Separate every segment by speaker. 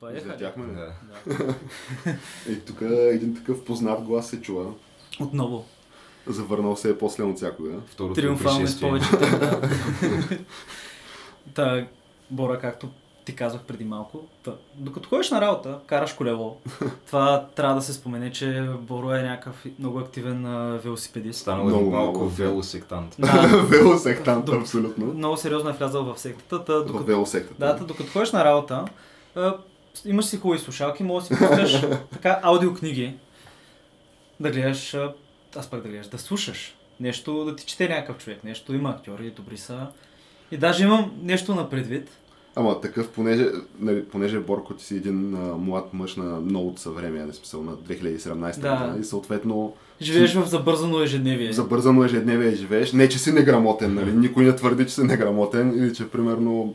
Speaker 1: Па е
Speaker 2: Излетяхме,
Speaker 1: халяк.
Speaker 2: да.
Speaker 1: Да.
Speaker 2: И Е, тук един такъв познат глас се чува.
Speaker 1: Отново.
Speaker 2: Завърнал се е после от всякога.
Speaker 3: Второто
Speaker 1: Триумфално с
Speaker 3: пришествие. е
Speaker 1: повече. Да. Та, Бора, както ти казах преди малко, та, докато ходиш на работа, караш колело. Това трябва да се спомене, че Боро е някакъв много активен а, велосипедист.
Speaker 3: Станал
Speaker 2: Много Е,
Speaker 3: един малко
Speaker 2: малко.
Speaker 3: велосектант.
Speaker 1: Да,
Speaker 2: Велосектант,
Speaker 1: Да.
Speaker 2: абсолютно.
Speaker 1: много сериозно е влязъл в сектата. Та,
Speaker 2: В
Speaker 1: докато, да, та,
Speaker 2: велосектата.
Speaker 1: докато ходиш на работа, а, имаш си хубави слушалки, може да си пускаш така аудиокниги, да гледаш, а, аз пък да гледаш, да слушаш. Нещо да ти чете някакъв човек, нещо има актьори, добри са. И даже имам нещо на предвид.
Speaker 2: Ама такъв, понеже, нали, понеже Борко ти си един а, млад мъж на новото съвремие, на смисъл на 2017
Speaker 1: Да. Е.
Speaker 2: година и съответно
Speaker 1: Живееш в забързано ежедневие.
Speaker 2: забързано ежедневие живееш. Не, че си неграмотен, нали? Никой не твърди, че си неграмотен или че примерно...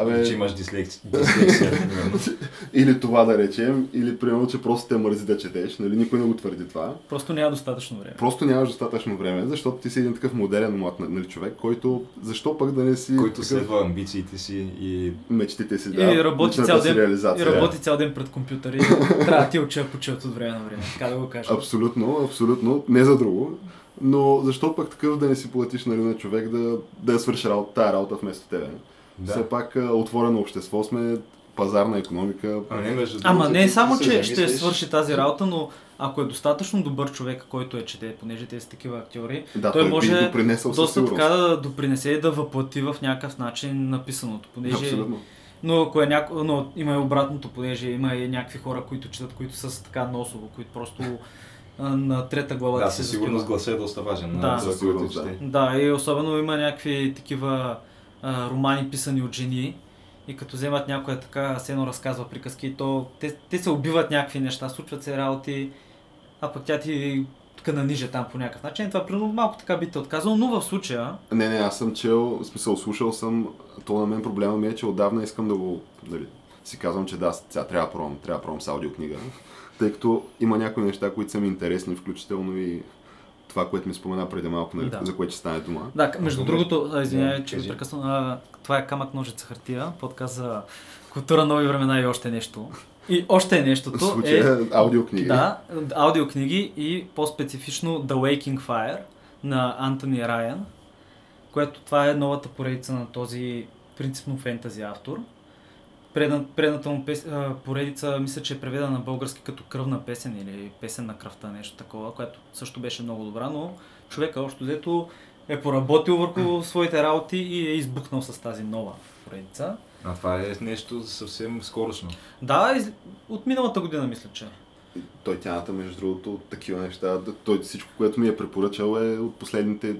Speaker 2: Абе,
Speaker 1: Значи
Speaker 3: Че Значи имаш дислекс- дислексия. примерно.
Speaker 2: или това да речем, или примерно, че просто те мързи да четеш, нали? Никой не го твърди това.
Speaker 1: Просто няма достатъчно време.
Speaker 2: Просто нямаш достатъчно време, защото ти си един такъв моделен млад нали, човек, който защо пък да не си
Speaker 3: Който
Speaker 2: такъв,
Speaker 3: следва амбициите си и
Speaker 2: мечтите си, да,
Speaker 1: и работи
Speaker 2: личната
Speaker 1: цял
Speaker 2: си
Speaker 1: ден, и
Speaker 2: реализация.
Speaker 1: работи цял ден пред компютъри. Трябва да ти очия почиват от време на време. Така да го кажа.
Speaker 2: Абсолютно, абсолютно, не за друго. Но защо пък такъв да не си платиш нали, на човек да, да я свърши работа, тая работа вместо тебе? Да. Все
Speaker 3: да.
Speaker 2: пак а, отворено общество сме, пазарна економика.
Speaker 3: А не, между
Speaker 1: Ама
Speaker 3: другото,
Speaker 1: не е
Speaker 3: ти
Speaker 1: само,
Speaker 3: се
Speaker 1: че ще
Speaker 3: замислиш-
Speaker 1: свърши тази работа, но ако е достатъчно добър човек, който е чете, понеже те са такива актьори,
Speaker 2: Да,
Speaker 1: той
Speaker 2: той,
Speaker 1: може
Speaker 2: би допринесъл със
Speaker 1: доста
Speaker 2: сигурност.
Speaker 1: така да допринесе и да въплати в някакъв начин написаното. Понеже...
Speaker 2: Абсолютно.
Speaker 1: Но, ако е няко... но има и обратното, понеже има и някакви хора, които четат, които са с така носово, които просто а, на трета глава
Speaker 3: Да,
Speaker 1: ти се
Speaker 3: със сигурност
Speaker 1: заспиват.
Speaker 3: гласа е доста важен.
Speaker 1: Да.
Speaker 3: Да,
Speaker 2: Със
Speaker 3: за който
Speaker 2: сигурност, да.
Speaker 3: чете.
Speaker 1: Да, и особено има някакви такива а, романи писани от жени и като вземат някоя така, сено разказва приказки, и то те, те се убиват някакви неща, случват се работи, а пък тя ти тук нанижа там по някакъв начин. Това примерно малко така би те отказал, но в случая
Speaker 2: Не, не, аз съм чел, в смисъл слушал съм, то на мен проблема ми е, че отдавна искам да го, нали, си казвам, че да, сега трябва да пробвам, трябва да пробвам с аудиокнига, тъй като има някои неща, които са ми интересни, включително и това, което ми спомена преди малко, нали,
Speaker 1: Да.
Speaker 2: за което ще стане дума.
Speaker 1: Да, к- между
Speaker 3: Добре.
Speaker 1: другото, а, извинявай,
Speaker 3: Да,
Speaker 1: че ви
Speaker 3: кажи.
Speaker 1: прекъсвам. а, Това е камък, ножица, хартия, подкаст за култура, нови времена и още нещо. И още
Speaker 2: В
Speaker 1: нещото е...
Speaker 2: случая аудиокниги.
Speaker 1: Да, аудиокниги и по-специфично The Waking Fire на Антони Райан, което това е новата поредица на този принципно фентази автор. Предна, предната му пес, а, поредица, мисля, че е преведена на български като кръвна песен или песен на кръвта, нещо такова, което също беше много добра, но човека общо взето е поработил върху своите работи и е избухнал с тази нова поредица.
Speaker 3: А това е нещо съвсем скорошно.
Speaker 1: Да, из... от миналата година мисля, че.
Speaker 2: Той тяната, между другото, от такива неща, да- той всичко, което ми е препоръчал е от последните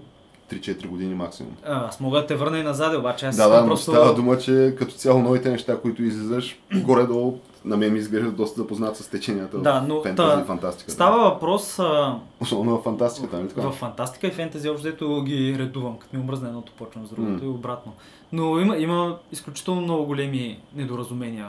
Speaker 2: 3-4 години максимум.
Speaker 1: А, Аз мога да те върна и назад, обаче аз
Speaker 2: Да,
Speaker 1: искам
Speaker 2: да, но
Speaker 1: просто...
Speaker 2: става дума, че като цяло новите неща, които излизаш, горе-долу на мен ми изглежда доста запознат с теченията
Speaker 1: Да,
Speaker 2: в
Speaker 1: но
Speaker 2: фентази
Speaker 1: та-
Speaker 2: и фантастиката.
Speaker 1: Става въпрос а...
Speaker 2: Особено в фантастиката, нали така?
Speaker 1: в фантастика и фентези, общо дето ги редувам. Като ми омръзна едното, почвам с другото
Speaker 2: М.
Speaker 1: и обратно. Но има, има изключително много големи недоразумения.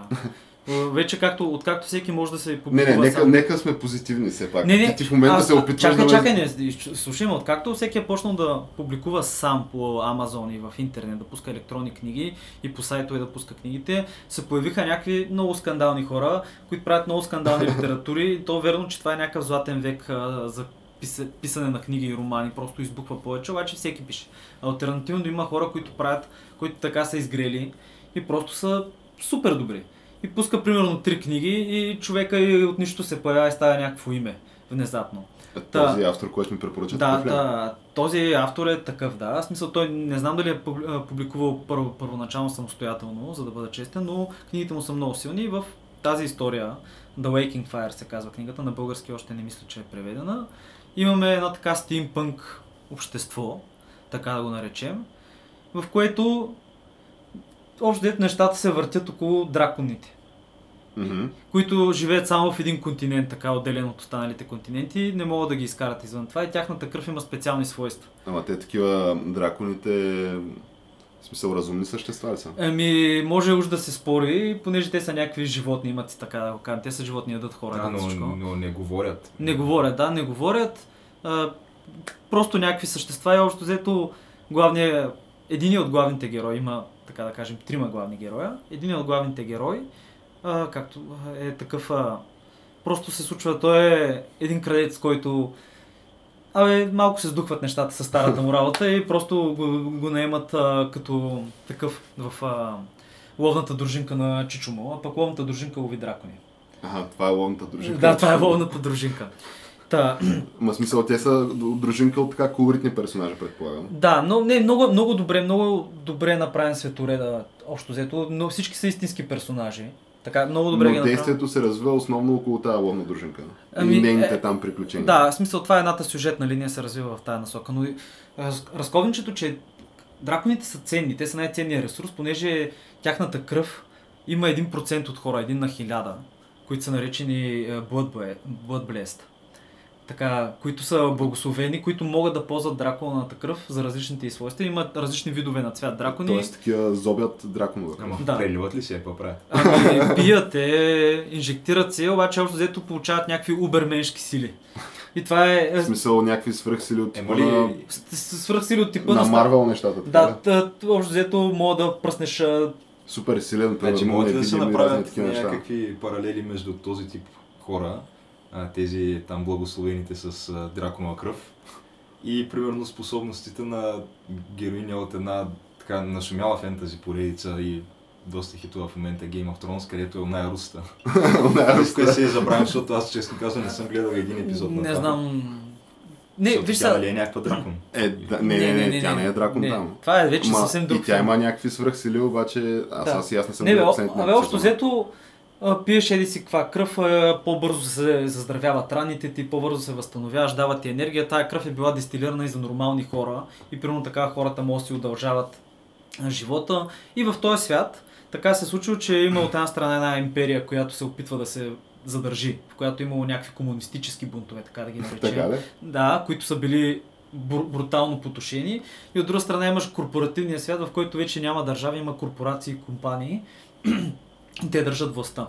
Speaker 1: А, Вече както, откакто всеки може да се
Speaker 2: Не,
Speaker 1: публикува
Speaker 2: не, нека,
Speaker 1: сам.
Speaker 2: нека сме позитивни все пак.
Speaker 1: Не, не,
Speaker 2: ти, ти в момента
Speaker 1: аз-
Speaker 2: се опитваш
Speaker 1: Чакай,
Speaker 2: да...
Speaker 1: чакай, не, изч- слушай, ме, откакто всеки е почнал да публикува сам по Амазон и в интернет, да пуска електронни книги и по сайтове да пуска книгите, се появиха някакви много скандални хора, които правят много скандални литератури. И То е верно, че това е някакъв златен век а, за писа- писане на книги и романи, просто избухва повече, обаче всеки пише. Альтернативно има хора, които правят, които така са изгрели и просто са супер добри. И пуска примерно три книги и човека и от нищо се появява и става някакво име внезапно.
Speaker 2: Е, Този автор, който ми препоръча
Speaker 1: Да,
Speaker 2: такъв ли е?
Speaker 1: да, този автор е такъв, да. В смисъл, той не знам дали е публи- а, публикувал първо, първоначално самостоятелно, за да бъда честен, но книгите му са много силни и в тази история, The Waking Fire се казва книгата, на български още не мисля, че е преведена. Имаме едно така стимпънк общество, така да го наречем, в което общо дето нещата се въртят около драконите
Speaker 2: Мгм.
Speaker 1: които живеят само в един континент, така отделен от останалите континенти, не могат да ги изкарат извън това и тяхната кръв има специални свойства.
Speaker 2: Ама те такива драконите, в смисъл разумни същества ли са?
Speaker 1: Ами, може уж да се спори, понеже те са някакви животни, имат си така да го кажем. Те са животни, ядат хора,
Speaker 3: Да,
Speaker 1: ядат
Speaker 3: но,
Speaker 1: всичко.
Speaker 3: но не говорят.
Speaker 1: Не говорят, да, не говорят. А, просто някакви същества и общо взето главния, един от главните герои, има така да кажем трима главни героя, един от главните герои, а, както е такъв, а, просто се случва, той е един крадец, който Абе, малко се сдухват нещата с старата му работа и просто го, го наемат а, като такъв в а, ловната дружинка на Чичумо, а пък ловната дружинка лови дракони.
Speaker 2: Аха, това е ловната дружинка.
Speaker 1: Да, това е ловната дружинка. Та,
Speaker 2: Ма смисъл, те са дружинка от така колоритни персонажи, предполагам.
Speaker 1: Да, но не, много, много добре, много добре е направен светореда, общо взето, но всички са истински персонажи. Така, много добре ги
Speaker 2: Но
Speaker 1: направи.
Speaker 2: действието се развива основно около тази ловна дружинка.
Speaker 1: Ами,
Speaker 2: и нейните
Speaker 1: е,
Speaker 2: там приключения.
Speaker 1: Да, в смисъл това е едната сюжетна линия се развива в тази насока, но и, раз- разковничето, че драконите са ценни, те са най-ценният ресурс, понеже тяхната кръв има 1% от хора, един на хиляда, които са наречени е, Blood Ble- Blood Blessed. Така, които са благословени, които могат да ползват драконата кръв за различните й свойства. Имат различни видове на цвят дракони.
Speaker 2: Тоест такива зобят драконове.
Speaker 3: Ама
Speaker 1: Да.
Speaker 3: преливат ли се я правят?
Speaker 1: Ами, бият е, инжектират се, обаче общо взето получават някакви уберменшки сили. И това е е,
Speaker 2: В смисъл някакви свръхсили от
Speaker 3: Ема
Speaker 2: типа
Speaker 3: ли...
Speaker 2: на,
Speaker 1: с- с- свръхсили от типа
Speaker 2: на
Speaker 1: Ста-
Speaker 2: Марвел нещата. така
Speaker 1: Да, тът, общо взето мога да пръснеш а,
Speaker 2: Супер силен,
Speaker 3: Значи
Speaker 2: примерно,
Speaker 3: могат ли да се
Speaker 2: невидим и разни
Speaker 3: направят
Speaker 2: такива неща.
Speaker 3: някакви паралели между този тип хора, а, тези там благословените с а, драконова кръв и примерно способностите на героиня от една така нашумяла фентази поредица и доста хитова в момента Game of Thrones, където е най-руста. Кой се е забравил, защото аз честно казвам не съм гледал един епизод на
Speaker 1: не
Speaker 3: това.
Speaker 1: знам... Не,
Speaker 3: Защото
Speaker 1: виж
Speaker 3: тя
Speaker 1: сега...
Speaker 3: нали е някаква дракон.
Speaker 2: Е, да, не, не, не, тя не е дракон там.
Speaker 1: Това е вече
Speaker 2: Ма,
Speaker 1: съвсем друг
Speaker 2: и тя
Speaker 1: филм.
Speaker 2: има някакви свръхсили, обаче аз,
Speaker 1: Да.
Speaker 2: аз, и аз не съм
Speaker 1: Не, бе,
Speaker 2: гледал
Speaker 1: о- абе,
Speaker 2: последните няколко
Speaker 1: общо
Speaker 2: сезона.
Speaker 1: взето а, пиеш еди си каква кръв, а, по-бързо се заздравяват раните ти, по-бързо се възстановяваш, дава ти енергия. Тая кръв е била дистилирана и за нормални хора. И примерно така хората могат да си удължават а, живота. И в този свят така се е случило, че е имало от една страна една империя, която се опитва да се задържи, в която е имало някакви комунистически бунтове, така да ги наречем.
Speaker 2: Е, Така ли?
Speaker 1: Да, които са били бру- брутално потушени. И от друга страна имаш корпоративния свят, в който вече няма държави, има корпорации и компании. И Те държат властта.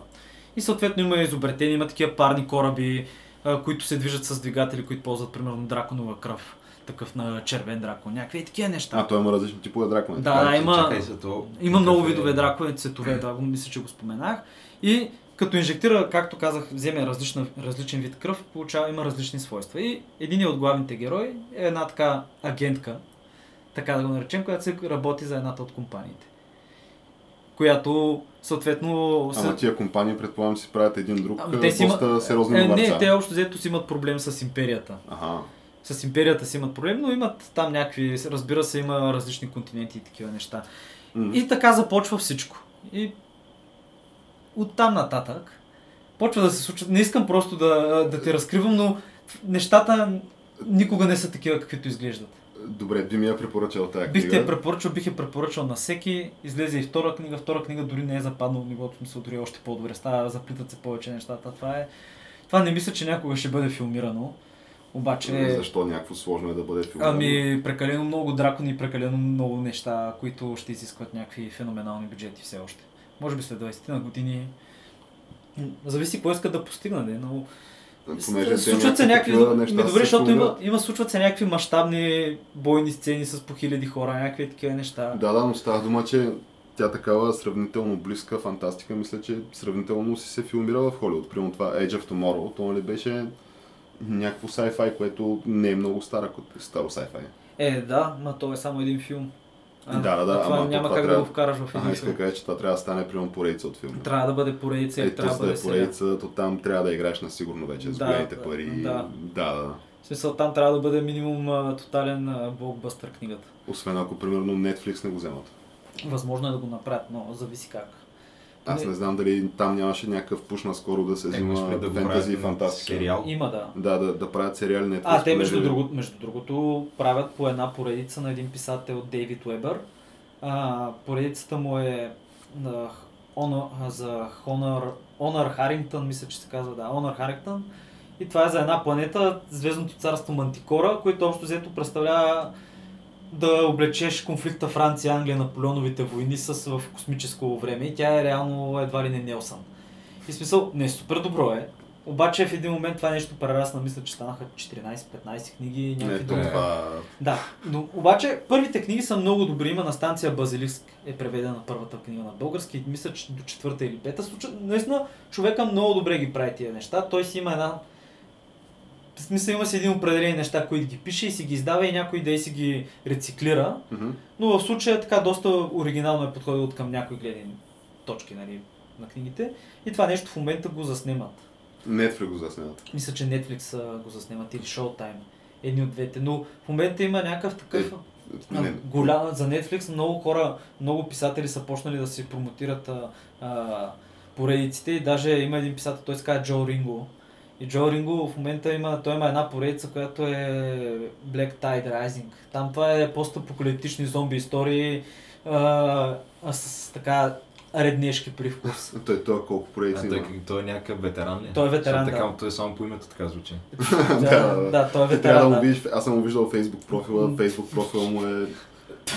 Speaker 1: И съответно има изобретени, има такива парни кораби, а, които се движат с двигатели, които ползват примерно драконова кръв, такъв на червен дракон, някакви и такива неща.
Speaker 2: А, той има различни типове дракони.
Speaker 1: Да, да,
Speaker 3: Ай,
Speaker 1: има-
Speaker 3: чакай се, то-
Speaker 1: Има много
Speaker 3: е-
Speaker 1: видове дракове, цветове, да, го- мисля, че го споменах. И като инжектира, както казах, вземе различна, различен вид кръв, получава, има различни свойства. И един от главните герои е една така агентка, така да го наречем, която се работи за едната от компаниите. Която, съответно... се-
Speaker 2: Ама тия компании, предполагам, си правят един друг
Speaker 1: Ама
Speaker 2: а,
Speaker 1: те си има-
Speaker 2: доста сериозни
Speaker 1: Е,
Speaker 2: номерца.
Speaker 1: не, те общо взето си имат проблем с империята.
Speaker 2: Аха.
Speaker 1: с империята си имат проблем, но имат там някакви, разбира се, има различни континенти и такива неща.
Speaker 2: Мгм.
Speaker 1: И така започва всичко. И от там нататък почва да се случват. Не искам просто да, да те разкривам, но нещата никога не са такива, каквито изглеждат.
Speaker 2: Добре, би ми я препоръчал тая
Speaker 1: Бих
Speaker 2: книга.
Speaker 1: те я препоръчал, бих я препоръчал на всеки. Излезе и втора книга. Втора книга дори не е западнал в нивото, смисъл дори още по-добре. Става, заплитат се повече нещата. Това е... Това не мисля, че някога ще бъде филмирано. Обаче...
Speaker 2: Защо някакво сложно е да бъде филм?
Speaker 1: Ами, прекалено много дракони и прекалено много неща, които ще изискват някакви феноменални бюджети все още. Може би след 20 на години. М, Зависи какво искат да постигнат, не, но
Speaker 2: Понеже те
Speaker 1: случват се някакви...
Speaker 2: такива
Speaker 1: Ми, добре,
Speaker 2: се
Speaker 1: защото има,
Speaker 2: филмират.
Speaker 1: има, случват се някакви мащабни бойни сцени с по хиляди хора, някакви такива неща.
Speaker 2: Да, да, но става дума, че тя такава сравнително близка фантастика, мисля, че сравнително си се филмира в Холивуд. Примерно това Age of Tomorrow, то нали беше някакво sci-fi, което не е много стара, старо sci-fi.
Speaker 1: Е, да, ма то е само един филм.
Speaker 2: Да, да, да,
Speaker 1: а това
Speaker 2: ама то
Speaker 1: няма
Speaker 2: това
Speaker 1: как да
Speaker 2: трябва-
Speaker 1: го вкараш в един
Speaker 2: Ага, иска
Speaker 1: филм.
Speaker 2: да кажа, че това трябва да стане примерно поредица от филми.
Speaker 1: Трябва да бъде поредица,
Speaker 2: Е,
Speaker 1: трябва
Speaker 2: то
Speaker 1: да
Speaker 2: за да
Speaker 1: бъде
Speaker 2: е
Speaker 1: сериал.
Speaker 2: поредица, то там трябва да играеш на сигурно вече с
Speaker 1: Да,
Speaker 2: големите
Speaker 1: да,
Speaker 2: пари.
Speaker 1: да.
Speaker 2: да, да.
Speaker 1: В смисъл, там трябва да бъде минимум а, тотален а, блокбъстър книгата.
Speaker 2: Освен ако примерно Netflix не го вземат.
Speaker 1: Възможно е да го направят, но зависи как.
Speaker 2: Аз
Speaker 1: Не.
Speaker 2: не, знам дали там нямаше някакъв пуш наскоро да се
Speaker 3: Е, имаш
Speaker 2: взима
Speaker 3: пред да го правят
Speaker 2: фентази и
Speaker 3: на
Speaker 2: фантастика.
Speaker 3: сериал.
Speaker 1: Има, да.
Speaker 2: Да, да, да правят сериали Netflix.
Speaker 1: А, те между,
Speaker 2: понеже-
Speaker 1: друго, между другото правят по една поредица на един писател Дейвид Уебър. А, поредицата му е на, Х- Honor- за Honor, Honor Harrington, мисля, че се казва, да, Honor Harrington. И това е за една планета, звездното царство Мантикора, което общо взето представлява да облечеш конфликта Франция-Англия Наполеоновите войни с в космическо време. И тя е реално едва ли не Нелсън. И смисъл, не, супер добро е. Обаче в един момент това нещо прерасна, мисля, че станаха 14-15 книги.
Speaker 2: Не,
Speaker 1: Някакви
Speaker 2: то
Speaker 1: други.
Speaker 3: е.
Speaker 2: това...
Speaker 1: Да, но обаче първите книги са много добри. Има на станция Базилиск е преведена първата книга на български. и Мисля, че до четвърта или пета. Случа... Наистина, човека много добре ги прави тия неща. Той си има една... В смисъл има си един определени неща, които ги пише и си ги издава и някой да и си ги рециклира.
Speaker 2: Мгм.
Speaker 1: Но в случая така доста оригинално е подходил към някои гледни точки нали, на книгите. И това нещо в момента го заснемат.
Speaker 2: Netflix го заснемат.
Speaker 1: Мисля, че Netflix а, го заснемат или Showtime. Едни от двете. Но в момента има някакъв такъв...
Speaker 2: Е,
Speaker 1: а,
Speaker 2: Не,
Speaker 1: голям, за Netflix много хора, много писатели са почнали да си промотират а, а, поредиците и даже има един писател, той се казва Джо Ринго. И Джо Ринго в момента има, той има една поредица, която е Black Tide Rising. Там това е постапокалиптични зомби истории а, а с така реднешки привкус.
Speaker 2: той, той е колко
Speaker 3: А
Speaker 2: проекти
Speaker 3: той,
Speaker 2: има.
Speaker 3: как- той е някакъв ветеран ли?
Speaker 1: Той е ветеран,
Speaker 3: Защото
Speaker 1: да.
Speaker 3: Така, той е само по името така звучи.
Speaker 1: да, да, да, той е
Speaker 2: Ти трябва да
Speaker 1: ветеран.
Speaker 2: му
Speaker 1: да.
Speaker 2: видиш, аз съм му виждал Facebook профила, Facebook профила му е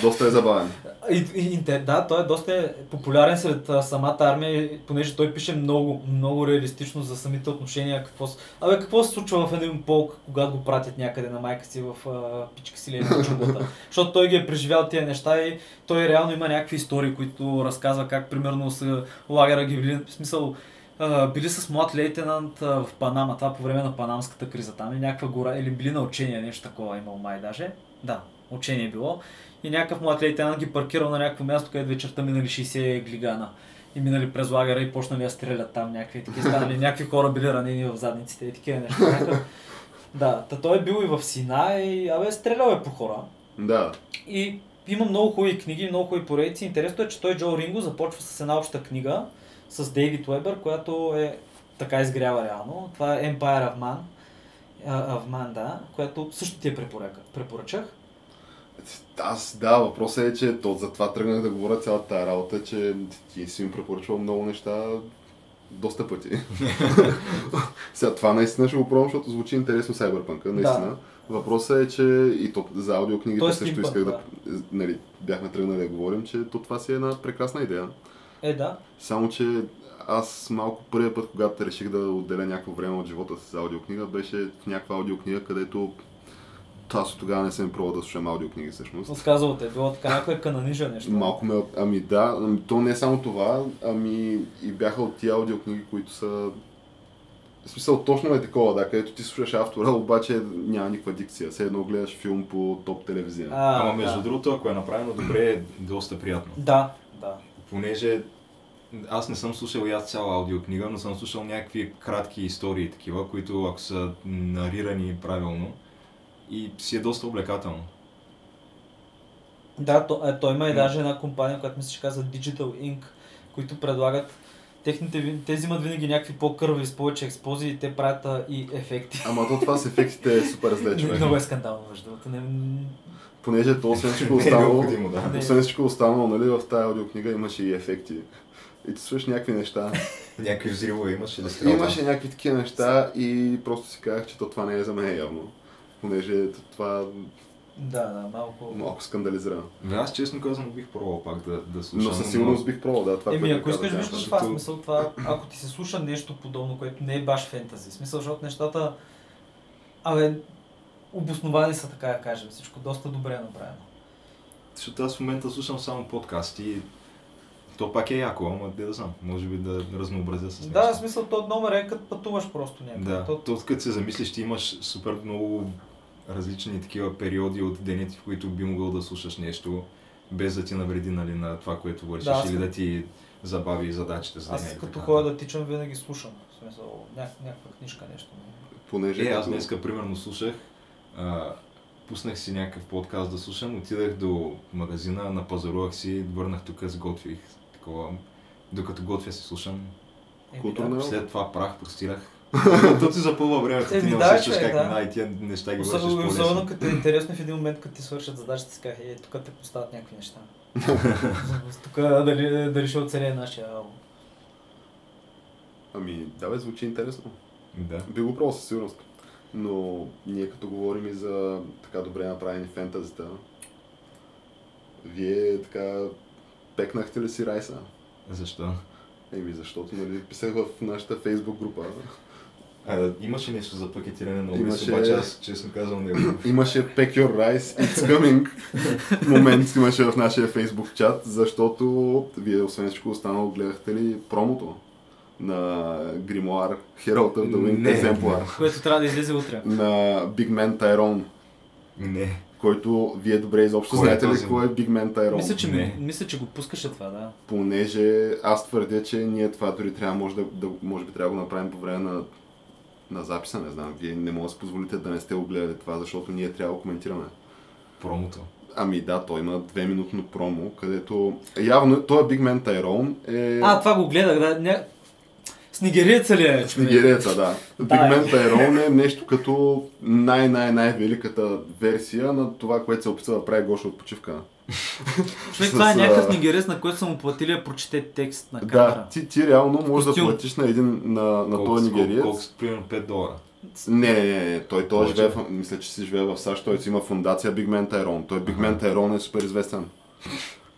Speaker 2: доста е забавен.
Speaker 1: И, и, интер- да, той е доста е популярен сред а, самата армия, и понеже той пише много, много реалистично за самите отношения. Какво, с- Абе, какво се случва в един полк, когато го пратят някъде на майка си в а, пичка си или на чубота? Защото той ги е преживял тия неща и той реално има някакви истории, които разказва как примерно с лагера ги били, в смисъл, а, били с млад лейтенант а, в Панама, това по време на панамската криза там, и някаква гора, или били на учение, нещо такова имал май даже. Да, учение било. И някакъв млад лейтенант ги паркирал на някакво място, където вечерта минали 60 глигана. И минали през лагера и почнали да стрелят там някакви такива. Станали някакви хора били ранени в задниците и такива неща. Някакъв- Да, та той е бил и в Сина и абе стрелял е по хора.
Speaker 2: Да,
Speaker 1: И има много хубави книги, много хубави поредици. Интересно е, че той Джо Ринго започва с една обща книга с Дейвид Уебър, която е така изгрява реално. Това е Empire of Man. А, of Man, да, която също ти я препоръка- препоръчах.
Speaker 2: Аз, да, въпросът е, че то, затова тръгнах да говоря цялата тая работа, че ти си им препоръчвал много неща доста пъти. Сега това наистина ще го пробвам, защото звучи интересно Cyberpunk, наистина.
Speaker 1: Да.
Speaker 2: Въпросът е, че и то, за аудиокнигите
Speaker 1: Той е
Speaker 2: също
Speaker 1: стимпанк,
Speaker 2: исках да, нали, бяхме тръгнали да говорим, че то това си е една прекрасна идея.
Speaker 1: Е, да.
Speaker 2: Само, че аз малко първия път, когато реших да отделя някакво време от живота си за аудиокнига, беше в някаква аудиокнига, където аз от тогава не съм пробвал да слушам аудиокниги всъщност.
Speaker 1: Отказвал те, било така някоя кананижа нещо.
Speaker 2: Малко ме... от- Ами да, ами то не е само това, ами и бяха от тия аудиокниги, които са... В смисъл, точно е такова, да, където ти слушаш автора, обаче няма никаква дикция. Все едно гледаш филм по топ телевизия.
Speaker 1: А,
Speaker 3: Ама
Speaker 1: да.
Speaker 3: между другото, ако е направено добре, е доста приятно.
Speaker 1: Да, да.
Speaker 3: Понеже аз не съм слушал и аз цяла аудиокнига, но съм слушал някакви кратки истории такива, които ако са нарирани правилно и си е доста увлекателно.
Speaker 1: Да, то, е, той има и
Speaker 3: М.
Speaker 1: даже една компания, която мисля, че казва Digital Inc., които предлагат техните, ви- те взимат винаги някакви по-кърви с повече експозии и те правят а, и ефекти.
Speaker 2: Ама то това с ефектите е супер зле, човек.
Speaker 1: Много е скандално, между другото. Не... м,
Speaker 2: Понеже то освен всичко
Speaker 3: Не е
Speaker 2: останало,
Speaker 3: необходимо, да.
Speaker 1: Не.
Speaker 2: освен всичко останало, нали, в тази аудиокнига имаше и ефекти. И ти слушаш някакви неща.
Speaker 3: Някакви взривове имаше да
Speaker 2: И Имаше някакви такива неща и просто си казах, че то това не е за мен явно. Понеже това
Speaker 1: Да, да, малко.
Speaker 2: малко скандализира.
Speaker 3: Бе, Аз честно казвам бих пробвал пак да, да слушам.
Speaker 2: Но със сигурност бих пробвал, да, това
Speaker 1: Еми,
Speaker 2: което
Speaker 1: ако
Speaker 2: казах,
Speaker 1: искаш,
Speaker 2: да.
Speaker 1: виж в това е
Speaker 3: защото-
Speaker 1: смисъл, това, ако ти се слуша нещо подобно, което не е баш фентази, в смисъл, защото нещата, абе, обосновани са, така да кажем, всичко доста добре е направено.
Speaker 3: Защото аз в момента слушам само подкасти и то пак е яко, ама де да знам, може би да разнообразя с нещо.
Speaker 1: Да, в смисъл, то номер е като пътуваш просто някъде.
Speaker 3: Да,
Speaker 1: То-
Speaker 3: то като се замислиш, ти имаш супер много различни такива периоди от деня ти, в които би могъл да слушаш нещо, без да ти навреди нали, на това, което вършиш,
Speaker 1: Да, аз
Speaker 3: или
Speaker 1: като-
Speaker 3: да ти забави задачите за деня.
Speaker 1: Аз
Speaker 3: и
Speaker 1: като
Speaker 3: така.
Speaker 1: ходя да тичам, винаги слушам. В смисъл, ня- някаква книжка, нещо.
Speaker 2: Понеже
Speaker 3: Е, аз
Speaker 2: като-
Speaker 3: днеска примерно слушах, а, пуснах си някакъв подкаст да слушам, отидах до магазина, напазарувах си, върнах тук, сготвих такова Докато готвя си слушам.
Speaker 1: Е,
Speaker 2: Културна Еми, да.
Speaker 3: След това прах простирах. То ти запълва времето, ти
Speaker 4: Еми,
Speaker 3: не
Speaker 4: да,
Speaker 3: усещаш
Speaker 4: човек,
Speaker 3: как
Speaker 4: да.
Speaker 3: да. и тия неща ги вършиш
Speaker 4: Особено, особено
Speaker 3: по-лесно.
Speaker 4: като е интересно в един момент, като ти свършат задачата, си казах, е, тук те поставят някакви неща. тук дали, дали ще оцелее нашия албум.
Speaker 2: Ами, да, бе, звучи интересно.
Speaker 3: Да.
Speaker 2: Би го пробвал със сигурност. Но ние като говорим и за така добре направени фентазита, вие така пекнахте ли си Райса?
Speaker 3: Защо?
Speaker 2: Еми, защото нали, писах в нашата фейсбук група.
Speaker 3: А, имаше нещо за пакетиране на улица,
Speaker 2: Имаше-
Speaker 3: обаче аз честно казвам не го.
Speaker 2: Имаше Pack Your Rice, It's Coming момент имаше в нашия фейсбук чат, защото вие освен всичко останало гледахте ли промото на гримуар Herald of the Wind
Speaker 3: Не.
Speaker 2: Exemplar
Speaker 1: което трябва да излезе утре.
Speaker 2: на Big Man Tyrone,
Speaker 3: Не.
Speaker 2: който вие добре изобщо
Speaker 3: Кой е
Speaker 2: знаете ли
Speaker 3: този?
Speaker 2: кой е Big Man Tyrone?
Speaker 1: Мисля че,
Speaker 3: Не.
Speaker 1: мисля, че го пускаше това, да.
Speaker 2: понеже аз твърдя, че ние това дори трябва, може, да, да, може би трябва да го направим по време на, на записа, не знам. Вие не може да си позволите да не сте го гледали това, защото ние трябва да го коментираме.
Speaker 3: Промото.
Speaker 2: Ами да, той има две минутно промо, където явно той е Big Man Tyrone е
Speaker 1: А, това го гледах, да. Ня... С нигериеца ли е?
Speaker 2: с нигерията, да. Big Man Tyrone е нещо като най-най-най-великата версия на това, което се опитва да прави Гошо от почивка.
Speaker 1: Човек,
Speaker 2: С,
Speaker 1: това е
Speaker 2: а,
Speaker 1: някакъв нигерец, на който са му платили да прочете текст на
Speaker 2: Да,
Speaker 1: камера.
Speaker 2: ти, ти реално можеш да
Speaker 1: Костюм.
Speaker 2: платиш на един на, на
Speaker 3: Колко-
Speaker 2: този нигериец.
Speaker 3: Колко, колко, примерно 5 долара.
Speaker 2: Не, не, не, не. Той, той
Speaker 3: Повече.
Speaker 2: живее, в, мисля, че си живее в САЩ, той си има фундация Big Man Tyrone. Той Big Man Tyrone е супер известен.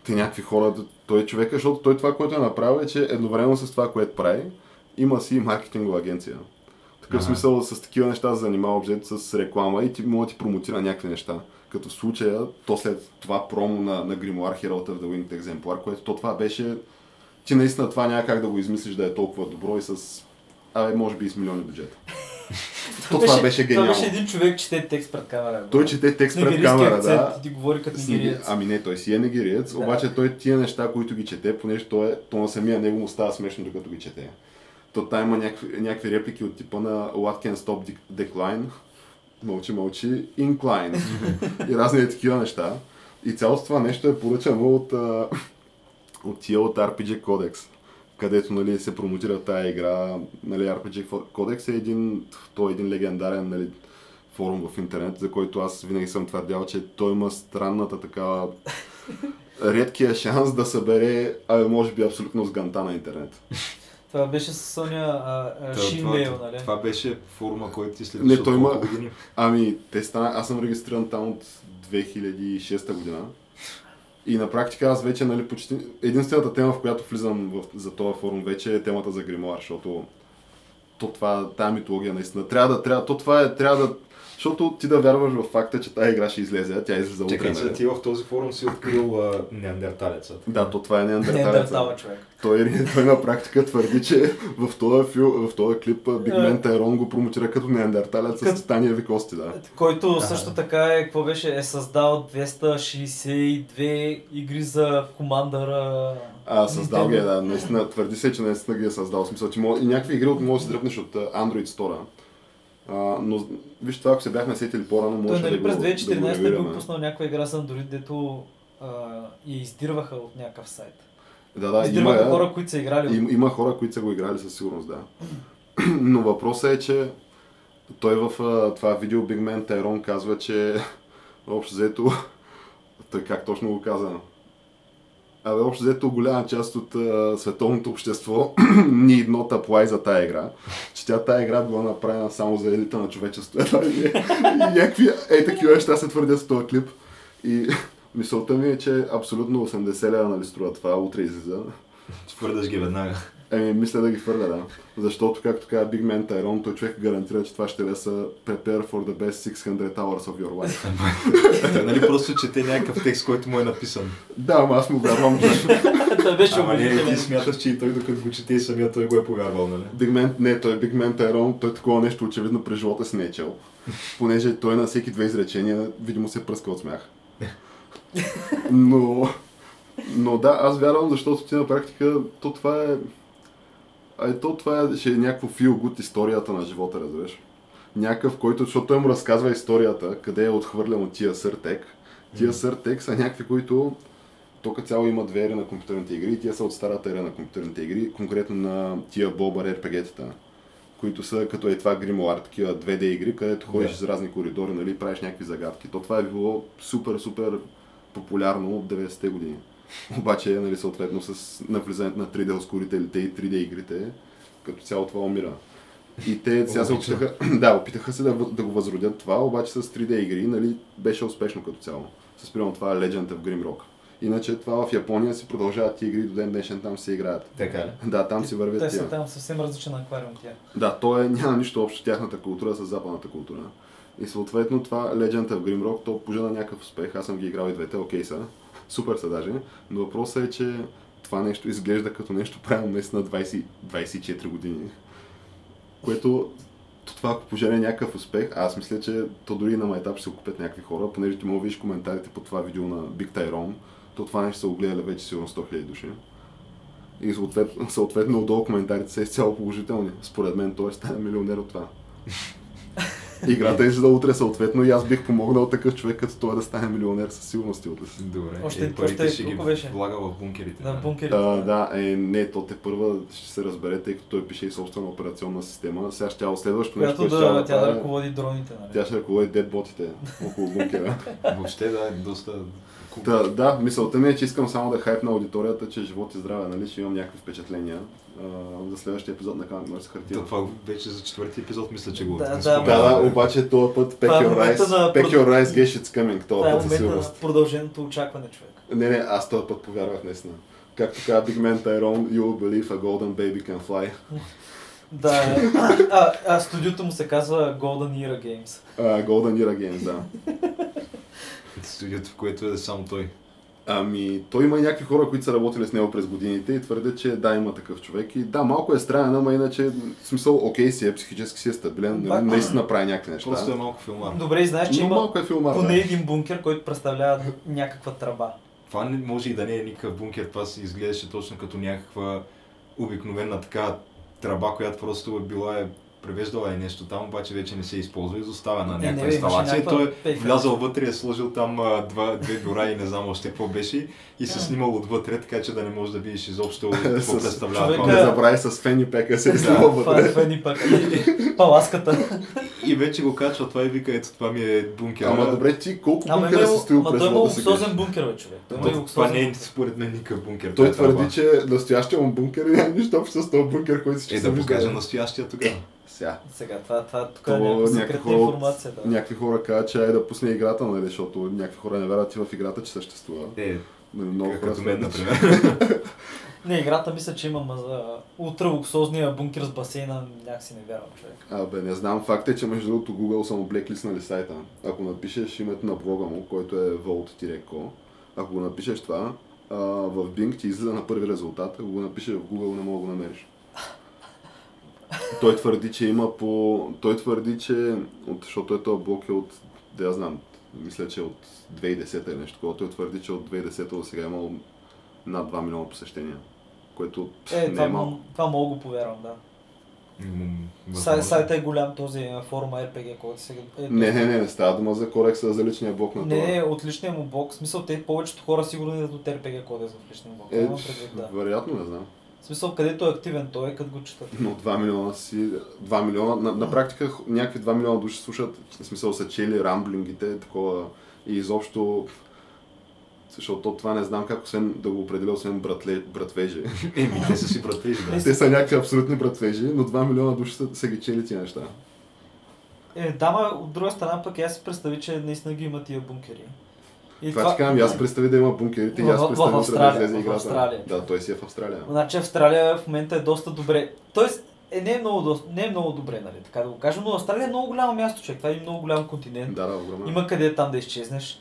Speaker 2: Те някакви хора, той е човека, защото той това, което е направил е, че едновременно с това, което прави, има си и маркетингова агенция. Такъв
Speaker 3: Ага.
Speaker 2: смисъл с такива неща се занимава обзет с реклама и ти може да ти промотира някакви неща. Като в случая, то след това промо на, на Grimoire Herald of the Winged Exemplar, което то това беше... Ти наистина това няма как да го измислиш да е толкова добро и с... Абе, може би и с милиони бюджет. то това беше гениално.
Speaker 4: Това беше един човек, чете текст пред камера.
Speaker 2: Той чете
Speaker 4: С
Speaker 2: текст пред
Speaker 4: нигерийски
Speaker 2: камера,
Speaker 4: акцент
Speaker 2: да.
Speaker 4: и ти говори като
Speaker 2: С ниге-
Speaker 4: нигериец.
Speaker 2: Ами не, той си е нигериец,
Speaker 4: Да.
Speaker 2: обаче той тия неща, които ги чете, понеже той, е- то на самия него му става смешно, докато ги чете. То там има някакви, някакви реплики от типа на What can stop dec- decline, мълчи, мълчи, incline и разни е такива неща. И цялото това нещо е поръчано от, а, от тия от RPG Codex, където нали, се промотира тая игра. Нали, RPG Codex е един, той е един легендарен нали, форум в интернет, за който аз винаги съм твърдял, че той има странната такава редкия шанс да събере, а може би абсолютно сганта на интернет.
Speaker 4: Това беше с Соня а, а,
Speaker 3: Та,
Speaker 4: Шинмейл, нали?
Speaker 3: това беше форума, който ти след
Speaker 2: Не, той има-
Speaker 3: години.
Speaker 2: Ами, те стана... аз съм регистриран там от 2006 година. И на практика аз вече, нали, почти... Единствената тема, в която влизам в... за този форум вече е темата за гримуар, защото то това, тая митология наистина трябва да, трябва, то това е, трябва да... Защото ти да вярваш в факта, че тази игра ще излезе, а тя излезе утре.
Speaker 3: Чакай, сега
Speaker 2: нали?
Speaker 3: ти в този форум си открил а, неандерталецът.
Speaker 2: Да, то това е
Speaker 4: Не е
Speaker 2: неандерталеца.
Speaker 4: дъртава човек.
Speaker 2: Той, той на практика твърди, че в този, фил, в този клип а, Биг Мен Тайрон го промотира като неандерталец с
Speaker 4: Като-
Speaker 2: титаниеви кости, да.
Speaker 4: Който също така е, какво беше, е създал 262 игри за командъра.
Speaker 2: А, създал ги, е, да. Наистина, твърди се, че наистина ги е създал. В смисъл, че мож... и някакви игри от може да си дръпнеш от а, Android Store. А, но виж това, ако се бяхме сетили по-рано,
Speaker 4: Той
Speaker 2: може да
Speaker 4: нали
Speaker 2: го
Speaker 4: през
Speaker 2: да го
Speaker 4: 2014 е бил
Speaker 2: ревюираме.
Speaker 4: пуснал някаква игра с Android, дето а, я издирваха от някакъв сайт.
Speaker 2: Да, да, има, е.
Speaker 4: издирваха
Speaker 2: я.
Speaker 4: хора, които са играли.
Speaker 2: Им, има хора, които са го играли със сигурност, да. Но въпросът е, че той в а, това видео Big Man Tyrone казва, че общо взето, той как точно го каза? Абе, общо взето голяма част от а, световното общество ни not apply за тая игра. Че тя тая игра била направена само за елита на човечеството. Едва ли не. И някакви е такива неща се твърдят с този клип. И мисълта ми е, че абсолютно 80 лева нали струва това, утре излиза.
Speaker 3: Твърдаш ги веднага.
Speaker 2: Еми, мисля да ги хвърля, да. Защото, както каза Big Man Tyrone, той човек гарантира, че това ще да са Prepare for the best 600 hours of your life.
Speaker 3: Той нали просто чете някакъв текст, който му е написан.
Speaker 2: да, ама аз му вярвам. че
Speaker 4: Той беше
Speaker 2: е
Speaker 3: Ама не, ти
Speaker 4: убедителен.
Speaker 3: смяташ, че и той докато го чете и самия той го е повярвал, нали?
Speaker 2: Big Man, не, той е Big Man Tyrone, той такова нещо очевидно през живота си не е чел. Понеже той на всеки две изречения, видимо се пръска от смях. Но, но да, аз вярвам, защото ти на практика, то това е... А и то това е, ще е някакво feel good историята на живота, разбираш. Някакъв, който, защото той му разказва историята, къде е отхвърлен от тия съртек. Тия съртек са някакви, които Тока цяло има две ери на компютърните игри и тия са от старата ера на компютърните игри, конкретно на тия Bobber RPG-тата, които са като е това Grimoire, такива 2D игри, където ходиш
Speaker 3: Да.
Speaker 2: из разни коридори, нали, правиш някакви загадки. То това е било супер, супер популярно от 90-те години. Обаче, нали, съответно с навлизането на 3D ускорителите и 3D игрите, като цяло това умира. И те сега се
Speaker 3: Логично.
Speaker 2: опитаха, да, опитаха се да, в- да го възродят това, обаче с 3D игри, нали, беше успешно като цяло. С примерно това е Legend of Grimrock. Иначе това в Япония си продължават тия игри до ден днешен, там се играят.
Speaker 3: Така ли?
Speaker 2: Да, там си
Speaker 1: Те
Speaker 2: вървят
Speaker 1: са
Speaker 4: е
Speaker 2: тия.
Speaker 1: там съвсем различен аквариум тя.
Speaker 2: Да, то е, няма нищо общо тяхната култура с западната култура. И съответно това Legend of Grimrock, то пожена някакъв успех. Аз съм ги играл и двете, окей са. Супер са даже. Но въпросът е, че това нещо изглежда като нещо правилно месец на 20, 24 години. Което то това, ако пожене някакъв успех, аз мисля, че то дори на майтап ще се купят някакви хора, понеже ти мога да видиш коментарите по това видео на Big Tyrone, то това нещо са го гледали вече сигурно 100 000 души. И съответно, съответно отдолу коментарите са изцяло положителни. Според мен той ще стане милионер от това. Играта е за утре, съответно и аз бих помогнал такъв човек като той е да стане милионер със сигурност и утре.
Speaker 3: Добре.
Speaker 1: Още-
Speaker 3: е, парите
Speaker 1: още
Speaker 3: ще ги
Speaker 1: колко беше?
Speaker 3: влага в бункерите.
Speaker 1: Да,
Speaker 3: нали?
Speaker 1: бункерите.
Speaker 2: А, да, е, не, то те първа ще се разбере, тъй като той пише и собствена операционна система. Сега ще тя следващото нещо,
Speaker 1: Която
Speaker 2: което ще е
Speaker 1: да, тя да
Speaker 2: направи,
Speaker 1: ръководи дроните, нали?
Speaker 2: тя е ще ръководи дедботите около бункера.
Speaker 3: Въобще да, е доста...
Speaker 2: Та, да, мисълта ми е, че искам само да хайпна аудиторията, че живот и здраве, нали, ще имам някакви впечатления а, за следващия епизод на Камък Мърс Хартия.
Speaker 3: Да, това вече за четвърти епизод мисля, че го
Speaker 1: Да, да,
Speaker 3: споменаваме.
Speaker 2: Да, да, обаче този път Pack
Speaker 1: Това е
Speaker 2: Your Rice,
Speaker 1: момента на-
Speaker 2: Pack Your Rice, Get Shit's Coming, този
Speaker 1: Това е
Speaker 2: път със
Speaker 1: момента
Speaker 2: сигурност.
Speaker 1: на продълженото очакване, човек.
Speaker 2: Не, не, аз този път повярвах наистина. Както каза Big Man Tyrone, you will believe a golden baby can fly.
Speaker 1: Да, а, а, а студиото му се казва Golden Era Games.
Speaker 2: А, golden Era Games, да.
Speaker 3: Студиото, в което е само той.
Speaker 2: Ами, той има и някакви хора, които са работили с него през годините и твърдят, че да, има такъв човек. И да, малко е странен, ама иначе, в смисъл, окей си е, психически си е стабилен,
Speaker 1: Да.
Speaker 2: нали, наистина прави някакви неща.
Speaker 3: Просто е малко филмар.
Speaker 1: Добре, и знаеш, че
Speaker 2: Но
Speaker 1: има
Speaker 2: малко е филмар, да.
Speaker 1: поне един бункер, който представлява някаква тръба.
Speaker 3: Това не може и да не е никакъв бункер, това си изглеждаше точно като някаква обикновена така тръба, която просто е била е превеждала е нещо там, обаче вече не се използва, изоставя на
Speaker 1: Е, Не,
Speaker 3: някаква
Speaker 1: не, имаше
Speaker 3: инсталация.
Speaker 1: някаква
Speaker 3: Той е
Speaker 1: пейка.
Speaker 3: влязъл вътре, е сложил там а, два, две бюра и не знам още какво беше и се снимал отвътре, така че да не можеш да видиш изобщо какво
Speaker 2: С-
Speaker 3: представлява
Speaker 1: човека-
Speaker 2: Не
Speaker 3: това.
Speaker 1: Да.
Speaker 2: забрави с Фени Пека се е
Speaker 3: Да.
Speaker 2: снимал
Speaker 1: Това е
Speaker 2: вътре.
Speaker 1: Фени пък. е, Паласката.
Speaker 3: И вече го качва това и вика, ето това ми е бункер.
Speaker 2: Ама добре, ти колко
Speaker 1: Ама е
Speaker 2: бункера си
Speaker 1: той
Speaker 2: стоил през
Speaker 1: има
Speaker 2: живота си? Геш?
Speaker 1: луксозен бункер, бе, човек. Той има
Speaker 3: Това
Speaker 1: луксозен
Speaker 3: не е
Speaker 1: бункер.
Speaker 3: според мен никакъв бункер.
Speaker 2: Той
Speaker 3: това е
Speaker 2: твърди, че настоящия му бункер няма нищо общо с този бункер, който
Speaker 3: тръба.
Speaker 2: си
Speaker 3: Е, да покажа настоящия тогава.
Speaker 2: Сега.
Speaker 1: Сега, това, това тук е
Speaker 2: То
Speaker 1: някаква
Speaker 2: някакви
Speaker 1: секретна
Speaker 2: хора,
Speaker 1: информация.
Speaker 2: от-
Speaker 1: Да.
Speaker 2: някакви хора казват, че ай да пусне играта, нали, защото някакви хора не вярват и в играта, че съществува.
Speaker 3: Е,
Speaker 2: Нали, много хора
Speaker 3: като мен,
Speaker 2: смятат, че-
Speaker 3: например.
Speaker 1: Не, играта мисля, че има маза. Ултра луксозния бункер с басейна, някакси не вярвам, човек.
Speaker 2: Абе, не знам. Факт е, че между другото Google са му блеклиснали сайта. Ако напишеш името на блога му, който е volt-co, ако го напишеш това, а, в Bing ти излиза на първи резултат, ако го напишеш в Google не мога да го намериш. Той твърди, че има по... Той твърди, че... От... Защото е този блок е от... Да я знам, мисля, че е от 2010 или нещо такова. Той твърди, че от 2010 до сега е имал над 2 милиона посещения. Което пф,
Speaker 1: Е,
Speaker 2: не
Speaker 1: това,
Speaker 2: е малко.
Speaker 1: м- това мога го повярвам, да.
Speaker 3: М,
Speaker 1: Сай,
Speaker 3: възможно.
Speaker 1: сайта е голям този е, форума RPG, който сега... Е,
Speaker 2: Не, не, не, не става дума за корекса, за личния блок на това.
Speaker 1: Не, от личния му блок. В смисъл, те повечето хора сигурно идват от RPG кодекс в личния блок.
Speaker 2: Е,
Speaker 1: Е, предвид, да.
Speaker 2: вероятно не знам.
Speaker 1: В смисъл, където е активен той, като го четат.
Speaker 2: Но 2 милиона си... 2 милиона... На, на практика х- някакви 2 милиона души слушат, в смисъл са чели, рамблингите, такова... И изобщо... Защото това не знам как освен да го определя, освен братле, братвежи.
Speaker 3: Еми, Е, те са си братвежи, да.
Speaker 2: Те са някакви абсолютни братвежи, но 2 милиона души са, са ги чели тия неща.
Speaker 1: Е, да, ма, от друга страна пък аз си представи, че наистина ги има тия бункери. И
Speaker 2: това, ти казвам, и аз представи да има бункерите, и
Speaker 1: В-
Speaker 2: аз
Speaker 1: в-
Speaker 2: представи
Speaker 1: в
Speaker 2: утре да
Speaker 1: Австралия,
Speaker 2: излезе
Speaker 1: в
Speaker 2: играта.
Speaker 1: Австралия.
Speaker 2: Да, той си е в Австралия.
Speaker 1: Значи Австралия в момента е доста добре. Тоест, е, не, е много, дос- не е много добре, нали, така да го кажем, но Австралия е много голямо място, човек. Това е един много голям континент.
Speaker 2: Да, да, огромен.
Speaker 1: Има къде там да изчезнеш.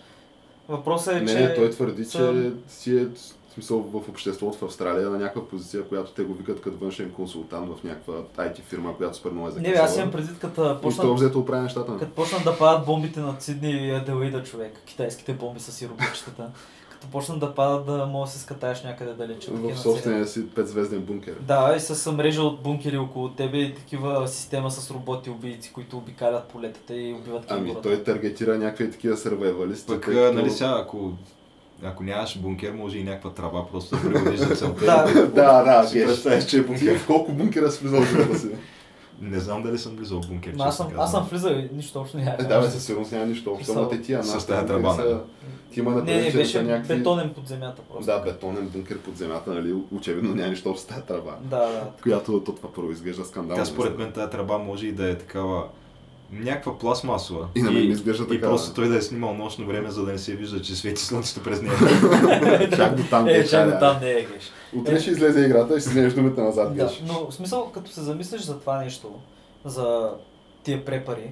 Speaker 1: Въпросът е,
Speaker 2: Не,
Speaker 1: че...
Speaker 2: не, той твърди, че
Speaker 1: съм-
Speaker 2: си е в смисъл в обществото в Австралия на някаква позиция, която те го викат като външен консултант в някаква IT фирма, която супер много е
Speaker 1: Не,
Speaker 2: закъсала.
Speaker 1: бе, аз имам предвид, като
Speaker 2: И той
Speaker 1: почна
Speaker 2: взето оправя нещата.
Speaker 1: Като почнат да падат бомбите на Сидни и Аделаида човек, китайските бомби с сиропичетата, като почнат да падат, да може да се скатаеш някъде далече. от
Speaker 2: В
Speaker 1: такива
Speaker 2: собствения си петзвезден бункер.
Speaker 1: нацелени. Да, и с мрежа от бункери около тебе и такива система с роботи убийци, които обикалят полетата и убиват
Speaker 2: Ами
Speaker 1: кенгурата.
Speaker 2: той таргетира някакви такива сървайвалисти.
Speaker 3: Пък, нали,
Speaker 2: тъй като-
Speaker 3: а, нали сега, ако ако нямаш бункер, може и някаква трава просто да приводиш за целта.
Speaker 4: Да.
Speaker 2: Да, да,
Speaker 3: Си
Speaker 2: ти
Speaker 3: представяш,
Speaker 2: че е бункер. В колко бункера си влизал в живота си?
Speaker 3: Не знам дали съм влизал в бункер.
Speaker 4: Ма Аз съм,
Speaker 3: честно
Speaker 4: аз съм
Speaker 3: казано.
Speaker 4: влизал и нищо общо няма.
Speaker 2: Е, да, бе, със сигурност няма нищо общо, ама те тия
Speaker 3: С
Speaker 2: нашите
Speaker 3: тая
Speaker 2: бункери
Speaker 3: тръба, нали?
Speaker 2: са- Ти има на
Speaker 4: не, не,
Speaker 2: че
Speaker 4: беше
Speaker 2: са някакви...
Speaker 4: бетонен под земята просто.
Speaker 2: Да, бетонен бункер под земята, нали? Очевидно няма нищо общо с тази тръба.
Speaker 4: Да, да.
Speaker 2: Която то това първо изглежда скандално.
Speaker 3: Тя според мен тази тръба може и да е такава някаква пластмасова.
Speaker 2: И на мен ми изглежда
Speaker 3: и
Speaker 2: такава.
Speaker 3: просто той да е снимал нощно време, за да не се вижда, че свети слънцето през нея.
Speaker 2: Чак до там,
Speaker 4: Е,
Speaker 2: Геш,
Speaker 4: чак
Speaker 2: аля.
Speaker 4: до там не е геш.
Speaker 2: Утре ще излезе играта и ще вземеш думите назад,
Speaker 4: Да,
Speaker 2: Геш.
Speaker 4: но в смисъл, като се замислиш за това нещо, за тия препари,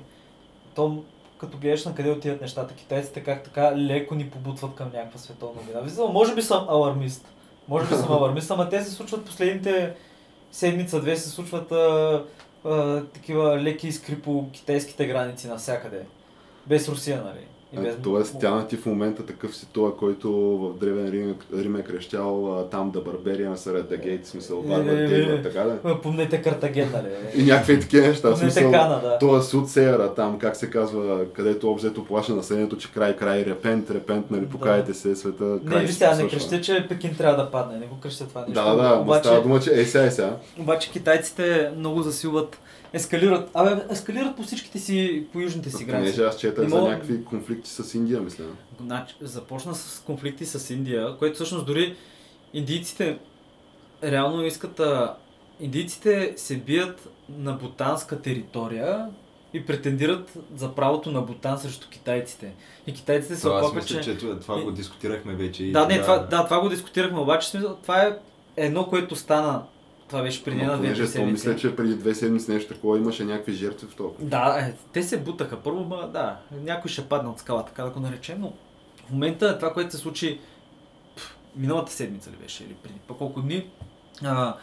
Speaker 4: то като гледаш на къде отиват нещата, китайците как така леко ни побутват към някаква световна война. Виждам, може би съм алармист. Може би съм алармист, ама те се случват последните седмица-две се случват а, а, такива леки искри по китайските граници навсякъде. Без Русия, нали? И без...
Speaker 2: Е, Тоест, тя ти в момента такъв си той, който в Древен Рим, Рим е крещял а, там да барберия сред да гейт, в смисъл варвар,
Speaker 4: Е, е, е.
Speaker 2: дева, така да.
Speaker 4: Помнете Картаген, нали?
Speaker 2: И някакви такива неща, в
Speaker 4: Помнете
Speaker 2: смисъл.
Speaker 4: Кана, да.
Speaker 2: Той е суд севера, там, как се казва, където обзето плаша населението, че край, край, репент, репент, нали,
Speaker 4: Да.
Speaker 2: покаяте се, света, край.
Speaker 4: Не, ви
Speaker 2: се
Speaker 4: сега не
Speaker 2: посочва.
Speaker 4: крещи, че Пекин трябва да падне. Не го креща това нещо.
Speaker 2: Да, да, да, обаче...
Speaker 4: обаче,
Speaker 2: става дума, че е сега, е сега.
Speaker 1: Обаче китайците много засилват, ескалират, абе, ескалират по всичките си, по южните си граници.
Speaker 2: Понеже аз четах
Speaker 1: Не
Speaker 2: за
Speaker 1: мога-
Speaker 2: някакви конфликти с Индия, мисля.
Speaker 1: Значи, започна с конфликти с Индия, което всъщност дори индийците реално искат а, индийците се бият на бутанска територия и претендират за правото на Бутан срещу китайците. И китайците се
Speaker 3: Това, аз
Speaker 1: оплакват,
Speaker 3: мисля,
Speaker 1: че...
Speaker 3: че това- това го дискутирахме вече. и
Speaker 1: Да, не, това,
Speaker 3: тогава.
Speaker 1: да, това го дискутирахме, обаче в смисъл, това е едно, което стана. Това беше преди
Speaker 2: Но
Speaker 1: една две три
Speaker 2: понеже то
Speaker 1: седмици.
Speaker 2: мисля, че преди две седмици нещо такова имаше някакви жертви в това.
Speaker 1: Да, е, те се бутаха. Първо, ма, да, някой ще падна от скала, така да го наречем, но в момента това, което се случи пф, миналата седмица ли беше, или преди по колко дни, а,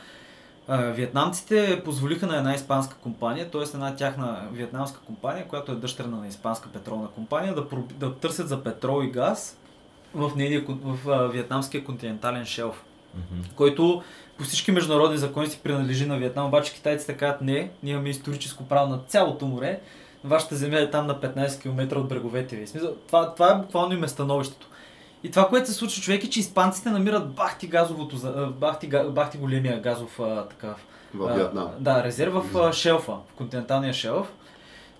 Speaker 1: а, вьетнамците позволиха на една испанска компания, т.е. една тяхна вьетнамска компания, която е дъщерна на испанска петролна компания, да, проб- да търсят за петрол и газ в, нейния, кон- в а, вьетнамския континентален шелф
Speaker 3: Мгм.
Speaker 1: който по всички международни закони си принадлежи на Виетнам, обаче китайците казват не, ние имаме историческо право на цялото море, вашата земя е там на 15 км от бреговете ви. В Смисъл, това, това е буквално им е становището. И това, което се случва, човек, е, че испанците намират бахти газовото, за- а, бахти, га- бахти големия газов а, такъв.
Speaker 2: В
Speaker 1: а,
Speaker 2: Виетнам.
Speaker 1: Да, резерва в а, шелфа, в континенталния шелф.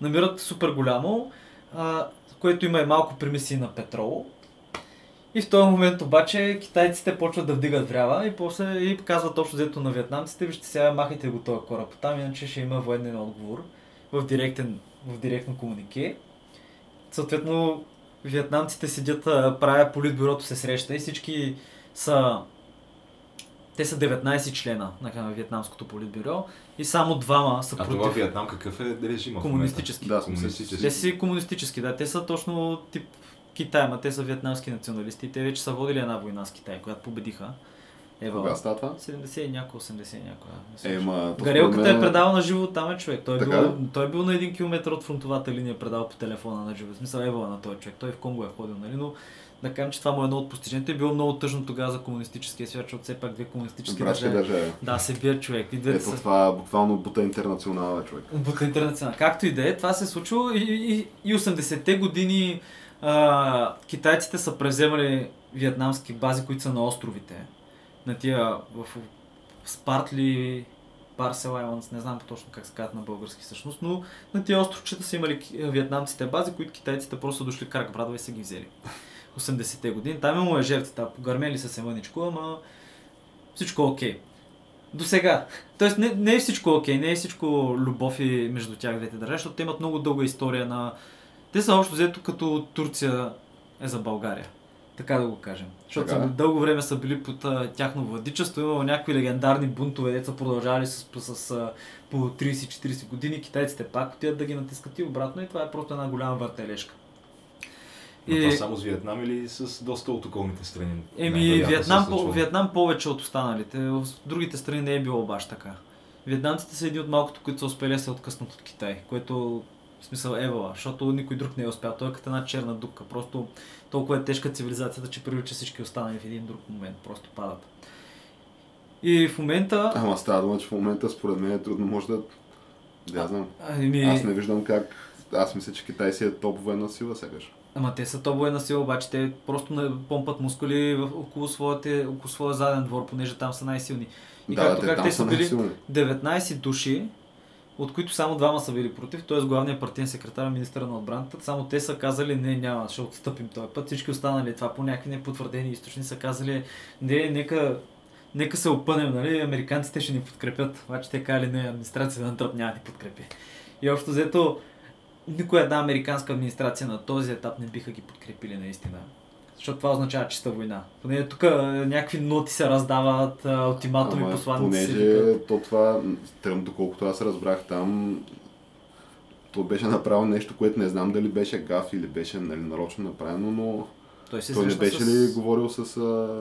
Speaker 1: Намират супер голямо, а, което има и малко примеси на петрол. И в този момент обаче китайците почват да вдигат врява и после и казват общо взето на вьетнамците, вижте сега махайте го този кораб там, иначе ще има военен отговор в, директен, в директно комунике. Съответно, вьетнамците седят, а, правя политбюрото се среща и всички са... Те са 19 члена на вьетнамското политбюро и само двама са
Speaker 3: А това
Speaker 1: против.
Speaker 3: Виетнам какъв е режим?
Speaker 1: Комунистически.
Speaker 2: Да,
Speaker 3: комунистически.
Speaker 1: Те си комунистически, да. Те са точно тип Китай, ма те са вьетнамски националисти и те вече са водили една война с Китай, която победиха. Ева.
Speaker 2: Кога става това?
Speaker 1: 70 и някоя, 80 и някоя. мисля, че.
Speaker 2: Ема, то
Speaker 1: Гарелката
Speaker 2: Е, според
Speaker 1: е
Speaker 2: мен
Speaker 1: предал на живо там, е човек. Той е,
Speaker 2: Така
Speaker 1: бил, той е бил на един километър от фронтовата линия, предал по телефона на живо. В Смисъл, евала на този човек. Той в Конго е ходил, нали? Но да кажем, че това му е едно от постиженията. Е било много тъжно тогава за комунистическия свят, защото все пак две комунистически
Speaker 2: Братска
Speaker 1: държави.
Speaker 2: държава.
Speaker 1: Да, се бият човек. И двете
Speaker 2: е. Ето
Speaker 1: са
Speaker 2: това е буквално бута интернационала, човек.
Speaker 1: Бута интернационал. Както и да е, това се е случило и, и, и 80-те години а, китайците са превземали вьетнамски бази, които са на островите. На тия в Спартли, Парсел Айландс, не знам точно как се казват на български всъщност, но на тия островчета са имали ки- вьетнамците бази, които китайците просто са дошли крак брадва и са ги взели. 80-те години. Там имало е жертвата, погърмели са се мъничко, ама всичко е окей. До сега. Тоест не, не е всичко окей, не е всичко любов и между тях двете държави, защото те имат много дълга история на... Те са общо взето като Турция е за България. Така да го кажем. Защото
Speaker 2: Така
Speaker 1: са,
Speaker 2: е.
Speaker 1: дълго време са били под а, тяхно владичество, имало някакви легендарни бунтове, деца продължавали с, с, с а, по 30-40 години, китайците пак отиват да ги натискат и обратно и това е просто една голяма въртележка.
Speaker 3: Но това само с Виетнам или с доста от околните страни?
Speaker 1: Еми,
Speaker 3: Най-вероятно се
Speaker 1: Виетнам,
Speaker 3: е
Speaker 1: по,
Speaker 3: случвало.
Speaker 1: Виетнам повече от останалите. В другите страни не е било баш така. Виетнамците са едни от малкото, които са успели да се откъснат от Китай, което в смисъл евала, защото никой друг не е успял. Той е като една черна дупка. Просто толкова е тежка цивилизацията, че привлича всички останали в един друг момент. Просто падат. И в момента...
Speaker 2: Ама става дума, че в момента според мен е трудно може да... Да, я знам.
Speaker 1: Еми, ами,
Speaker 2: Аз не виждам как... Аз мисля, че Китай си е топ военна сила сякаш.
Speaker 1: Ама те са тобове на сила, обаче те просто на- помпат мускули в- около, своите, около своя заден двор, понеже там са най-силни. И
Speaker 2: да,
Speaker 1: както
Speaker 2: те
Speaker 1: как
Speaker 2: там
Speaker 1: те са били
Speaker 2: най-силни.
Speaker 1: 19 души, от които само двама са били против, т.е. главният партиен секретар и министър на отбраната, само те са казали не, няма, ще отстъпим този път. Всички останали това по някакви непотвърдени източни са казали не, нека, нека се опънем, нали, американците ще ни подкрепят. Обаче те казали не, администрацията на Тръп няма да ни подкрепи. И общо взето, никоя една американска администрация на този етап не биха ги подкрепили наистина. Защото това означава чиста война. Поне тук а, някакви ноти се раздават, а, ултиматуми,
Speaker 2: Ама,
Speaker 1: посланици. се викат.
Speaker 2: понеже то това, м, Тръмп, доколкото аз разбрах там, то беше направил нещо, което не знам дали беше гаф или беше нали, нарочно направено, но
Speaker 1: Той се
Speaker 2: той не
Speaker 1: среща
Speaker 2: беше
Speaker 1: с...
Speaker 2: ли говорил с... А...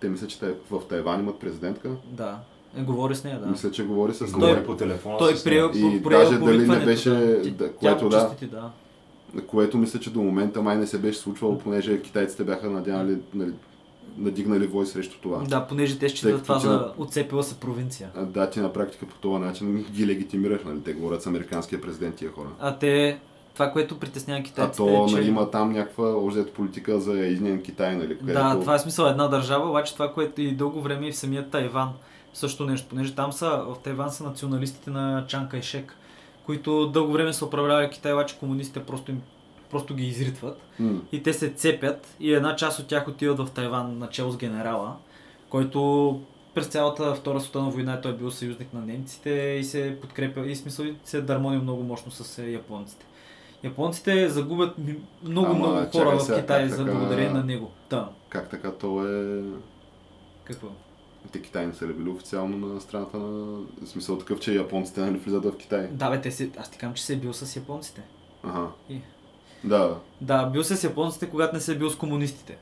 Speaker 2: Те мисля, че тай- в Тайван имат президентка.
Speaker 1: Да, е, говори с нея, да.
Speaker 2: Мисля, че говори с
Speaker 3: Говори
Speaker 1: Той-
Speaker 3: по телефона.
Speaker 1: Той е
Speaker 3: с нея.
Speaker 1: приел,
Speaker 2: И
Speaker 1: приел
Speaker 2: даже дали не
Speaker 1: повикването,
Speaker 2: беше-
Speaker 1: Ти-
Speaker 2: да,
Speaker 1: тя
Speaker 2: което да.
Speaker 1: почисти, да.
Speaker 2: което мисля, че до момента май не се беше случвало, понеже китайците бяха надянали, нали, надигнали вой срещу това.
Speaker 1: Да, понеже те
Speaker 2: Тъй
Speaker 1: считат
Speaker 2: като
Speaker 1: това
Speaker 2: ти
Speaker 1: за отцепила се провинция.
Speaker 2: А, Да, ти на практика по този начин ги легитимираш, нали? Те говорят с американския президент тия хора.
Speaker 1: А те, това, което притеснява
Speaker 2: А
Speaker 1: китайците
Speaker 2: то
Speaker 1: е, че...
Speaker 2: нали, има там някаква обзет политика за единен Китай, нали? Където...
Speaker 1: Да, това е смисъл една държава, обаче това, което и дълго време и в самия Тайван също нещо, понеже там са, в Тайван са националистите на Чан Кайшек, които дълго време са управлявали Китай, обаче комунистите просто, им, просто ги изритват.
Speaker 2: М,
Speaker 1: и те се цепят и една част от тях отиват в Тайван начало с генерала, който през цялата Втора световна война той е бил съюзник на немците и се подкрепя и в смисъл и се е дърмонил много мощно с е, японците. Японците загубят ми- много,
Speaker 2: Ама,
Speaker 1: много
Speaker 2: чакай
Speaker 1: хора в
Speaker 2: сега,
Speaker 1: Китай
Speaker 2: как
Speaker 1: за
Speaker 2: така?
Speaker 1: благодарение на него. Та,
Speaker 2: Как така то е...
Speaker 1: какво?
Speaker 2: Те Китай не са ли били официално на страната на... В смисъл такъв, че японците нали влизат в Китай.
Speaker 1: Да, бе, те си, аз ти казвам, че се е бил с японците.
Speaker 2: Аха.
Speaker 1: И-
Speaker 2: Да,
Speaker 1: Да, бил се с японците, когато не се е бил с комунистите.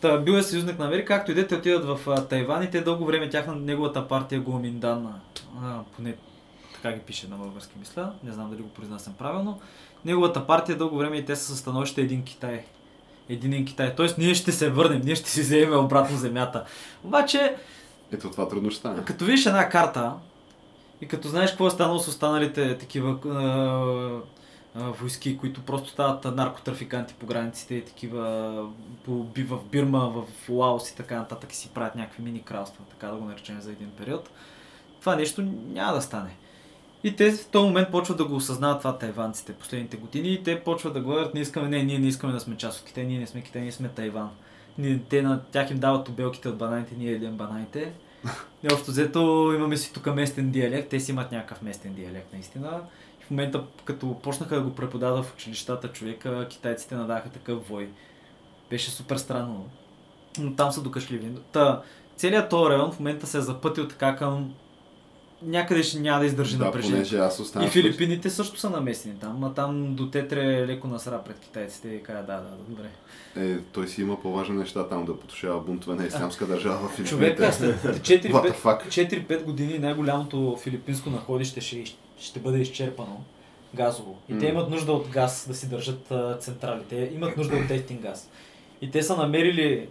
Speaker 1: Та, бил е съюзник на Америка, както и да е, те отиват в а, Тайван и те дълго време тяхна неговата партия Гуаминдан, а, поне така ги пише на български мисля, не знам дали го произнасям правилно. Неговата партия дълго време и те са със становище един Китай. Единен Китай. Тоест ние ще се върнем, ние ще си вземем обратно земята. Обаче,
Speaker 2: ето това трудно ще стане.
Speaker 1: като видиш една карта и като знаеш какво е станало с останалите такива а, а, войски, които просто стават наркотрафиканти по границите и такива по, би- в Бирма, в Лаос и така нататък и си правят някакви мини кралства, така да го наречем за един период, това нещо няма да стане. И те в този момент почват да го осъзнават това тайванците последните години и те почват да говорят, не искаме, не, ние не искаме да сме част от Китай, ние не сме Китай, ние сме Тайван. Ние, те на тях им дават обелките от бананите, ние едем бананите. И общо взето имаме си тук местен диалект, те си имат някакъв местен диалект наистина. И в момента, като почнаха да го преподава в училищата човека, китайците надаха такъв вой. Беше супер странно. Но там са докашливи. Та, целият този район в момента се е запътил така към някъде ще няма да издържи
Speaker 2: да,
Speaker 1: напрежение.
Speaker 2: понеже аз останах...
Speaker 1: И филипините също са намесени там, а там до Тетре леко насра пред китайците и каза да, да, да, добре.
Speaker 2: Е, той си има по-важни неща там да потушава бунтове на ислямска държава в Филипините.
Speaker 1: Човека след
Speaker 2: What the
Speaker 1: 4-5
Speaker 2: fuck?
Speaker 1: 4-5 години най-голямото филипинско находище ще, из- ще бъде изчерпано газово. И те
Speaker 2: М.
Speaker 1: имат нужда от газ да си държат а, централите, имат нужда от тестин газ. И те са намерили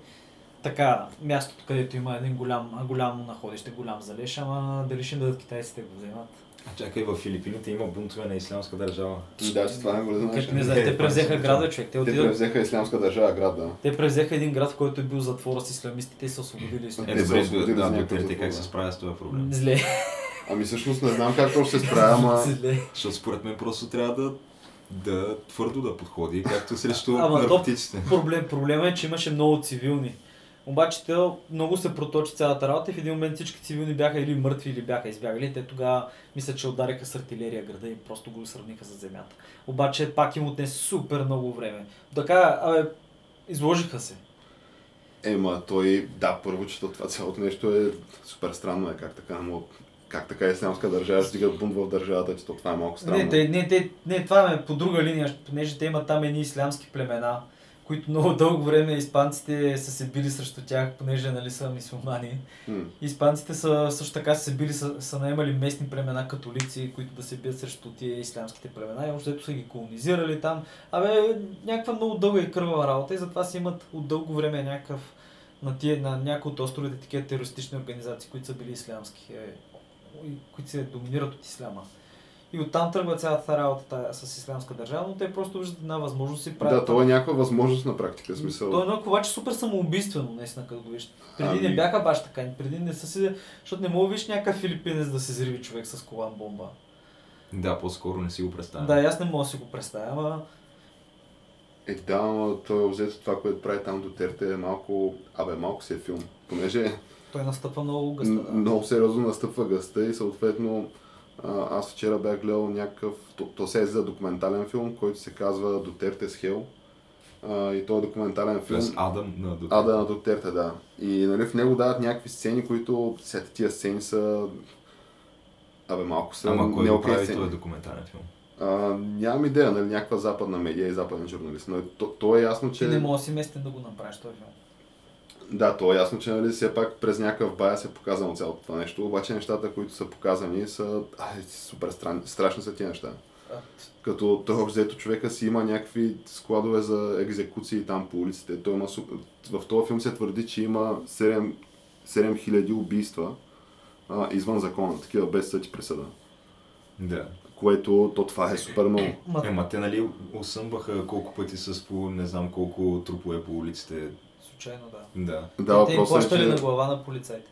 Speaker 1: така мястото, където има един голям, голямо находище, голям залеж, ама дали ще им дадат китайците го вземат.
Speaker 3: А чакай, в Филипините има бунтове на ислямска държава.
Speaker 2: Да, че това е не го знаеш.
Speaker 1: Като не знае, те превзеха града, човек. Те
Speaker 2: Те
Speaker 1: отидат
Speaker 2: превзеха ислямска държава град, да.
Speaker 1: Те превзеха един град, в който е бил затвора с исламистите и са освободили исламистите.
Speaker 3: Е,
Speaker 2: Те
Speaker 3: добре,
Speaker 2: са освободили
Speaker 3: да,
Speaker 2: за някакъв
Speaker 3: докторите
Speaker 2: затвор,
Speaker 3: как
Speaker 2: да.
Speaker 3: се справят с този проблем.
Speaker 1: Зле.
Speaker 2: Ами всъщност не знам как точно ще се справя, ама...
Speaker 1: Зле.
Speaker 3: Защото според мен просто трябва да, да твърдо да подходи, както срещу
Speaker 1: Ама то-
Speaker 3: наркотиците.
Speaker 1: Проблем, проблема е, че имаше много цивилни. Обаче те много се проточи цялата работа и в един момент всички цивилни бяха или мъртви, или бяха избягали. Те тогава мисля, че удариха с артилерия града и просто го сравниха с земята. Обаче пак им отне супер много време. Така, абе, изложиха се.
Speaker 2: Ема той, да, първо, че то това цялото нещо е супер странно е, как така, но как така ислямска държава ще дига бунт в държавата, че то това е малко странно.
Speaker 1: Не, те, не, те, не, това е по друга линия, понеже те имат там едни ислямски племена, които много дълго време испанците са се били срещу тях, понеже нали са мисулмани.
Speaker 2: М.
Speaker 1: Испанците са също така са се били, са, са наемали местни племена католици, които да се бият срещу тия ислямските племена и общо взето са ги колонизирали там. Абе, някаква много дълга и кървава работа и затова си имат от дълго време някакъв на, тия, на някои от островите такива терористични организации, които са били ислямски, е, и които се доминират от исляма. И оттам тръгва цялата работа тая с ислямска държава, но те просто виждат една възможност и правят.
Speaker 2: Да, то е някаква възможност на практика, смисъл.
Speaker 1: То е едно коваче супер самоубийствено, наистина, като го виж. Преди не
Speaker 2: Ами-
Speaker 1: бяха баш така, преди не са си, защото не мога да виж някакъв филипинец да се зриви човек с колан бомба.
Speaker 3: Да, по-скоро не си го представям.
Speaker 1: Да, е- и аз не мога да си го представя, ама
Speaker 2: Е, да, но той взето това, което прави там до Терте е малко... Абе, малко си е филм. Понеже
Speaker 1: той настъпва много гъста.
Speaker 2: м-
Speaker 1: Да.
Speaker 2: много сериозно настъпва гъста и съответно а, аз вчера бях гледал някакъв... То, то се е за документален филм, който се казва Дотерте с Хел. А, и той е документален филм.
Speaker 3: Тоест Адам на Дотерте.
Speaker 2: Ада на Дотерте, да. И нали, в него дават някакви сцени, които след тия сцени са... Абе, малко са
Speaker 3: Ама кой
Speaker 2: не
Speaker 3: го
Speaker 2: окей
Speaker 3: прави,
Speaker 2: сцени.
Speaker 3: той е документален филм.
Speaker 2: А, нямам идея, нали, някаква западна медия и западен журналист. Но то, то е ясно, че...
Speaker 1: Ти не мога да си местен да го направиш този филм.
Speaker 2: Да, то е ясно, че нали, все пак през някакъв бая е показано цялото това нещо, обаче нещата, които са показани са ай, супер стран... страшни са тия неща.
Speaker 1: А,
Speaker 2: Като той общо взето човека си има някакви складове за екзекуции там по улиците. Той има... су- В този филм се твърди, че има 7, 7000 убийства а, извън закона, такива без съд и присъда.
Speaker 3: Да.
Speaker 2: Което, то това е супер много.
Speaker 1: Ма,
Speaker 3: Ема те нали осъмбаха колко пъти с по не знам колко трупове по улиците.
Speaker 1: случайно да.
Speaker 3: Да.
Speaker 2: Да,
Speaker 1: те им
Speaker 2: въпросът е,
Speaker 1: плащали
Speaker 2: че...
Speaker 1: на глава на полицайите.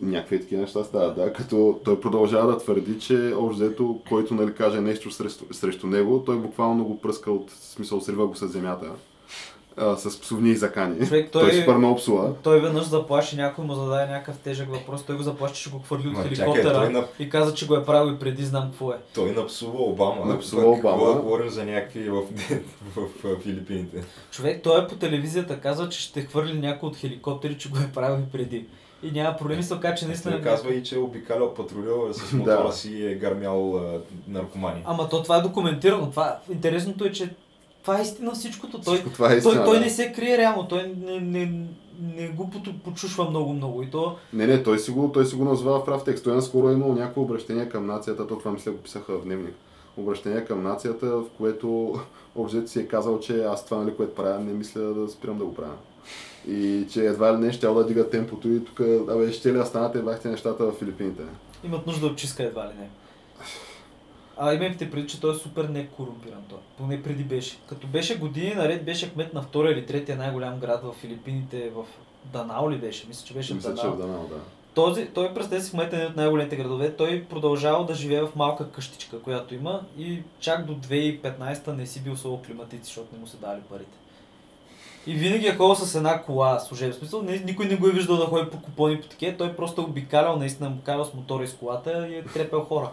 Speaker 2: някакви такива неща стават, да, като той продължава да твърди, че общо взето, който нали, каже нещо срещу, срещу него, той буквално го пръска от, в смисъл, срива го с земята, а, с псовни и закани.
Speaker 1: Човек,
Speaker 2: Той,
Speaker 1: той-
Speaker 2: той супер много псува.
Speaker 1: Той веднъж заплаши някой, му зададе някакъв тежък въпрос, той го заплаши, че го хвърли от
Speaker 3: Ма, чакай,
Speaker 1: хеликоптера
Speaker 3: той на-
Speaker 1: и каза, че го е правил и преди знам какво е.
Speaker 3: Той напсува Обама.
Speaker 2: Напсува
Speaker 3: Пък какво
Speaker 2: Обама.
Speaker 3: да говорим за някакви в, в, в Филипините.
Speaker 1: Човек, той е по телевизията казва, че ще хвърли някой от хеликоптери, че го е правил и преди. И няма проблеми, се оказа, че наистина...
Speaker 3: Той казва и, че е обикалял патруля с
Speaker 2: Да.
Speaker 3: мотора си и е гърмял а, наркомани.
Speaker 1: Ама то това е документирано. Това, интересното е, че това е истина всичкото. Той,
Speaker 2: Всичко това е истина.
Speaker 1: той, той
Speaker 2: да.
Speaker 1: не се крие реално, той не, не, не го поту- почушва много-много. И то
Speaker 2: не, не, той си го, той си го назвава в прав текст. Той наскоро е имал някакво обращение към нацията, то това мисля го писаха в дневник. Обръщение към нацията, в което общо взето си е казал, че аз това, нали, което правя, не мисля да спирам да го правя. И че едва ли не ще да дига темпото и тук, абе, ще ли да станат бахте нещата в Филипините.
Speaker 1: имат нужда от чистка едва ли не. А имайте преди, че той е супер некорумпиран той. Поне преди беше. Като беше години наред, беше кмет на втория или третия най-голям град в Филипините, в Данао ли беше? Мисля, че беше в
Speaker 2: Мисля, че
Speaker 1: Данао.
Speaker 2: в Данал, да.
Speaker 1: Този, той през тези кмет е един от най-големите градове. Той продължавал да живее в малка къщичка, която има и чак до 2015 не си бил соло климатици, защото не му се дали парите. И винаги е ходил с една кола служеб. В смисъл, не, никой не го е виждал да ходи по купони по такива. Той просто е обикалял, наистина му карал с мотора и с колата и е трепел хора.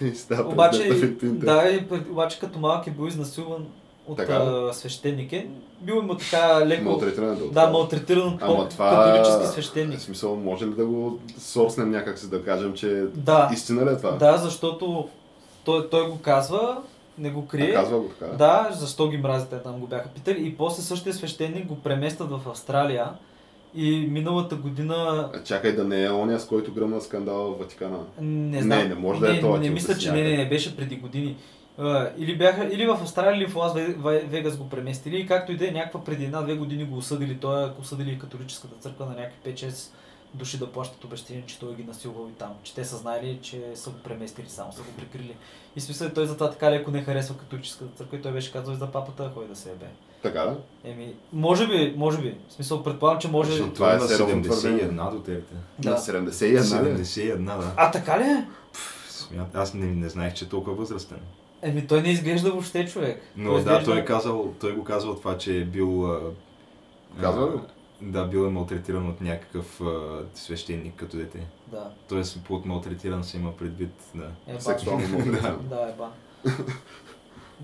Speaker 2: И става
Speaker 1: обаче,
Speaker 2: президента в Филипините.
Speaker 1: да, и пред- обаче като малък е бил изнасилван от
Speaker 2: Така.
Speaker 1: а, свещеник. Е, бил му така леко...
Speaker 2: Малтретиране да
Speaker 1: Да,
Speaker 2: отправя.
Speaker 1: малтретиран от
Speaker 2: Ама
Speaker 1: поп-
Speaker 2: това-
Speaker 1: католически
Speaker 2: В
Speaker 1: свещеник.
Speaker 2: смисъл, може ли да го сорснем някакси, да кажем, че
Speaker 1: Да.
Speaker 2: истина ли е това?
Speaker 1: Да, защото той, той го казва, не го крие.
Speaker 2: А, казва го така.
Speaker 1: Да, защо ги мразите, там го бяха питали. И после същия свещеник го преместват в Австралия. И миналата година...
Speaker 2: А, Чакай да не е оня, с който гръмна скандала в Ватикана.
Speaker 1: Не
Speaker 2: Не,
Speaker 1: знам.
Speaker 2: не може да е
Speaker 1: не,
Speaker 2: това,
Speaker 1: Не,
Speaker 2: ти
Speaker 1: мисля, че не,
Speaker 2: обяснявай.
Speaker 1: не, не, беше преди години. А, Или, бяха, или в Австралия, или в Лас Ве- Ве- Вегас го преместили и както и да е, някаква преди една-две години го осъдили. Той е осъдили и католическата църква на някакви 5-6 души да плащат обещение, че той ги насилвал и там. Че те са знаели, че са го преместили, само са го прикрили. И в смисъл той затова така леко не харесва католическата църква и той беше казал и за папата, кой да се ебе.
Speaker 2: Така да?
Speaker 1: Еми, може би, може би. В смисъл предполагам, че може.
Speaker 2: Защото-
Speaker 3: Това е
Speaker 2: Това
Speaker 3: на
Speaker 2: е сериозно
Speaker 3: 71 до теб.
Speaker 1: Да.
Speaker 2: На
Speaker 3: Е,
Speaker 2: 71 ли?
Speaker 3: 71, да.
Speaker 1: А така ли? е?
Speaker 3: Смят- Аз не, не знаех, че е толкова възрастен.
Speaker 1: Еми, той не изглежда въобще човек.
Speaker 3: Но
Speaker 1: Той
Speaker 3: да,
Speaker 1: изглежда-
Speaker 3: той, е казал, той го казал това, че е бил... а,
Speaker 2: Казва
Speaker 3: а,
Speaker 2: ли?
Speaker 3: Да, бил е малтретиран от някакъв а, свещеник като дете.
Speaker 1: Да.
Speaker 3: Тоест, под малтретиран се има предвид, да.
Speaker 1: Е, бак.
Speaker 2: Сексуално много. да.
Speaker 1: Да, е бан.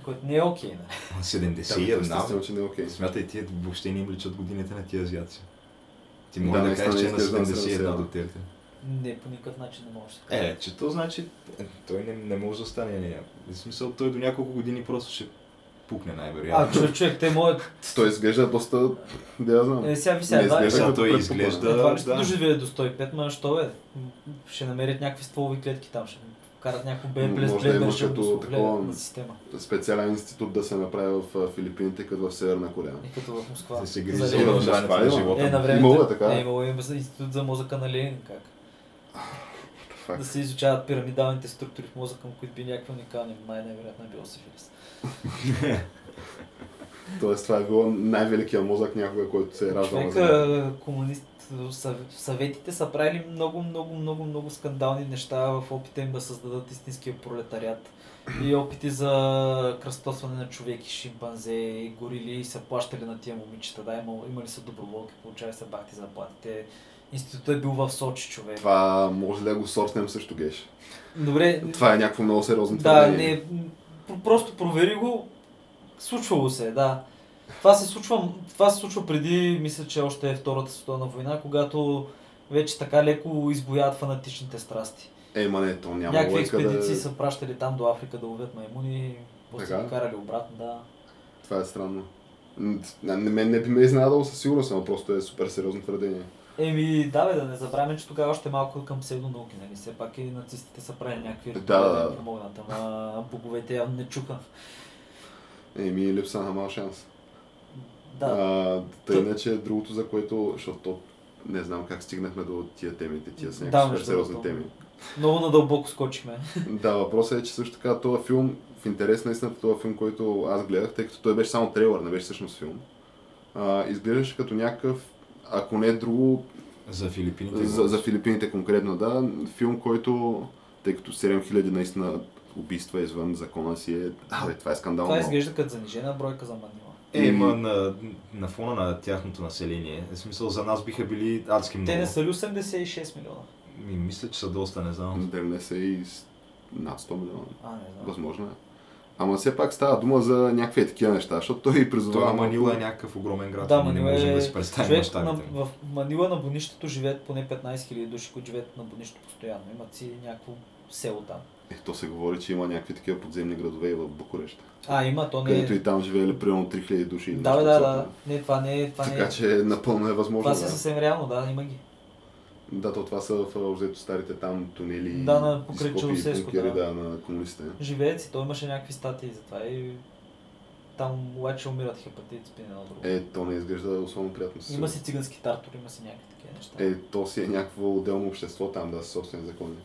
Speaker 1: Което не е окей, нали?
Speaker 3: 71.
Speaker 2: Естествено, че не е окей.
Speaker 3: Смятай, тия въобще не им личат годините на тия азиаци. Ти
Speaker 2: Да,
Speaker 3: може да,
Speaker 2: наистина
Speaker 3: кажеш, че е на
Speaker 2: изглежда на
Speaker 3: 71
Speaker 2: 71
Speaker 3: до теб.
Speaker 1: Не, по никакъв начин не може.
Speaker 3: Е, че то значи, е, той не, не може да стане. Не, в смисъл, той до няколко години просто ще пукне най-вероятно.
Speaker 1: А, човек, човек, те могат...
Speaker 2: Той изглежда доста, да я знам.
Speaker 1: Е, сега ви
Speaker 2: Не
Speaker 1: сега, едва ли
Speaker 2: изглежда
Speaker 1: ще-
Speaker 3: Сега той
Speaker 2: като
Speaker 3: изглежда-
Speaker 1: едва ли ще
Speaker 3: да.
Speaker 1: доживее до 105, ма що бе? Ще намерят някакви стволови клетки там, ще карат някакво
Speaker 2: Може да
Speaker 1: бебе,
Speaker 2: има
Speaker 1: плес, ще
Speaker 2: като
Speaker 1: го
Speaker 2: такова-
Speaker 1: гледат на система.
Speaker 2: Специален институт да се направи в а, Филипините, като в Северна Корея.
Speaker 1: И като в Москва.
Speaker 3: Да се грижи
Speaker 1: За
Speaker 3: за
Speaker 1: Ленин.
Speaker 3: удължаването
Speaker 2: Е,
Speaker 3: на
Speaker 2: на
Speaker 3: живота.
Speaker 1: Е,
Speaker 3: му.
Speaker 1: на време.
Speaker 2: Имало е така?
Speaker 1: Е, имало е институт за мозъка на Ленин, как?
Speaker 2: Факт.
Speaker 1: да се изучават пирамидалните структури в мозъка, му, които би някакви уникални, май най-вероятно е било сифилис.
Speaker 2: Тоест това е било най-великият мозък някога, който се е раждал на Земята.
Speaker 1: Човека, комунист, съв- съветите са правили много, много, много, много скандални неща в опита им да създадат истинския пролетариат. И опити за кръстосване на човеки, шимпанзе, и горили и са плащали на тия момичета. Да, имал, имали са доброволки, получали са бахти заплатите. Институтът е бил в Сочи, човек.
Speaker 2: Това може ли да го сорснем също геш?
Speaker 1: Добре,
Speaker 2: Това е някакво много сериозно
Speaker 1: Да,
Speaker 2: твърдение.
Speaker 1: не, м, просто провери го. Случвало се, е, да. Това се случва, това се случва преди, мисля, че още е Втората световна война, когато вече така леко избоят фанатичните страсти.
Speaker 2: Е, ма не, то няма
Speaker 1: Някакви
Speaker 2: лойка
Speaker 1: експедиции
Speaker 2: да... е-
Speaker 1: са пращали там до Африка да ловят маймуни, после
Speaker 2: Така.
Speaker 1: ги карали обратно, да.
Speaker 2: Това е странно. М, Не, не, не би ме е изненадало със сигурност, но просто е супер сериозно твърдение.
Speaker 1: Еми, да бе, да не забравяме, че тогава още малко към псевдонауки, нали? Все пак и нацистите са правили някакви
Speaker 2: Да, да, да.
Speaker 1: им помогнат, ама боговете явно не чука.
Speaker 2: Еми, липса на мал шанс.
Speaker 1: Да.
Speaker 2: А, тъй
Speaker 1: Тъ-
Speaker 2: иначе другото, за което, защото то- не знам как стигнахме до тия темите, тия са
Speaker 1: Да,
Speaker 2: някакви супер
Speaker 1: между
Speaker 2: сериозни
Speaker 1: другото.
Speaker 2: теми.
Speaker 1: Много надълбоко скочихме.
Speaker 2: Да, въпросът е, че също така този филм, в интерес на истината, този филм, който аз гледах, тъй като той беше само трейлър, не беше всъщност филм, а, изглеждаше като някакъв, ако не друго,
Speaker 3: За Филипините.
Speaker 2: за, за Филипините конкретно, да, филм, който, тъй като 7000 наистина убийства извън закона си е, абе, това е скандално.
Speaker 1: Това
Speaker 2: много.
Speaker 1: изглежда като занижена бройка за Манила.
Speaker 3: Е, ма на, на фона на тяхното население. В смисъл, за нас биха били адски много.
Speaker 1: Те не са ли 86 милиона?
Speaker 3: Ми, мисля, че са доста, не знам.
Speaker 2: Да не са и с- над 100 милиона.
Speaker 1: А, не знам.
Speaker 2: Възможно е. Ама все пак става дума за някакви такива неща, защото той и
Speaker 3: Това
Speaker 2: призовава...
Speaker 3: Манила е някакъв огромен град.
Speaker 1: Да,
Speaker 3: ние не
Speaker 1: Манила
Speaker 3: можем
Speaker 1: е...
Speaker 3: да си представим
Speaker 1: човек на,
Speaker 3: мащабите.
Speaker 1: в Манила на Бонището живеят поне 15 000 души, които живеят на Бонището постоянно. Имат си някакво село там.
Speaker 2: Е, то се говори, че има някакви такива подземни градове и в Букурещ.
Speaker 1: А, има, то не е...
Speaker 2: Където и там живеели примерно 3000 души. или
Speaker 1: Да, бе,
Speaker 2: нещо
Speaker 1: да,
Speaker 2: от
Speaker 1: да.
Speaker 2: сорта.
Speaker 1: Не, това не е... Това, не е...
Speaker 2: Така че напълно е възможно.
Speaker 1: това си е
Speaker 2: Да.
Speaker 1: съвсем реално, да, има ги.
Speaker 2: да, то това са в а, взето старите там тунели.
Speaker 1: Да, на
Speaker 2: и
Speaker 1: покрай
Speaker 2: скопи и
Speaker 1: Челосеско,
Speaker 2: бункери,
Speaker 1: да.
Speaker 2: да. на комунистите.
Speaker 1: Живеят си, той имаше някакви статии за това и... Там обаче умират хепатит, спин едно друго.
Speaker 2: Е, то не изглежда особено приятно. със
Speaker 1: Има
Speaker 2: сигурност.
Speaker 1: си цигански тартор, има си някакви такива неща.
Speaker 2: Е, то си е някакво отделно общество там, да, със собствени закони.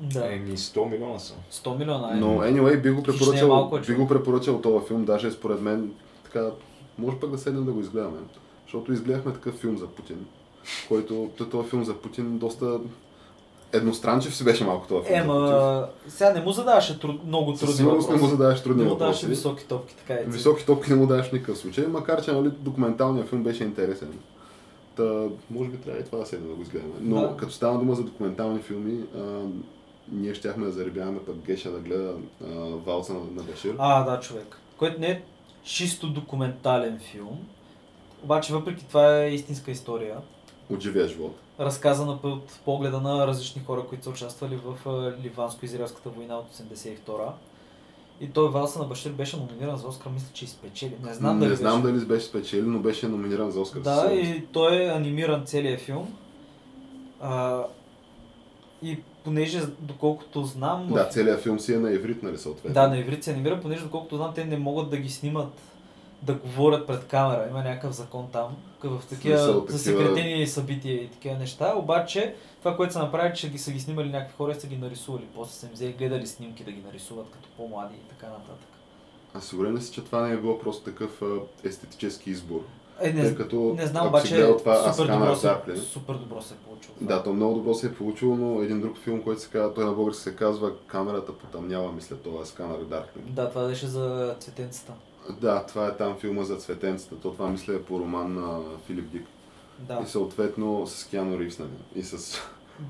Speaker 1: Да.
Speaker 3: Еми, 100 милиона са.
Speaker 1: 100 милиона е.
Speaker 2: Но, anyway, би го
Speaker 1: Хищно е
Speaker 2: препоръчал,
Speaker 1: малко,
Speaker 2: би
Speaker 1: човек.
Speaker 2: го препоръчал този филм, даже според мен, така, може пък да седнем да го изгледаме. Защото изгледахме такъв филм за Путин, който, то- този филм за Путин доста едностранчив си беше малко този филм. за Путин.
Speaker 1: Ема, сега не му задаваше труд, много
Speaker 2: Със
Speaker 1: трудни
Speaker 2: сигурност не му
Speaker 1: въпроси.
Speaker 2: задаваш трудни
Speaker 1: Не му даваше
Speaker 2: въпроси.
Speaker 1: високи топки, така е.
Speaker 2: нали? Високи топки не му даваш в никакъв случай, макар че нали, документалният филм беше интересен. Та, може би трябва и това да седнем да го изгледаме. Но
Speaker 1: Да.
Speaker 2: като става дума за документални филми, а, ние щяхме да заребяваме пък Геша да гледа а, Валса на, на Башир.
Speaker 1: А, да, човек. Което не е чисто документален филм. Обаче, въпреки това е истинска история.
Speaker 2: от живия живот.
Speaker 1: Разказана п- от погледа на различни хора, които са участвали в а, ливанско-израелската война от 82-а. И той Валса на Башир беше номиниран за Оскар, мисля, че изпечели. Не знам дали
Speaker 2: не знам
Speaker 1: беше.
Speaker 2: дали беше спечели, но беше номиниран за Оскар. със
Speaker 1: Да,
Speaker 2: сигурност.
Speaker 1: и той е анимиран целият филм. А, и понеже, доколкото знам, в
Speaker 2: да, целият филм си е на еврит, нали съответно.
Speaker 1: Да, на иврит се анимира, понеже доколкото знам, те не могат да ги снимат да говорят пред камера. Има някакъв закон там, къ- в такива
Speaker 2: смисъл, такива-
Speaker 1: засекретени събития и такива неща. Обаче, това, което са направили, че ги са ги снимали някакви хора и са ги нарисували. После са им взели гледали снимки да ги нарисуват като по-млади и така нататък.
Speaker 2: А сигурен ли си, че това не е било просто такъв а, естетически избор?
Speaker 1: Е, не,
Speaker 2: Тъй като,
Speaker 1: не знам,
Speaker 2: ако си
Speaker 1: обаче
Speaker 2: гледал това
Speaker 1: супер,
Speaker 2: Аскана
Speaker 1: добро
Speaker 2: Дарклин,
Speaker 1: се, супер добро се е получило. това.
Speaker 2: Да, то много добро се е получило, но един друг филм, който се казва, той на български се казва Камерата потъмнява, мисля, това е Сканър Дарклин.
Speaker 1: да, това беше за цветенцата.
Speaker 2: Да, това е там филма за цветенцата, то това мисля е по роман на Филип Дик.
Speaker 1: Да.
Speaker 2: И съответно с Киано Ривз, нали? И с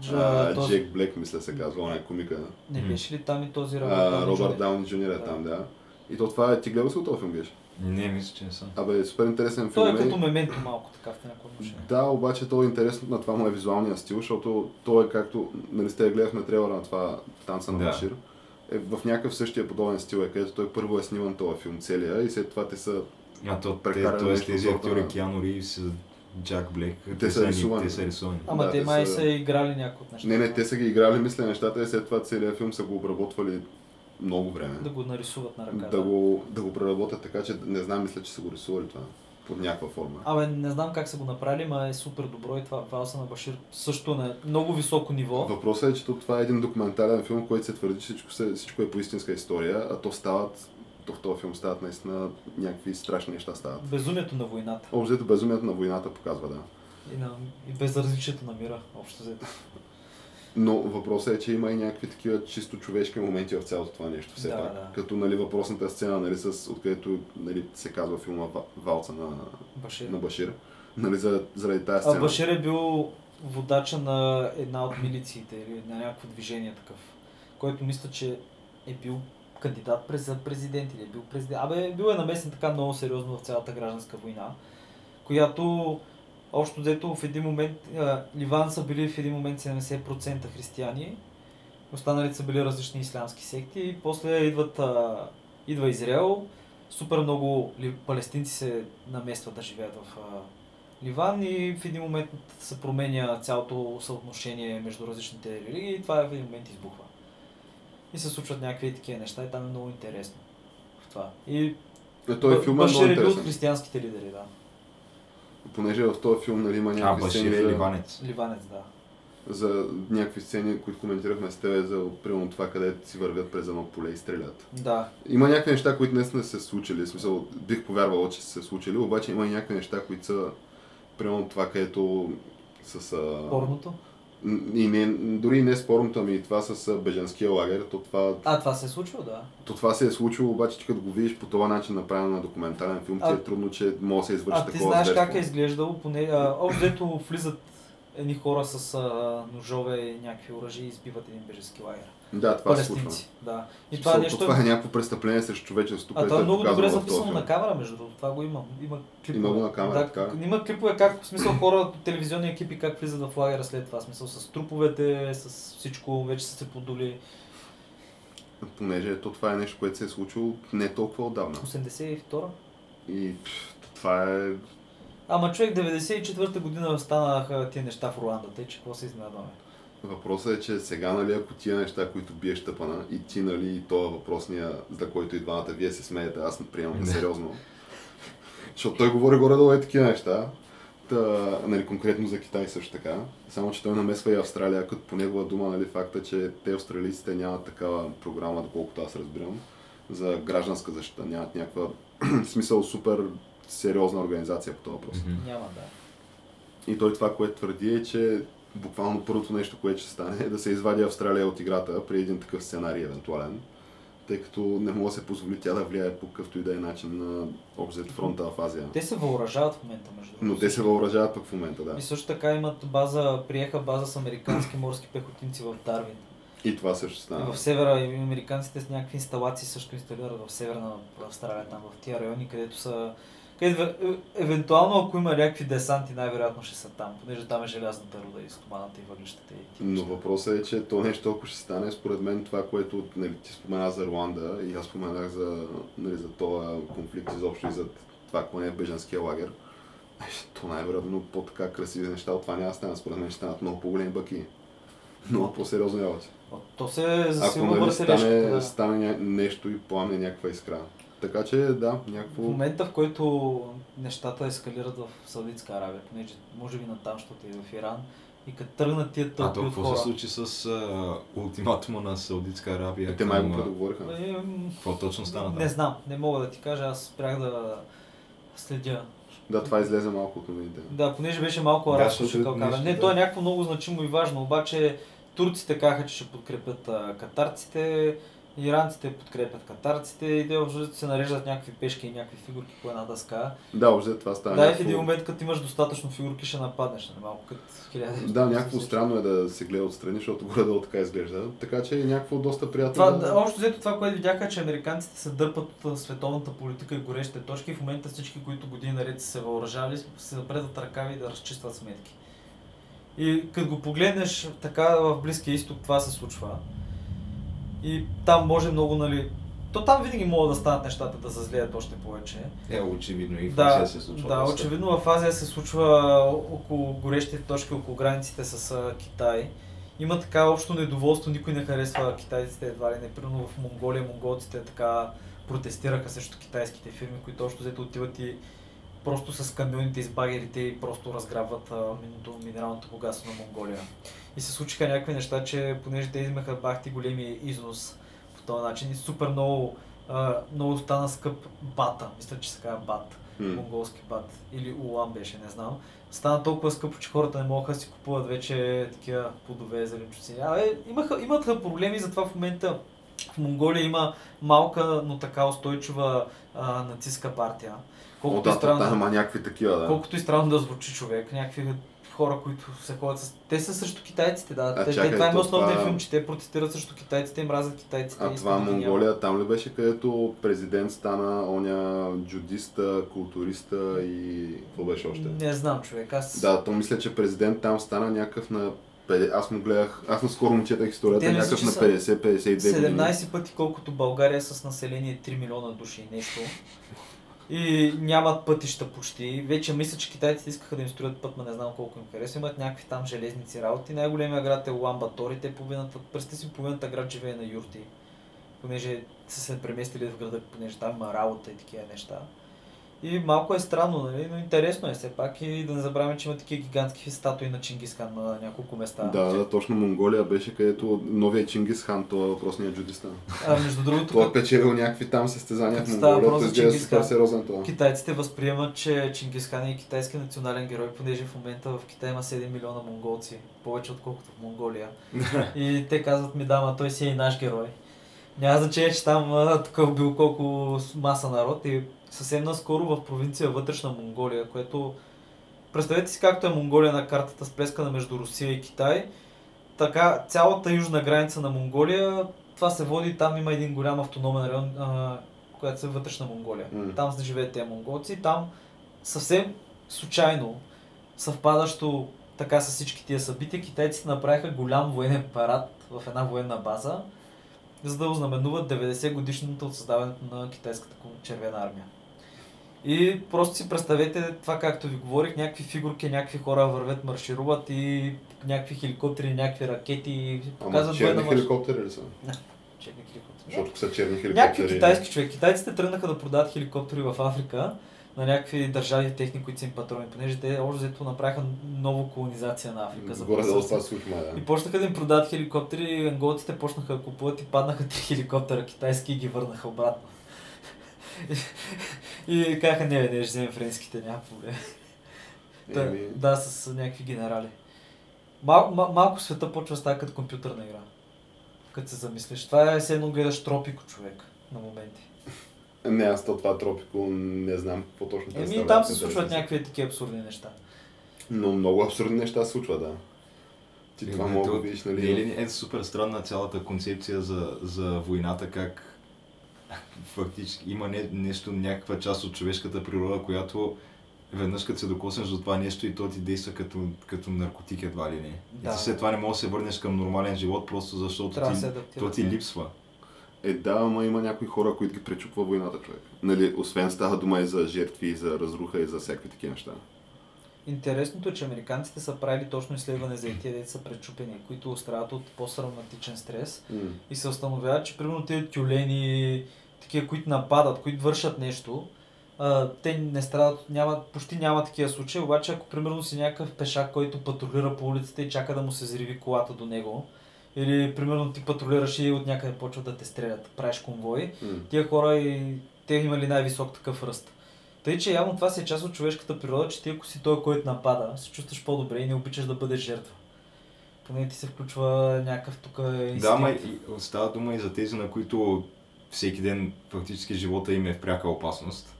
Speaker 1: Джа,
Speaker 2: а,
Speaker 1: този-
Speaker 2: Джек Блек, мисля се казва, он е комика.
Speaker 1: Не беше ли там и този
Speaker 2: А,
Speaker 1: Робърт Дауни
Speaker 2: Робърт
Speaker 1: Джуниор?
Speaker 2: Дауни Джуниор е
Speaker 1: Да.
Speaker 2: там, да. И то това е, ти гледал си от този филм, Геш?
Speaker 3: Не, мисля, че не са.
Speaker 2: Абе, супер интересен филм.
Speaker 1: Той е като мементо малко така в някакво отношение.
Speaker 2: Да, обаче то е интересно на това му е визуалния стил, защото той е както, нали сте гледахме трейлера на това танца на
Speaker 3: Да.
Speaker 2: Башир, е в някакъв същия подобен стил е, където той първо е сниман този филм целия и след това те са,
Speaker 3: А то, те,
Speaker 2: Прекарали
Speaker 3: т.е.
Speaker 2: нещо
Speaker 3: тези
Speaker 2: от сорта на-
Speaker 3: актьори Киано Ривз, Джак Блек,
Speaker 2: са
Speaker 3: ани-
Speaker 2: рисувани.
Speaker 3: Те са рисувани.
Speaker 1: Ама
Speaker 2: Да,
Speaker 1: те
Speaker 2: те
Speaker 1: май
Speaker 2: са-
Speaker 1: са играли някои от нещата.
Speaker 2: не, не, те са ги играли, мисля, нещата и след това целият филм са го обработвали много време.
Speaker 1: Да го нарисуват на ръка.
Speaker 2: Да го, да го преработят така, че не знам, мисля, че са го рисували това. под някаква форма.
Speaker 1: Абе, не знам как са го направили, ма е супер добро и това Валса на Башир също на много високо ниво.
Speaker 2: Въпросът е, че то това е един документален филм, който се твърди, че всичко, се, всичко е по истинска история, а то стават, то в този филм стават наистина някакви страшни неща стават.
Speaker 1: Безумието на войната
Speaker 2: Общо взето безумието на войната показва, да.
Speaker 1: и, на, и безразличието на мира, общо взето.
Speaker 2: Но въпросът е, че има и някакви такива чисто човешки моменти в цялото това нещо все
Speaker 1: Да,
Speaker 2: пак.
Speaker 1: да.
Speaker 2: Като нали, въпросната сцена, нали, с, откъдето нали, се казва филма Ва- Валца на,
Speaker 1: Башир.
Speaker 2: на Башир. Нали, за, заради тази
Speaker 1: Е. А
Speaker 2: сцена.
Speaker 1: Башир е бил водача на една от милициите или на някакво движение такъв, който мисля, че е бил кандидат през за президент или е бил президент. Абе, бил е намесен така много сериозно в цялата гражданска война, която общо взето в един момент, а, Ливан са били в един момент 70% християни, останалите са били различни ислямски секти и после идват, а, идва Израел, супер много ли, палестинци се наместват да живеят в а, Ливан и в един момент се променя цялото съотношение между различните религии и това в един момент избухва. И се случват някакви такива неща и там е много интересно в това. И
Speaker 2: Е, той
Speaker 1: Ба-
Speaker 2: филм е много
Speaker 1: Башир е бил от
Speaker 2: интересен.
Speaker 1: християнските лидери, да.
Speaker 2: Понеже в този филм нали, има
Speaker 3: А,
Speaker 2: някакви
Speaker 3: Башир
Speaker 2: сцени,
Speaker 3: е
Speaker 2: за,
Speaker 3: ливанец.
Speaker 1: Ливанец, да.
Speaker 2: за някакви сцени, които коментирахме с тебе, за примерно това, където си вървят през едно поле и стрелят.
Speaker 1: Да,
Speaker 2: Има някакви неща, които днес не са се случили. В смисъл, бих повярвал, че са се случили, обаче има и някакви неща, които са примерно това, където с... А...
Speaker 1: порното.
Speaker 2: Н- И не, дори не спорното, ами това с а, беженския лагер, то това,
Speaker 1: А, това се е случило, да.
Speaker 2: то това се е случило, обаче ти като го видиш по този начин направен на документален филм,
Speaker 1: А-
Speaker 2: ти е трудно, че може да се извърши
Speaker 1: А ти
Speaker 2: такова
Speaker 1: знаеш
Speaker 2: зверство.
Speaker 1: как е изглеждало, поне... а, Общо взето влизат едни хора с а, ножове и някакви оръжия и избиват един бежески лагер.
Speaker 2: Да, това се случва.
Speaker 1: Палестинци, да. И това
Speaker 2: Това,
Speaker 1: нещо...
Speaker 2: това е някакво престъпление срещу човечеството,
Speaker 1: А
Speaker 2: което
Speaker 1: това е много добре
Speaker 2: показано в този
Speaker 1: записано
Speaker 2: филм.
Speaker 1: на камера, между другото. Това го има. Има клипове.
Speaker 2: Има го на камера,
Speaker 1: да,
Speaker 2: така.
Speaker 1: Има клипове как, в смисъл хора от телевизионни екипи как влизат в лагера след това. В смисъл с труповете, с всичко, вече са се подули.
Speaker 2: Понеже то това е нещо, което се е случило не толкова отдавна.
Speaker 1: 82-а.
Speaker 2: И пф, това е...
Speaker 1: Ама човек 94-та година станаха тия неща в Руанда, тъй че какво се изненадваме?
Speaker 2: Въпросът е, че сега, нали, ако тия неща, които биеш тъпана, и ти, нали, и тоя въпросния, за който и двамата вие се смеете, аз не приемам
Speaker 3: Не.
Speaker 2: сериозно. Защото той говори горе-долу е такива неща. Та, нали, конкретно за Китай също така. Само, че той намесва и Австралия, като по негова дума, нали, факта, че те австралийците нямат такава програма, доколкото аз разбирам, за гражданска защита. Нямат някаква, в смисъл, супер сериозна организация по този въпрос.
Speaker 3: Мгм.
Speaker 1: Няма да.
Speaker 2: И той това, което твърди е, че буквално първото нещо, което ще стане е да се извади Австралия от играта при един такъв сценарий евентуален, тъй като не може да се позволи тя да влияе по какъвто и да е начин на обзет фронта в Азия.
Speaker 1: Те се въоръжават в момента, между другото.
Speaker 2: Но те се въоръжават пък в момента, да.
Speaker 1: И също така имат база, приеха база с американски морски пехотинци в Дарвин.
Speaker 2: И това също
Speaker 1: И
Speaker 2: стана.
Speaker 1: в севера и американците с някакви инсталации също инсталират в северна Австралия, там в тия райони, където са... Където, е- евентуално, ако има някакви десанти, най-вероятно ще са там, понеже там е желязната руда и стоманата и въглищата и тия
Speaker 2: Но
Speaker 1: неща.
Speaker 2: въпросът е, че то нещо толкова ще стане, според мен това, което нали, ти спомена за Руанда и аз споменах за, нали, за този конфликт изобщо и за това, кое е беженския лагер. То най-вероятно по-така красиви неща от това няма да станат. Според мен ще станат много по-големи баки. Много по-сериозни работи.
Speaker 1: То се
Speaker 2: Ако
Speaker 1: засилва
Speaker 2: нали,
Speaker 1: въртележката.
Speaker 2: стане,
Speaker 1: Да.
Speaker 2: стане ня- нещо и пламне някаква искра. Така че да,
Speaker 1: В
Speaker 2: някакво...
Speaker 1: момента, в който нещата ескалират в Саудитска Арабия, понеже може би натам, защото и в Иран, и като тръгнат тия
Speaker 3: А
Speaker 1: тълпи
Speaker 3: то
Speaker 1: от
Speaker 3: какво се
Speaker 1: хора.
Speaker 3: случи с а, ултиматума на Саудитска Арабия?
Speaker 2: Е, Те май
Speaker 3: към,
Speaker 2: го
Speaker 3: а,
Speaker 2: предоговориха.
Speaker 1: Ем,
Speaker 3: Какво точно стана
Speaker 1: Е, Не
Speaker 3: там?
Speaker 1: знам, не мога да ти кажа, аз спрях да следя
Speaker 2: Да, това излезе малко от новините.
Speaker 1: Да, понеже беше малко
Speaker 3: Да,
Speaker 1: арабско
Speaker 3: защото
Speaker 1: шакалкара.
Speaker 3: нещо,
Speaker 1: Не,
Speaker 3: да.
Speaker 1: то е някакво много значимо и важно, обаче турците казаха, че ще подкрепят а, катарците, иранците подкрепят катарците и те общо взето се нареждат някакви пешки и някакви фигурки по една дъска.
Speaker 2: Да, обзе това стана.
Speaker 1: Да, и в
Speaker 2: някакво-
Speaker 1: един момент, като имаш достатъчно фигурки, ще нападнеш, нали малко като хиляди.
Speaker 2: Да, някакво странно е да се гледа отстрани, защото горе-долу така изглежда. Така че е някакво доста приятно.
Speaker 1: Това,
Speaker 2: да-
Speaker 1: да, общо взето това, което видяха, е, че американците се дърпат от а, световната политика и горещите точки и в момента всички, които години наред са се въоръжавали, се напредат ръкави да разчистват сметки. И като го погледнеш така в Близкия изток, това се случва. И там може много, нали... То там винаги могат да станат нещата да се злеят още повече.
Speaker 3: Е, очевидно и в
Speaker 1: Да,
Speaker 3: Русия се случва.
Speaker 1: да
Speaker 3: доста.
Speaker 1: очевидно в Азия се случва около горещите точки, около границите с а, Китай. Има така общо недоволство, никой не харесва китайците едва ли не. Примерно в Монголия монголците така протестираха срещу китайските фирми, които общо взето отиват и просто с камионите и с багерите и просто разграбват а, минното, минералното богатство на Монголия. И се случиха някакви неща, че понеже те имаха бахти големи износ по този начин и супер много, а, много стана скъп бата, мисля, че се казва бат,
Speaker 2: М.
Speaker 1: монголски бат или улан беше, не знам. Стана толкова скъпо, че хората не могат да си купуват вече такива плодове, зеленчуци. Абе, имаха, имаха проблеми, затова в момента в Монголия има малка, но така устойчива а, нацистска партия.
Speaker 2: О,
Speaker 1: Колкото и
Speaker 2: да,
Speaker 1: странно,
Speaker 2: там има някакви такива, да.
Speaker 1: колкото и странно да звучи човек, някакви хора, които се ходят с... Те са срещу китайците, да.
Speaker 2: А,
Speaker 1: те,
Speaker 2: чакай,
Speaker 1: те, това е
Speaker 2: то
Speaker 1: основният
Speaker 2: това-
Speaker 1: филм, че те протестират срещу китайците и мразят китайците.
Speaker 2: А
Speaker 1: и
Speaker 2: това
Speaker 1: искат да ги няма.
Speaker 2: Монголия, там ли беше, където президент стана оня джудиста, културиста и какво беше е още?
Speaker 1: Не знам, човек. Аз...
Speaker 2: Да, то мисля, че президент там стана някакъв на... пе- Аз му гледах, аз наскоро му четах историята,
Speaker 1: Те мисля,
Speaker 2: някакъв
Speaker 1: че
Speaker 2: на
Speaker 1: са
Speaker 2: 50-52 години.
Speaker 1: 17 пъти колкото България е с население 3 милиона души и нещо. И нямат пътища почти. Вече мисля, че китайците искаха да им строят път, но не знам колко им харесва. Имат някакви там железници работи. Най-големия град е Уамбатори. Те половината, пръсти си половината град живее на юрти. Понеже са се преместили в града, понеже там има работа и такива неща. И малко е странно, нали? но интересно е все пак. И да не забравяме, че има такива гигантски статуи на Чингисхан на няколко места.
Speaker 2: Да, да, точно Монголия беше където новия Чингис хан, това е въпросният джудиста.
Speaker 1: А, между другото,
Speaker 2: Той е печелил някакви там състезания в
Speaker 1: Става
Speaker 2: Монголия,
Speaker 1: въпрос
Speaker 2: той
Speaker 1: за
Speaker 2: изглежда
Speaker 1: Чингис
Speaker 2: супер
Speaker 1: Хан.
Speaker 2: сериозен това.
Speaker 1: Китайците възприемат, че Чингисхан е китайски национален герой, понеже в момента в Китай има 7 милиона монголци, повече отколкото в Монголия. И те казват ми, да, ма той си е и наш герой. Няма значение, че там а, такъв бил колко с- маса народ и съвсем наскоро в провинция вътрешна Монголия, което представете си както е Монголия на картата сплескана между Русия и Китай, така цялата южна граница на Монголия, това се води, там има един голям автономен район, а, която се е вътрешна Монголия.
Speaker 2: М.
Speaker 1: Там се живеят тези монголци, и там съвсем случайно, съвпадащо така с всички тия събития, китайците направиха голям военен парад в една военна база, за да ознаменуват 90 годишното от създаването на китайската кон- червена армия. И просто си представете това, както ви говорих, някакви фигурки, някакви хора вървят, маршируват и някакви хеликоптери, някакви ракети и
Speaker 2: Ама
Speaker 1: показват военна
Speaker 2: черни
Speaker 1: марш...
Speaker 2: хеликоптери ли са?
Speaker 1: Черни хеликоптери.
Speaker 2: Защото са черни хеликоптери.
Speaker 1: Някакви китайски човек. Китайците тръгнаха да продават хеликоптери в Африка на някакви държави техни, които са им патрони, понеже те общо взето направиха нова колонизация на Африка. за
Speaker 2: Горе долу
Speaker 1: пръстен.
Speaker 2: това се случва, да.
Speaker 1: И почнаха да им продават хеликоптери, и анголците почнаха да купуват и паднаха три хеликоптера китайски и ги върнаха обратно. И, и казаха, не, бе, не, ще вземем френските, няма проблем. Та,
Speaker 2: Еми,
Speaker 1: да, с някакви генерали. Мал, мал, малко света почва да става като компютърна игра. Като се замислиш. Това е все едно гледаш тропико човек на моменти.
Speaker 2: Не, аз то това тропико не знам какво точно
Speaker 1: Еми и
Speaker 2: представлява.
Speaker 1: там се
Speaker 2: Интересно
Speaker 1: случват
Speaker 2: си.
Speaker 1: някакви такива абсурдни неща.
Speaker 2: Но много абсурдни неща се случва, да. Ти това мога да
Speaker 3: то-
Speaker 2: видиш,
Speaker 3: Не е,
Speaker 2: нали?
Speaker 3: ли- е супер странна цялата концепция за, за войната, как фактически има не, нещо, някаква част от човешката природа, която веднъж като се докоснеш до това нещо и то ти действа като, като наркотик едва ли не.
Speaker 1: Да.
Speaker 3: И ти след това не можеш да се върнеш към нормален живот, просто защото
Speaker 1: Трябва да се
Speaker 3: ти, то
Speaker 1: адаптират.
Speaker 3: ти липсва.
Speaker 2: Е, да, ама има някои хора, които ги пречупва войната, човек. Нали, освен става дума и за жертви, и за разруха, и за всякакви такива неща.
Speaker 1: Интересното е, че американците са правили точно изследване за тия деца са пречупени, които страдат от по-сравнатичен стрес. и се установява, че примерно тези тюлени, такива, които нападат, които вършат нещо, а, те не страдат, няма, почти няма такива случаи, обаче ако примерно си някакъв пешак, който патрулира по улиците и чака да му се зриви колата до него, или примерно ти патрулираш и от някъде почват да те стрелят, правиш конвой,
Speaker 2: М.
Speaker 1: тия хора и те имали най-висок такъв ръст. Тъй, че явно това си е част от човешката природа, че ти ако си той, който напада, се чувстваш по-добре и не обичаш да бъдеш жертва. Поне ти се включва някакъв тук инстинкт.
Speaker 3: Да, ма и става дума и за тези, на които всеки ден фактически живота им е в пряка опасност,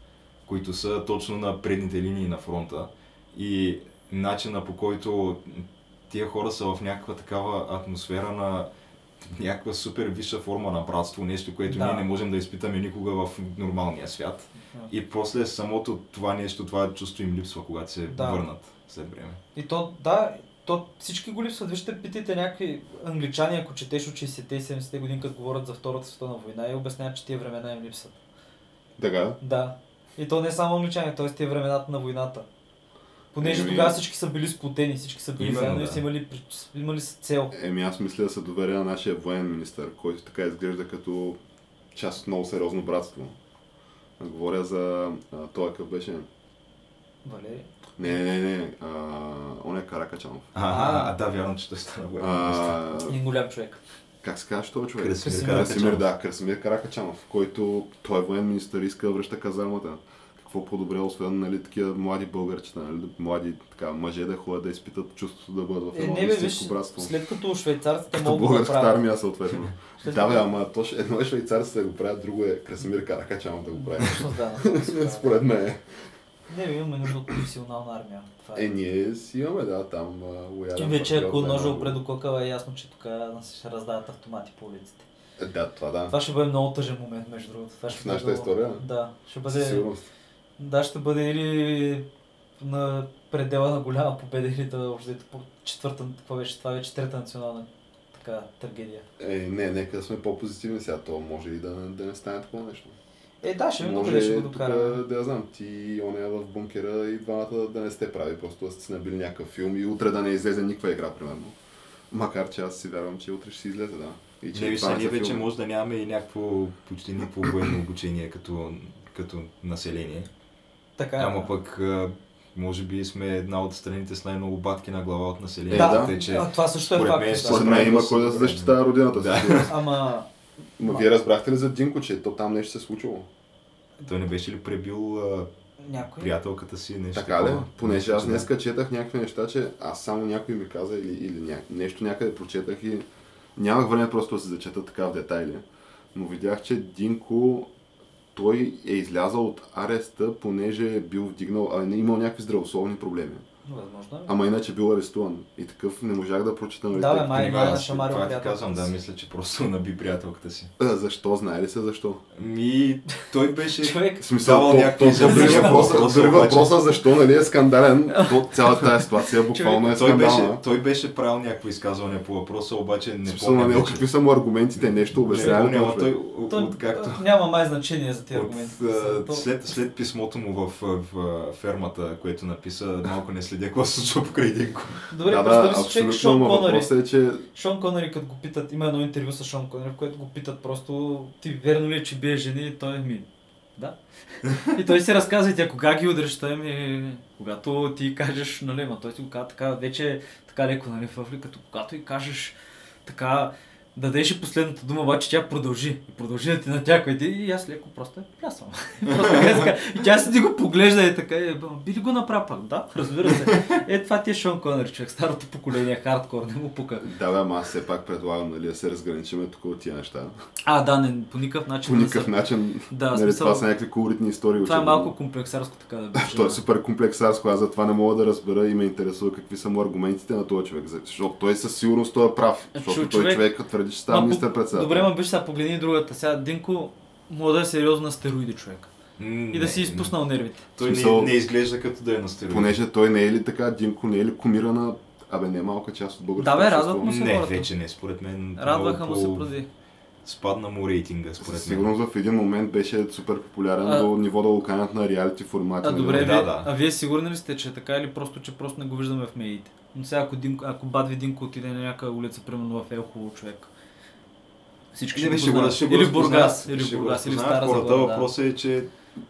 Speaker 3: които са точно на предните линии на фронта и начина по който тия хора са в някаква такава атмосфера на някаква супер висша форма на братство, нещо, което
Speaker 1: Да.
Speaker 3: ние не можем да изпитаме никога в нормалния свят. И после самото това нещо, това чувство им липсва, когато се
Speaker 1: Да.
Speaker 3: върнат след време.
Speaker 1: И то, да, то всички го липсват. Вижте, питайте някакви англичани, ако четеш от 60-те и 70-те години, като говорят за Втората световна война и обясняват, че тия времена им липсват.
Speaker 2: Така.
Speaker 1: Да. И то не само англичани, т.е. тия времената на войната. Понеже
Speaker 2: Еми-
Speaker 1: тогава всички са били сплотени, всички са били
Speaker 3: Именно,
Speaker 1: заедно и
Speaker 3: да.
Speaker 1: са имали, при- имали са цел.
Speaker 2: Еми аз мисля да се доверя на нашия военен министър, който така изглежда като част от много сериозно братство. Аз Говоря за а, това какъв беше.
Speaker 4: Валери.
Speaker 2: Не, не, не. А, он е Каракачанов.
Speaker 3: А, а, да, вярно, че той стана голям.
Speaker 2: А,
Speaker 4: Един голям човек.
Speaker 2: как се казваш този човек?
Speaker 3: Красимир
Speaker 4: Красимир
Speaker 2: Красимир,
Speaker 3: Каракачанов.
Speaker 2: да, Красимир Каракачанов, който той е военен министър, иска да връща казармата. Какво по-добре, освен нали, такива млади българчета, нали, млади така, мъже да ходят да изпитат чувството да бъдат в
Speaker 4: Е,
Speaker 2: едно
Speaker 4: не бе, виж,
Speaker 2: истинско братство.
Speaker 4: след като швейцарците
Speaker 2: Като
Speaker 4: могат да го
Speaker 2: българската
Speaker 4: правят.
Speaker 2: армия съответно.
Speaker 4: След
Speaker 2: да, бе,
Speaker 4: като-
Speaker 2: ама то ще- едно е швейцарците да го правят, друго е Красимир Каракачанов да го прави.
Speaker 4: Всъщност, да, да, да.
Speaker 2: Според мен.
Speaker 4: Не, бе, имаме нужда от професионална армия. Това е.
Speaker 2: Е, ние си имаме, да, там а, лоялен
Speaker 4: И вече
Speaker 2: патриот,
Speaker 4: ако
Speaker 2: да,
Speaker 4: ножа
Speaker 2: много.
Speaker 4: опре до кокала, е ясно, че тук ще раздават автомати по улиците.
Speaker 2: Да, това да.
Speaker 4: Това ще бъде много тъжен момент, между другото. Това ще
Speaker 2: В
Speaker 4: бъде
Speaker 2: нашата
Speaker 4: много-
Speaker 2: история?
Speaker 4: Да, ще
Speaker 2: Със
Speaker 4: бъде...
Speaker 2: сигурност.
Speaker 4: Да, ще бъде или на предела на голяма победа, или да въобще по четвърта, какво беше, това вече трета национална така, трагедия.
Speaker 2: Е, не, нека да сме по-позитивни сега. То може и да, да не стане такова нещо.
Speaker 4: Е, да, ще видим
Speaker 2: Може
Speaker 4: докъде ще го
Speaker 2: тук,
Speaker 4: докараме.
Speaker 2: да я знам, ти и оня в бункера и двамата да не сте прави, просто да сте си набили някакъв филм и утре да не излезе никаква игра, примерно. Макар че аз си вярвам, че утре ще си излезе, да. И
Speaker 3: Не, виж,
Speaker 2: това
Speaker 3: сега ние
Speaker 2: са
Speaker 3: Нали, вече
Speaker 2: филми.
Speaker 3: може да нямаме и някакво почти никакво военно обучение като, като население.
Speaker 4: Така е.
Speaker 3: Ама пък а, може би сме една от страните с най-много батки на глава от населението.
Speaker 2: Е, да.
Speaker 3: Тъй, че...
Speaker 4: а, това също е
Speaker 3: според
Speaker 4: факт.
Speaker 3: мен ще
Speaker 4: да.
Speaker 2: Според мен има
Speaker 3: Правилно
Speaker 2: кой да
Speaker 3: си.
Speaker 2: защитава родината.
Speaker 3: Да.
Speaker 2: Да.
Speaker 4: Ама,
Speaker 2: Ма вие разбрахте ли за Динко, че то там нещо се е случило?
Speaker 3: Той не беше ли пребил а,
Speaker 4: някой...
Speaker 3: приятелката си нещо?
Speaker 2: Така ли?
Speaker 3: такова?
Speaker 2: Понеже аз
Speaker 3: Да.
Speaker 2: днес четах някакви неща, че аз само някой ми каза или, или ня... нещо някъде прочетах и нямах време просто да се зачета така в детайли. Но видях, че Динко той е излязъл от ареста, понеже е бил вдигнал, а не имал някакви здравословни проблеми.
Speaker 4: Възможно е.
Speaker 2: Ама иначе бил арестуван. И такъв не можах да прочета. нали,
Speaker 4: Да, бе,
Speaker 2: тъй като
Speaker 4: май,
Speaker 2: не
Speaker 4: май,
Speaker 2: знам.
Speaker 4: на шамарил
Speaker 3: Това ти
Speaker 4: приятелката
Speaker 3: казвам, да,
Speaker 4: си.
Speaker 3: мисля, че просто наби приятелката си.
Speaker 2: А, Защо? Знае ли се защо?
Speaker 3: Ми, той беше...
Speaker 4: Човек,
Speaker 2: В смисъл,
Speaker 3: Давал
Speaker 2: то,
Speaker 3: някакви
Speaker 2: то, то,
Speaker 3: изяви.
Speaker 2: дори въпроса,
Speaker 3: Въпроса
Speaker 2: дори
Speaker 3: обаче.
Speaker 2: въпроса защо нали е скандален, то цялата тази ситуация буквално е
Speaker 3: Той беше,
Speaker 2: скандална.
Speaker 3: той беше правил някакво изказване по въпроса, обаче не
Speaker 2: Смисъл на
Speaker 3: помня
Speaker 2: него
Speaker 3: вече.
Speaker 2: какви са му аргументите, нещо
Speaker 3: Не
Speaker 2: е обяснява.
Speaker 3: помня, ама
Speaker 2: човек.
Speaker 3: той, от-
Speaker 4: то,
Speaker 3: откакто...
Speaker 4: няма май значение за тези
Speaker 3: От,
Speaker 4: аргументи.
Speaker 3: а,
Speaker 4: То-
Speaker 3: след, след писмото му в, в, в фермата, което написа, малко не следя какво се случва покрай Динко.
Speaker 4: Добре,
Speaker 2: да, да,
Speaker 4: представи си човек
Speaker 2: абсолютно,
Speaker 4: Шон
Speaker 2: ама
Speaker 4: Конъри.
Speaker 2: въпросът е, че
Speaker 4: Шон Конъри, като го питат, има едно интервю с Шон Конъри, в което го питат просто, ти верно ли е, че бие жени? И той ми, да. и той си разказва, и тя кога ги удреш, той ми, когато ти кажеш, нали, ма той си го казва така, вече така леко, нали, в африка, като когато и кажеш така, дадеш и последната дума, обаче тя продължи. И продължи да ти натяква и ти, и аз леко просто я плясвам. Просто така, така. и тя си ти го поглежда и така, е, «Ба, би ли го направя пак? Да, разбира се. Е, това ти е Шон Конър, човек, старото поколение, хардкор, не му пука.
Speaker 2: да, бе, ама аз все пак предлагам нали, да се разграничиме тук от тия неща.
Speaker 4: А, да, не, по никакъв начин.
Speaker 2: По
Speaker 4: не
Speaker 2: никакъв
Speaker 4: са-
Speaker 2: начин,
Speaker 4: Да,
Speaker 2: нали,
Speaker 4: смисъл-
Speaker 2: това са някакви колоритни истории.
Speaker 4: Това е
Speaker 2: очевидно.
Speaker 4: малко комплексарско така да беше.
Speaker 2: Той е супер комплексарско, аз затова не мога да разбера и ме интересува какви са му аргументите на този човек. Защото той със сигурност той е прав.
Speaker 4: Е,
Speaker 2: Защото
Speaker 1: чу-
Speaker 2: той
Speaker 1: човек-
Speaker 2: човек твърди, че става
Speaker 4: Ма, по-
Speaker 2: министър-председател.
Speaker 1: Добре, ма биш, сега погледни другата. Сега Динко мога да е сериозно на стероиди човек. И да си изпуснал нервите.
Speaker 3: Той
Speaker 2: Смисъл-
Speaker 3: не, не изглежда като да е на стероид.
Speaker 2: Понеже той не е ли така, Димко не е ли кумира на Абе, не е малка част от българското
Speaker 1: Да, бе,
Speaker 2: общество?
Speaker 1: радват му се
Speaker 3: Не,
Speaker 1: хората.
Speaker 3: вече не, според мен.
Speaker 1: Радваха му
Speaker 3: много
Speaker 1: се
Speaker 3: по-
Speaker 1: преди.
Speaker 3: Спадна му рейтинга,
Speaker 2: Със
Speaker 3: според мен.
Speaker 2: сигурност в един момент беше супер популярен
Speaker 1: А-
Speaker 2: до ниво да го канят на реалити формати.
Speaker 1: А
Speaker 2: нали?
Speaker 1: добре,
Speaker 3: да,
Speaker 1: вие,
Speaker 3: да.
Speaker 1: а вие сигурни ли сте, че е така или просто, че просто не го виждаме в медиите? Но сега ако, Динко, ако Бадви Динко отиде на някаква улица, примерно в Елхово човек, всички ще
Speaker 3: Или
Speaker 1: го
Speaker 3: ще го
Speaker 1: познаят.
Speaker 3: ще го
Speaker 1: Или в
Speaker 3: разпознаят,
Speaker 1: Бургас, или в
Speaker 3: ще го
Speaker 1: Бургас, или в
Speaker 3: разпознаят
Speaker 1: Стара
Speaker 3: хората.
Speaker 1: Загора. да.
Speaker 3: Въпросът е, че...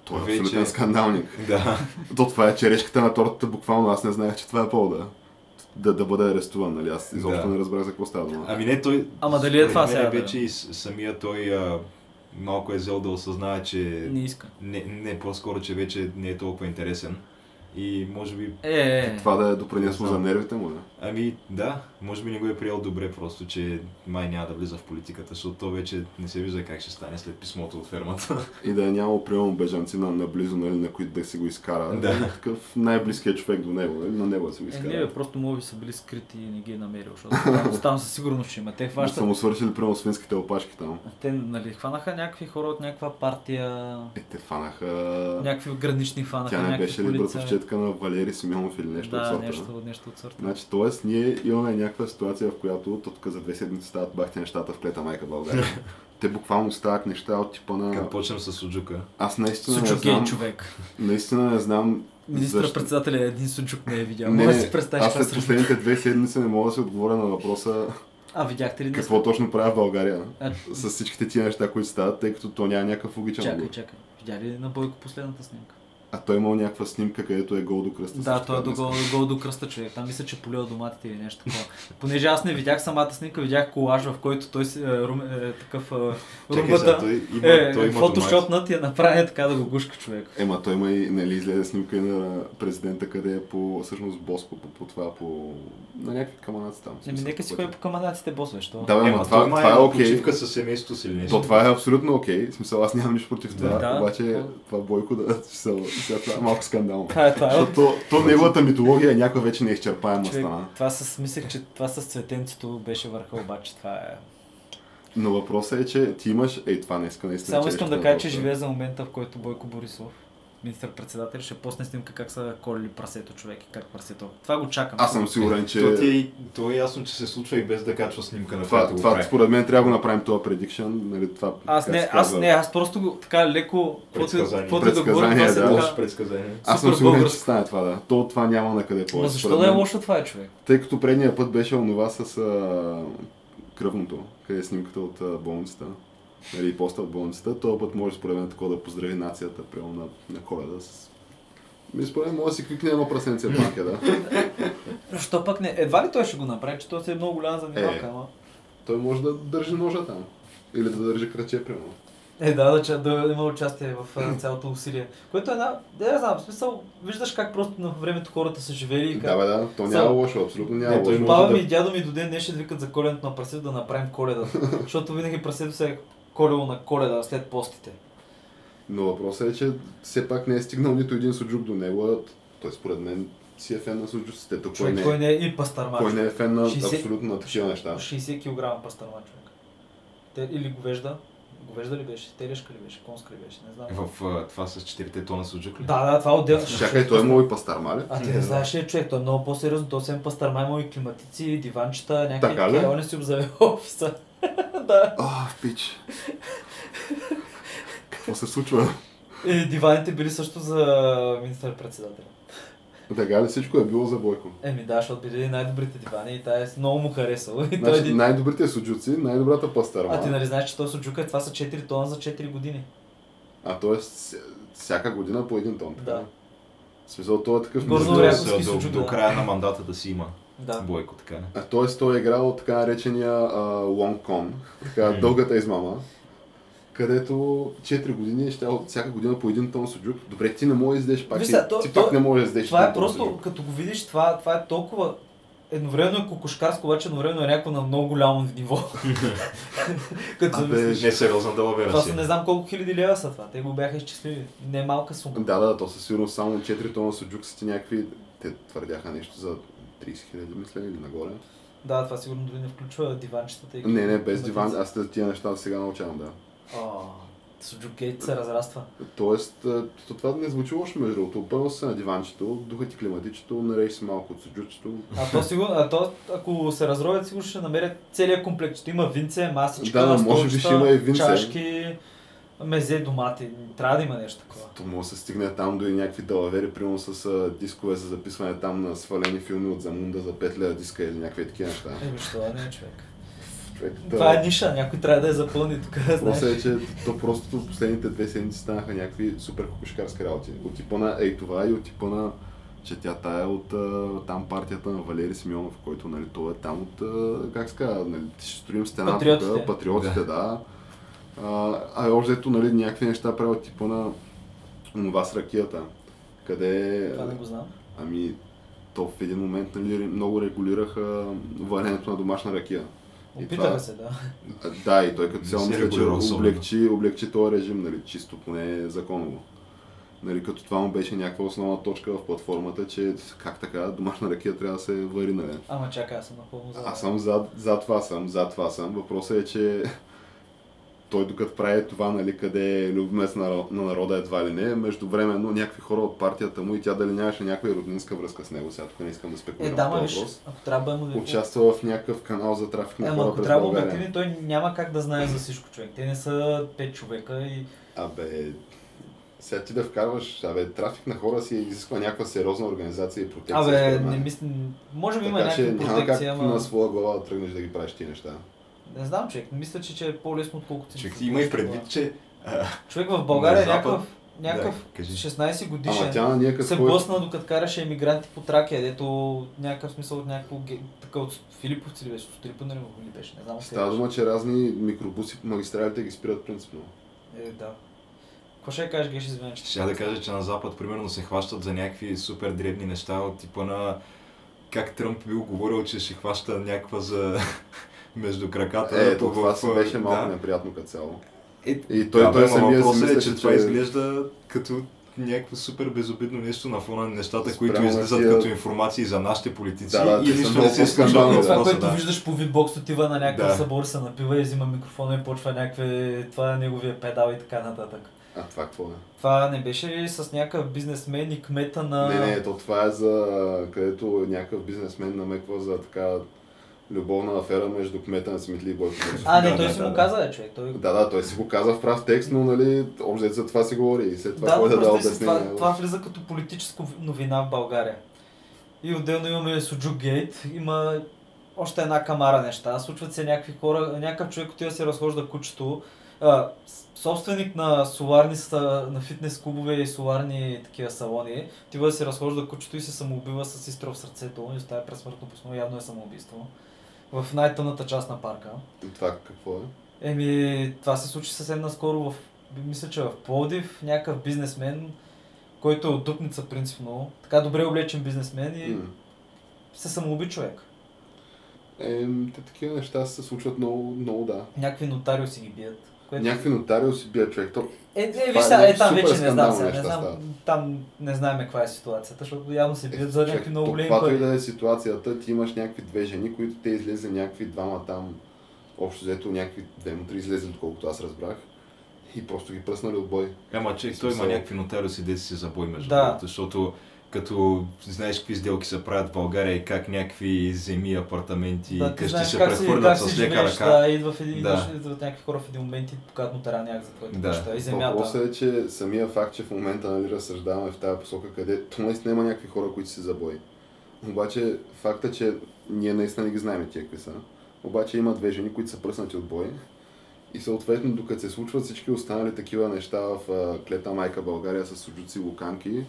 Speaker 2: Той е
Speaker 3: вече-
Speaker 2: абсолютен скандалник.
Speaker 3: Да.
Speaker 2: То това е черешката на тортата, буквално аз не знаех, че това е повода. Да, да бъде арестуван, нали? Аз изобщо
Speaker 3: Да.
Speaker 2: не разбрах за какво става дума.
Speaker 3: Ами не, той...
Speaker 1: Ама дали е това
Speaker 3: според мен
Speaker 1: сега, да?
Speaker 3: Вече и с- самия той а, малко е взел да осъзнае, че...
Speaker 1: Не иска.
Speaker 3: Не, не, по-скоро, че вече не е толкова интересен. И може би...
Speaker 1: Е, е, е.
Speaker 2: Това да е допринесло
Speaker 3: Не
Speaker 2: за
Speaker 3: знам.
Speaker 2: нервите му, е. да.
Speaker 3: Ами да, може би не го е приел добре просто, че май няма да влиза в политиката, защото то вече не се вижда как ще стане след писмото от фермата.
Speaker 2: И да е нямало, примерно, бежанци на, наблизо, нали, на които да си го изкара.
Speaker 3: Да.
Speaker 2: Е Такъв най-близкият човек до него, нали? На него да си го
Speaker 1: Е, не, бе,
Speaker 2: изкара.
Speaker 1: просто може би са били скрити и не ги е намерил, защото там, там със сигурност ще има. Те
Speaker 2: Да
Speaker 1: хващат
Speaker 2: са му свършили, примерно, свинските опашки там.
Speaker 1: Те нали, хванаха някакви хора от някаква партия,
Speaker 2: Е, те фанаха...
Speaker 1: някакви гранични хванаха,
Speaker 2: Тя не
Speaker 1: някакви
Speaker 2: беше ли
Speaker 1: полица.
Speaker 2: братовчетка на Валери Симеонов или нещо
Speaker 1: да,
Speaker 2: от сорта?
Speaker 1: нещо, нещо от сорта.
Speaker 2: Значи, т.е. ние имаме някаква ситуация, в която то тук за две седмици стават бахте нещата в клета майка България. Те буквално стават неща от типа на...
Speaker 3: Като почнем с Суджука.
Speaker 2: Аз наистина не
Speaker 1: Суджук
Speaker 2: знам,
Speaker 1: е човек.
Speaker 2: наистина не знам
Speaker 1: министър председателя е един суджук не е видял.
Speaker 2: Не,
Speaker 1: Може да
Speaker 2: не,
Speaker 1: си представиш
Speaker 2: аз
Speaker 1: това
Speaker 2: след
Speaker 1: срещу-
Speaker 2: последните две седмици не мога да се отговоря на въпроса
Speaker 1: А, видяхте ли днес?
Speaker 2: какво точно правя в България
Speaker 1: А,
Speaker 2: с всичките тия неща, които стават, тъй като то няма някакъв логичен
Speaker 1: чакай,
Speaker 2: отговор.
Speaker 1: чакай. Видя ли на Бойко последната снимка?
Speaker 2: А той имал някаква снимка, където е гол до кръста.
Speaker 5: Да,
Speaker 2: също
Speaker 5: той е
Speaker 2: така
Speaker 5: до
Speaker 2: днес.
Speaker 5: гол, до гол до кръста човек. Там мисля, че полива доматите или нещо такова. Понеже аз не видях самата снимка, видях колаж, в който той си, е, рум, е, такъв е,
Speaker 3: Чакай сега,
Speaker 5: румбата
Speaker 3: той има,
Speaker 5: е,
Speaker 3: той
Speaker 5: е
Speaker 3: има фотошоп.
Speaker 5: фотошопнат и е направен така да го гушка човек.
Speaker 2: Ема той има и, нали, излезе снимка и на президента, къде е по, всъщност, Боско, по, по това, по... на някакви каманаци там. в
Speaker 5: Еми,
Speaker 2: смисъл,
Speaker 5: нека си
Speaker 2: което-
Speaker 5: ходи по каманаците, босове, що?
Speaker 2: е Да, бе, ама
Speaker 3: Ема,
Speaker 2: това,
Speaker 3: той
Speaker 2: това,
Speaker 3: май
Speaker 2: е
Speaker 3: има
Speaker 2: окей.
Speaker 3: почивка със семейството си или нещо.
Speaker 2: То това е абсолютно окей. В смисъл, аз нямам нищо против това.
Speaker 5: Да.
Speaker 2: Обаче, това бойко да в смисъл, сега това е малко скандално.
Speaker 5: Това е, това е.
Speaker 2: Защото то неговата митология е някаква вече неизчерпаема
Speaker 5: Човек,
Speaker 2: стана.
Speaker 5: това с, мислех, че това с цветенцето беше върха, обаче това е...
Speaker 2: Но въпросът е, че ти имаш... Ей, това не иска наистина.
Speaker 5: Само
Speaker 2: че е
Speaker 5: искам
Speaker 2: ще
Speaker 5: да кажа, че
Speaker 2: въпроса.
Speaker 5: живея за момента, в който Бойко Борисов, министър-председател, ще посне снимка как са колили прасето човек и как прасето. Това го чакам.
Speaker 2: Аз съм сигурен, че...
Speaker 3: То, ти, е- то е ясно, че се случва и без да качва снимка на Е,
Speaker 2: Това,
Speaker 3: която го
Speaker 2: това
Speaker 3: прави.
Speaker 2: според мен трябва да го направим този предикшън. Нали, това,
Speaker 5: Аз
Speaker 2: как
Speaker 5: не,
Speaker 2: се
Speaker 5: аз
Speaker 2: казва,
Speaker 5: не, аз просто го, така леко, каквото и-
Speaker 3: Предсказание.
Speaker 5: каквото и да говоря, това
Speaker 2: Предсказание,
Speaker 5: се
Speaker 2: да.
Speaker 5: така.
Speaker 3: Лошо предсказание.
Speaker 2: Аз съм
Speaker 5: супер
Speaker 2: сигурен, че
Speaker 5: българско.
Speaker 2: ще стане това, да. То това няма на къде
Speaker 5: Ма
Speaker 2: повече.
Speaker 5: защо
Speaker 2: според
Speaker 5: да е
Speaker 2: мен.
Speaker 5: лошо това е човек?
Speaker 2: Тъй като предния път беше онова с а, кръвното, къде е снимката от а, болницата. Нали, и поста от болницата. Този път може според мен такова да поздрави нацията, прямо на, на коледа с... Ми според мен може да си квикне едно прасенце в банка, да.
Speaker 5: Защо пък не? Едва ли той ще го направи, че той си е много голяма занимавка,
Speaker 2: Е.
Speaker 5: ама.
Speaker 2: Той може да държи ножа там. Или да държи кръче, прямо.
Speaker 1: Е, да, да, че да има участие в а, цялото усилие. Което е една, да, не знам, в смисъл, виждаш как просто на времето хората са живели и как...
Speaker 2: Да, бе, да. То няма
Speaker 1: Само-
Speaker 2: лошо, абсолютно няма
Speaker 3: Не, той
Speaker 2: лошо.
Speaker 3: може
Speaker 1: Баба
Speaker 3: да-
Speaker 1: ми и дядо ми до ден днешен викат за коледното на прасето да направим коледа. защото винаги прасето се е колело на коледа след постите.
Speaker 2: Но въпросът е, че все пак не е стигнал нито един суджук до него. а Той според мен си е фен на суджуците. То кой
Speaker 1: Човек,
Speaker 2: не, е-
Speaker 1: кой не е и пастърма.
Speaker 2: кой не е фен на
Speaker 1: 60
Speaker 2: абсолютно на такива неща.
Speaker 1: 60 кг пастърма човек. Те, или говежда. Говежда ли беше? Телешка ли беше? Конска ли беше? Не знам.
Speaker 3: В а, това с 4 тона суджук ли?
Speaker 1: Да, да, това е отделно.
Speaker 2: Чакай, той е мой пастар, маля.
Speaker 1: А ти не знаеш ли, човек, той е много по-сериозно. Той освен пастърма има и климатици, диванчета, някакви
Speaker 2: Така ли?
Speaker 1: такива. Он не си обзаве офиса. да.
Speaker 2: А, пич. Какво се случва?
Speaker 1: И диваните били също за министър-председателя.
Speaker 2: Така ли всичко е било за Бойко?
Speaker 1: Еми да, защото били най-добрите дивани и тая много му харесало. И той е
Speaker 2: Значи,
Speaker 1: един-
Speaker 2: най-добрите суджуци, най-добрата пастарма.
Speaker 1: А ти нали знаеш, че той суджука, това са 4 тона за 4 години.
Speaker 2: а т.е. ся- всяка година по един тон. така
Speaker 1: Да.
Speaker 2: ли? В смисъл, той е такъв...
Speaker 1: Горно
Speaker 3: Тоест,
Speaker 1: рязко
Speaker 3: а,
Speaker 1: ски
Speaker 3: до,
Speaker 1: суджук,
Speaker 3: до
Speaker 1: да.
Speaker 3: края на мандата да си има
Speaker 1: Да.
Speaker 3: бойко, така не.
Speaker 2: А т.е. той е играл така наречения а, Long Con, така
Speaker 3: Мгм.
Speaker 2: дългата измама, където 4 години ще от всяка година по един тон суджук. Добре, ти не можеш да издеш пак.
Speaker 1: Виж
Speaker 2: ти-
Speaker 1: сега, то-
Speaker 2: ти
Speaker 1: то-
Speaker 2: пак не можеш да издеш.
Speaker 1: Това е
Speaker 2: един тон
Speaker 1: просто,
Speaker 2: суджук.
Speaker 1: като го видиш, това, това е толкова едновременно е кокошкарско, обаче едновременно е някакво на много голямо ниво. като
Speaker 2: Абе,
Speaker 1: замислиш.
Speaker 3: Не е сериозна далавера
Speaker 1: Това
Speaker 3: си.
Speaker 1: са не знам колко хиляди лева са това. Те го бяха изчислили. Не е малка сума.
Speaker 2: Да, да, то със сигурност само 4 тона суджук са ти някакви... Те твърдяха нещо за 30 хиляди, мисля, или нагоре.
Speaker 1: Да, това сигурно дори не включва диванчетата. и
Speaker 2: Не, не, без
Speaker 1: климатици.
Speaker 2: диван. Аз тези- тия неща сега научавам, да.
Speaker 1: О, Суджукейт се разраства.
Speaker 2: Тоест, а, то това не звучи лошо, между другото. Пълно се на диванчето, духа ти климатичето, нарежи си малко от суджучето.
Speaker 1: А то, сигурно, а то ако се разровят, сигурно ще намерят целият комплект. Ще има винце, масичка,
Speaker 2: Да, да, може би
Speaker 1: столчета,
Speaker 2: ще има и винце.
Speaker 1: чашки, мезе, домати. Трябва да има нещо такова.
Speaker 2: То може да се стигне там до и някакви далавери, примерно с а, дискове за записване там на свалени филми от Замунда за 5 лева диска или някакви такива неща.
Speaker 1: Еми, що да не, човек.
Speaker 2: Човек,
Speaker 1: Това е
Speaker 2: да,
Speaker 1: ниша, някой трябва да я запълни тук, знаеш.
Speaker 2: Въпросът е, че то просто последните две седмици станаха някакви супер кукушкарски работи. От типа на ей това и от типа на че тя тая е от а, там партията на Валери Симеонов, който нали, той е там от, а, как се казва, нали, ти ще строим стена
Speaker 1: Патриотите.
Speaker 2: тук, патриотите, да. А, а още ето, нали, някакви неща правят типа на това с ракията, къде...
Speaker 1: Това не го знам.
Speaker 2: Ами, то в един момент нали, много регулираха варенето на домашна ракия. И това-
Speaker 1: Опитаха се, да.
Speaker 2: а, Да, и той като
Speaker 3: Не
Speaker 2: цяло
Speaker 3: се
Speaker 2: мисля, че
Speaker 3: регулира особено.
Speaker 2: облегчи, облегчи този режим, нали, чисто поне законово. Нали, като това му беше някаква основна точка в платформата, че как така домашна ракия трябва да се вари, нали?
Speaker 1: Ама чакай, аз съм напълно за.
Speaker 2: Аз съм за, за това съм, за това съм. Въпросът е, че той докато прави това, нали, къде е любимец на, наро- на народа едва ли не, междувременно някакви хора от партията му и тя дали нямаше някаква роднинска връзка с него, сега тук не искам да
Speaker 1: Е,
Speaker 2: спекулирам
Speaker 1: да,
Speaker 2: по
Speaker 1: ма
Speaker 2: този
Speaker 1: виж,
Speaker 2: въпрос.
Speaker 1: ако трябва да му
Speaker 2: Участва в някакъв канал за трафик на
Speaker 1: Ама
Speaker 2: хора
Speaker 1: ако
Speaker 2: през
Speaker 1: трябва
Speaker 2: България.
Speaker 1: обективни, той няма как да знае за всичко човек. Те не са пет човека и
Speaker 2: Абе, сега ти да вкарваш, абе, трафик на хора си изисква някаква сериозна организация и протекция.
Speaker 1: Абе,
Speaker 2: според мен.
Speaker 1: не мисля. Може би има
Speaker 2: така че
Speaker 1: някакви
Speaker 2: няма как
Speaker 1: протекции,
Speaker 2: на
Speaker 1: ама.
Speaker 2: своя глава да тръгнеш да ги правиш тия неща.
Speaker 1: Не знам, човек. Мисля, че, че е по-лесно, отколкото си.
Speaker 3: Човек,
Speaker 1: мисля.
Speaker 3: има и предвид, че а,
Speaker 1: Човек в България е
Speaker 3: на Запад-
Speaker 1: някакъв. някакъв
Speaker 3: Да, кажи.
Speaker 1: 16 годишен
Speaker 2: Ама тя на ние
Speaker 3: е
Speaker 1: се
Speaker 2: като кой...
Speaker 1: блъсна докато караше емигранти по Тракия, дето някакъв смисъл от някакво ге... така от Филиповци ли беше, от Трипана ли му ли беше, не знам къде
Speaker 2: Става дума, че разни микробуси по магистралите ги спират принципно.
Speaker 1: беше. Е, да. Какво ще кажеш, Геш, извинявай, че...
Speaker 3: Ще да кажа, че на Запад примерно се хващат за някакви супер дребни неща от типа на как Тръмп бил говорил, че ще хваща някаква за между краката.
Speaker 2: Е, то това си беше малко
Speaker 3: да.
Speaker 2: неприятно като цяло.
Speaker 3: Е,
Speaker 2: И той,
Speaker 3: да,
Speaker 2: той
Speaker 3: бе, ама
Speaker 2: самия си
Speaker 3: въпросът е,
Speaker 2: мислеше,
Speaker 3: че това изглежда като някакво супер безобидно нещо на фона на нещата, които
Speaker 2: Спрямо
Speaker 3: излизат
Speaker 2: тия-
Speaker 3: като информации за нашите политици
Speaker 2: Да, да,
Speaker 3: и
Speaker 2: те са
Speaker 3: нищо не
Speaker 2: много
Speaker 3: се случва.
Speaker 2: скандални.
Speaker 3: на
Speaker 2: Да,
Speaker 1: това,
Speaker 3: въпроса,
Speaker 1: което
Speaker 3: е, да.
Speaker 1: виждаш по витбокс, отива на някакъв
Speaker 3: Да.
Speaker 1: събор, се напива и взима микрофона и почва някакви... Това е неговия педал и така нататък.
Speaker 2: А това какво е?
Speaker 1: Това не беше ли с някакъв бизнесмен и кмета на...
Speaker 2: Не, не, то това е за където някакъв бизнесмен намеква за така любовна афера между кмета на Смитли и Бойко Борисов.
Speaker 1: А, не,
Speaker 3: Да,
Speaker 1: той
Speaker 3: да,
Speaker 1: си
Speaker 3: да,
Speaker 1: му
Speaker 3: да.
Speaker 1: каза, бе, човек. Той...
Speaker 2: Да, да, той си го каза в прав текст, но нали, общо взето за това си говори и след това
Speaker 1: да,
Speaker 2: кой да
Speaker 1: да,
Speaker 2: да
Speaker 1: представи си, това,
Speaker 2: обяснение. нали?
Speaker 1: това влиза като политическа новина в България. И отделно имаме Суджук Гейт, има още една камара неща. Случват се някакви хора, някакъв човек отива да се разхожда кучето. А, с- собственик на соларни, са- на фитнес клубове и соларни такива салони, отива да се разхожда кучето и се самоубива с изстрел в сърцето и оставя предсмъртно писмо, явно е самоубийство. В най-тъмната част на парка.
Speaker 2: Това какво е?
Speaker 1: Еми, това се случи съвсем наскоро в, мисля, че в Пловдив, някакъв бизнесмен, който е от Дупница принципно, така добре облечен бизнесмен и
Speaker 2: М.
Speaker 1: се самоуби човек.
Speaker 2: Е, те такива неща се случват много, много да.
Speaker 1: Някакви нотариуси ги бият. Което...
Speaker 2: Някакви нотариуси бият човек. То,
Speaker 1: Е, е,
Speaker 2: Това
Speaker 1: виж,
Speaker 2: е
Speaker 1: сега, е,
Speaker 2: някакви
Speaker 1: там
Speaker 2: супер
Speaker 1: вече не знам
Speaker 2: скандални
Speaker 1: сега, не
Speaker 2: неща
Speaker 1: знам,
Speaker 2: стават.
Speaker 1: там не знаем каква е ситуацията, защото явно се бият Е, за
Speaker 2: Чак,
Speaker 1: някакви много
Speaker 2: то
Speaker 1: големи
Speaker 2: Е, Каквато и
Speaker 1: пари.
Speaker 2: да е ситуацията, ти имаш някакви две жени, които те излезе някакви двама там, общо взето някакви две му три излезе, доколкото аз разбрах. И просто ги пръснали от бой.
Speaker 3: Ама Е, че той има
Speaker 2: Смисъл.
Speaker 3: някакви нотариуси, де си забой между
Speaker 1: Да.
Speaker 3: другото, защото като знаеш какви сделки се правят в България и как някакви земи, апартаменти,
Speaker 1: Да,
Speaker 3: да,
Speaker 1: ти
Speaker 3: къщи
Speaker 1: знаеш
Speaker 3: се
Speaker 1: как си, как
Speaker 3: прехвърлят
Speaker 1: си
Speaker 3: с лека
Speaker 1: живееш,
Speaker 3: ръка.
Speaker 1: да, идва в един,
Speaker 3: Да.
Speaker 1: идват някакви хора в един момент и покажат нотаралния акт за твоята
Speaker 3: Да.
Speaker 1: къща и земята.
Speaker 2: Въпросът е, че самия факт, че в момента нали, разсъждаваме в тази посока, където наистина има някакви хора, които си забои. Обаче факта, че ние наистина не ги знаем тия какви са. Обаче има две жени, които са пръснати от бой. И съответно, докато се случват всички останали такива неща в а, клета майка България с суджуци и луканки,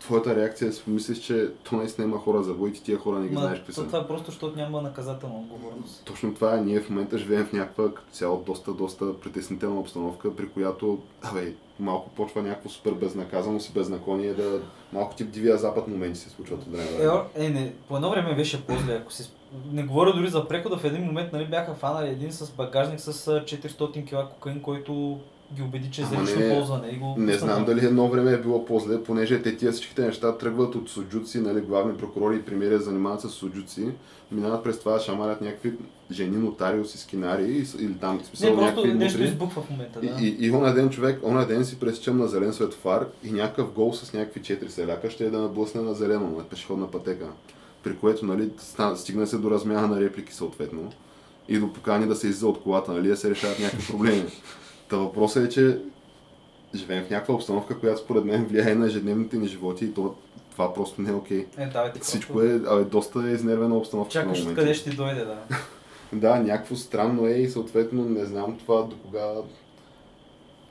Speaker 2: твоята реакция е си помислиш, че то наистина има хора за бой, ти тия хора не ги
Speaker 1: Ма,
Speaker 2: знаеш какви
Speaker 1: то
Speaker 2: са.
Speaker 1: това е просто, защото няма наказателна отговорност.
Speaker 2: Точно това е. Ние в момента живеем в някаква като цяло доста, доста притеснителна обстановка, при която абе, малко почва някакво супер безнаказаност и беззаконие да малко тип дивия запад моменти се случват от време. на
Speaker 1: Е,
Speaker 2: време.
Speaker 1: о- е, не, по едно време беше по-зле, ако си... Не говоря дори за прехода, в един момент нали, бяха фанали един с багажник с а, 400 кг кокаин, който ги убеди, че е за
Speaker 2: Ама
Speaker 1: лично
Speaker 2: не,
Speaker 1: ползване. И го
Speaker 2: Не
Speaker 1: пуснаха.
Speaker 2: знам дали едно време е било по-зле, понеже те тия всичките неща тръгват от суджуци, нали, главни прокурори и премиери занимават се с суджуци, минават през това, шамарят някакви жени нотариуси, скинари и с- или там в смисъл
Speaker 1: Не, просто
Speaker 2: някакви
Speaker 1: нещо
Speaker 2: мутри.
Speaker 1: избухва в момента, да.
Speaker 2: И, и, и онай ден човек, онай ден си през чем на зелен светофар и някакъв гол с някакви четири селяка ще е да наблъсне на зелено, на пешеходна пътека. При което, нали, ста- стигна се до размяна на реплики съответно и до покани да се излиза от колата, нали, да се решават някакви проблеми. Та въпросът е, че живеем в някаква обстановка, която според мен влияе на ежедневните ни животи и то, това просто не е окей.
Speaker 1: Е, да, бе, ти
Speaker 2: Всичко
Speaker 1: просто
Speaker 2: е, абе, доста е изнервена обстановка. на
Speaker 1: Чакаш
Speaker 2: моменти.
Speaker 1: откъде ще ти дойде, да.
Speaker 2: Да, някакво странно е и съответно не знам това до кога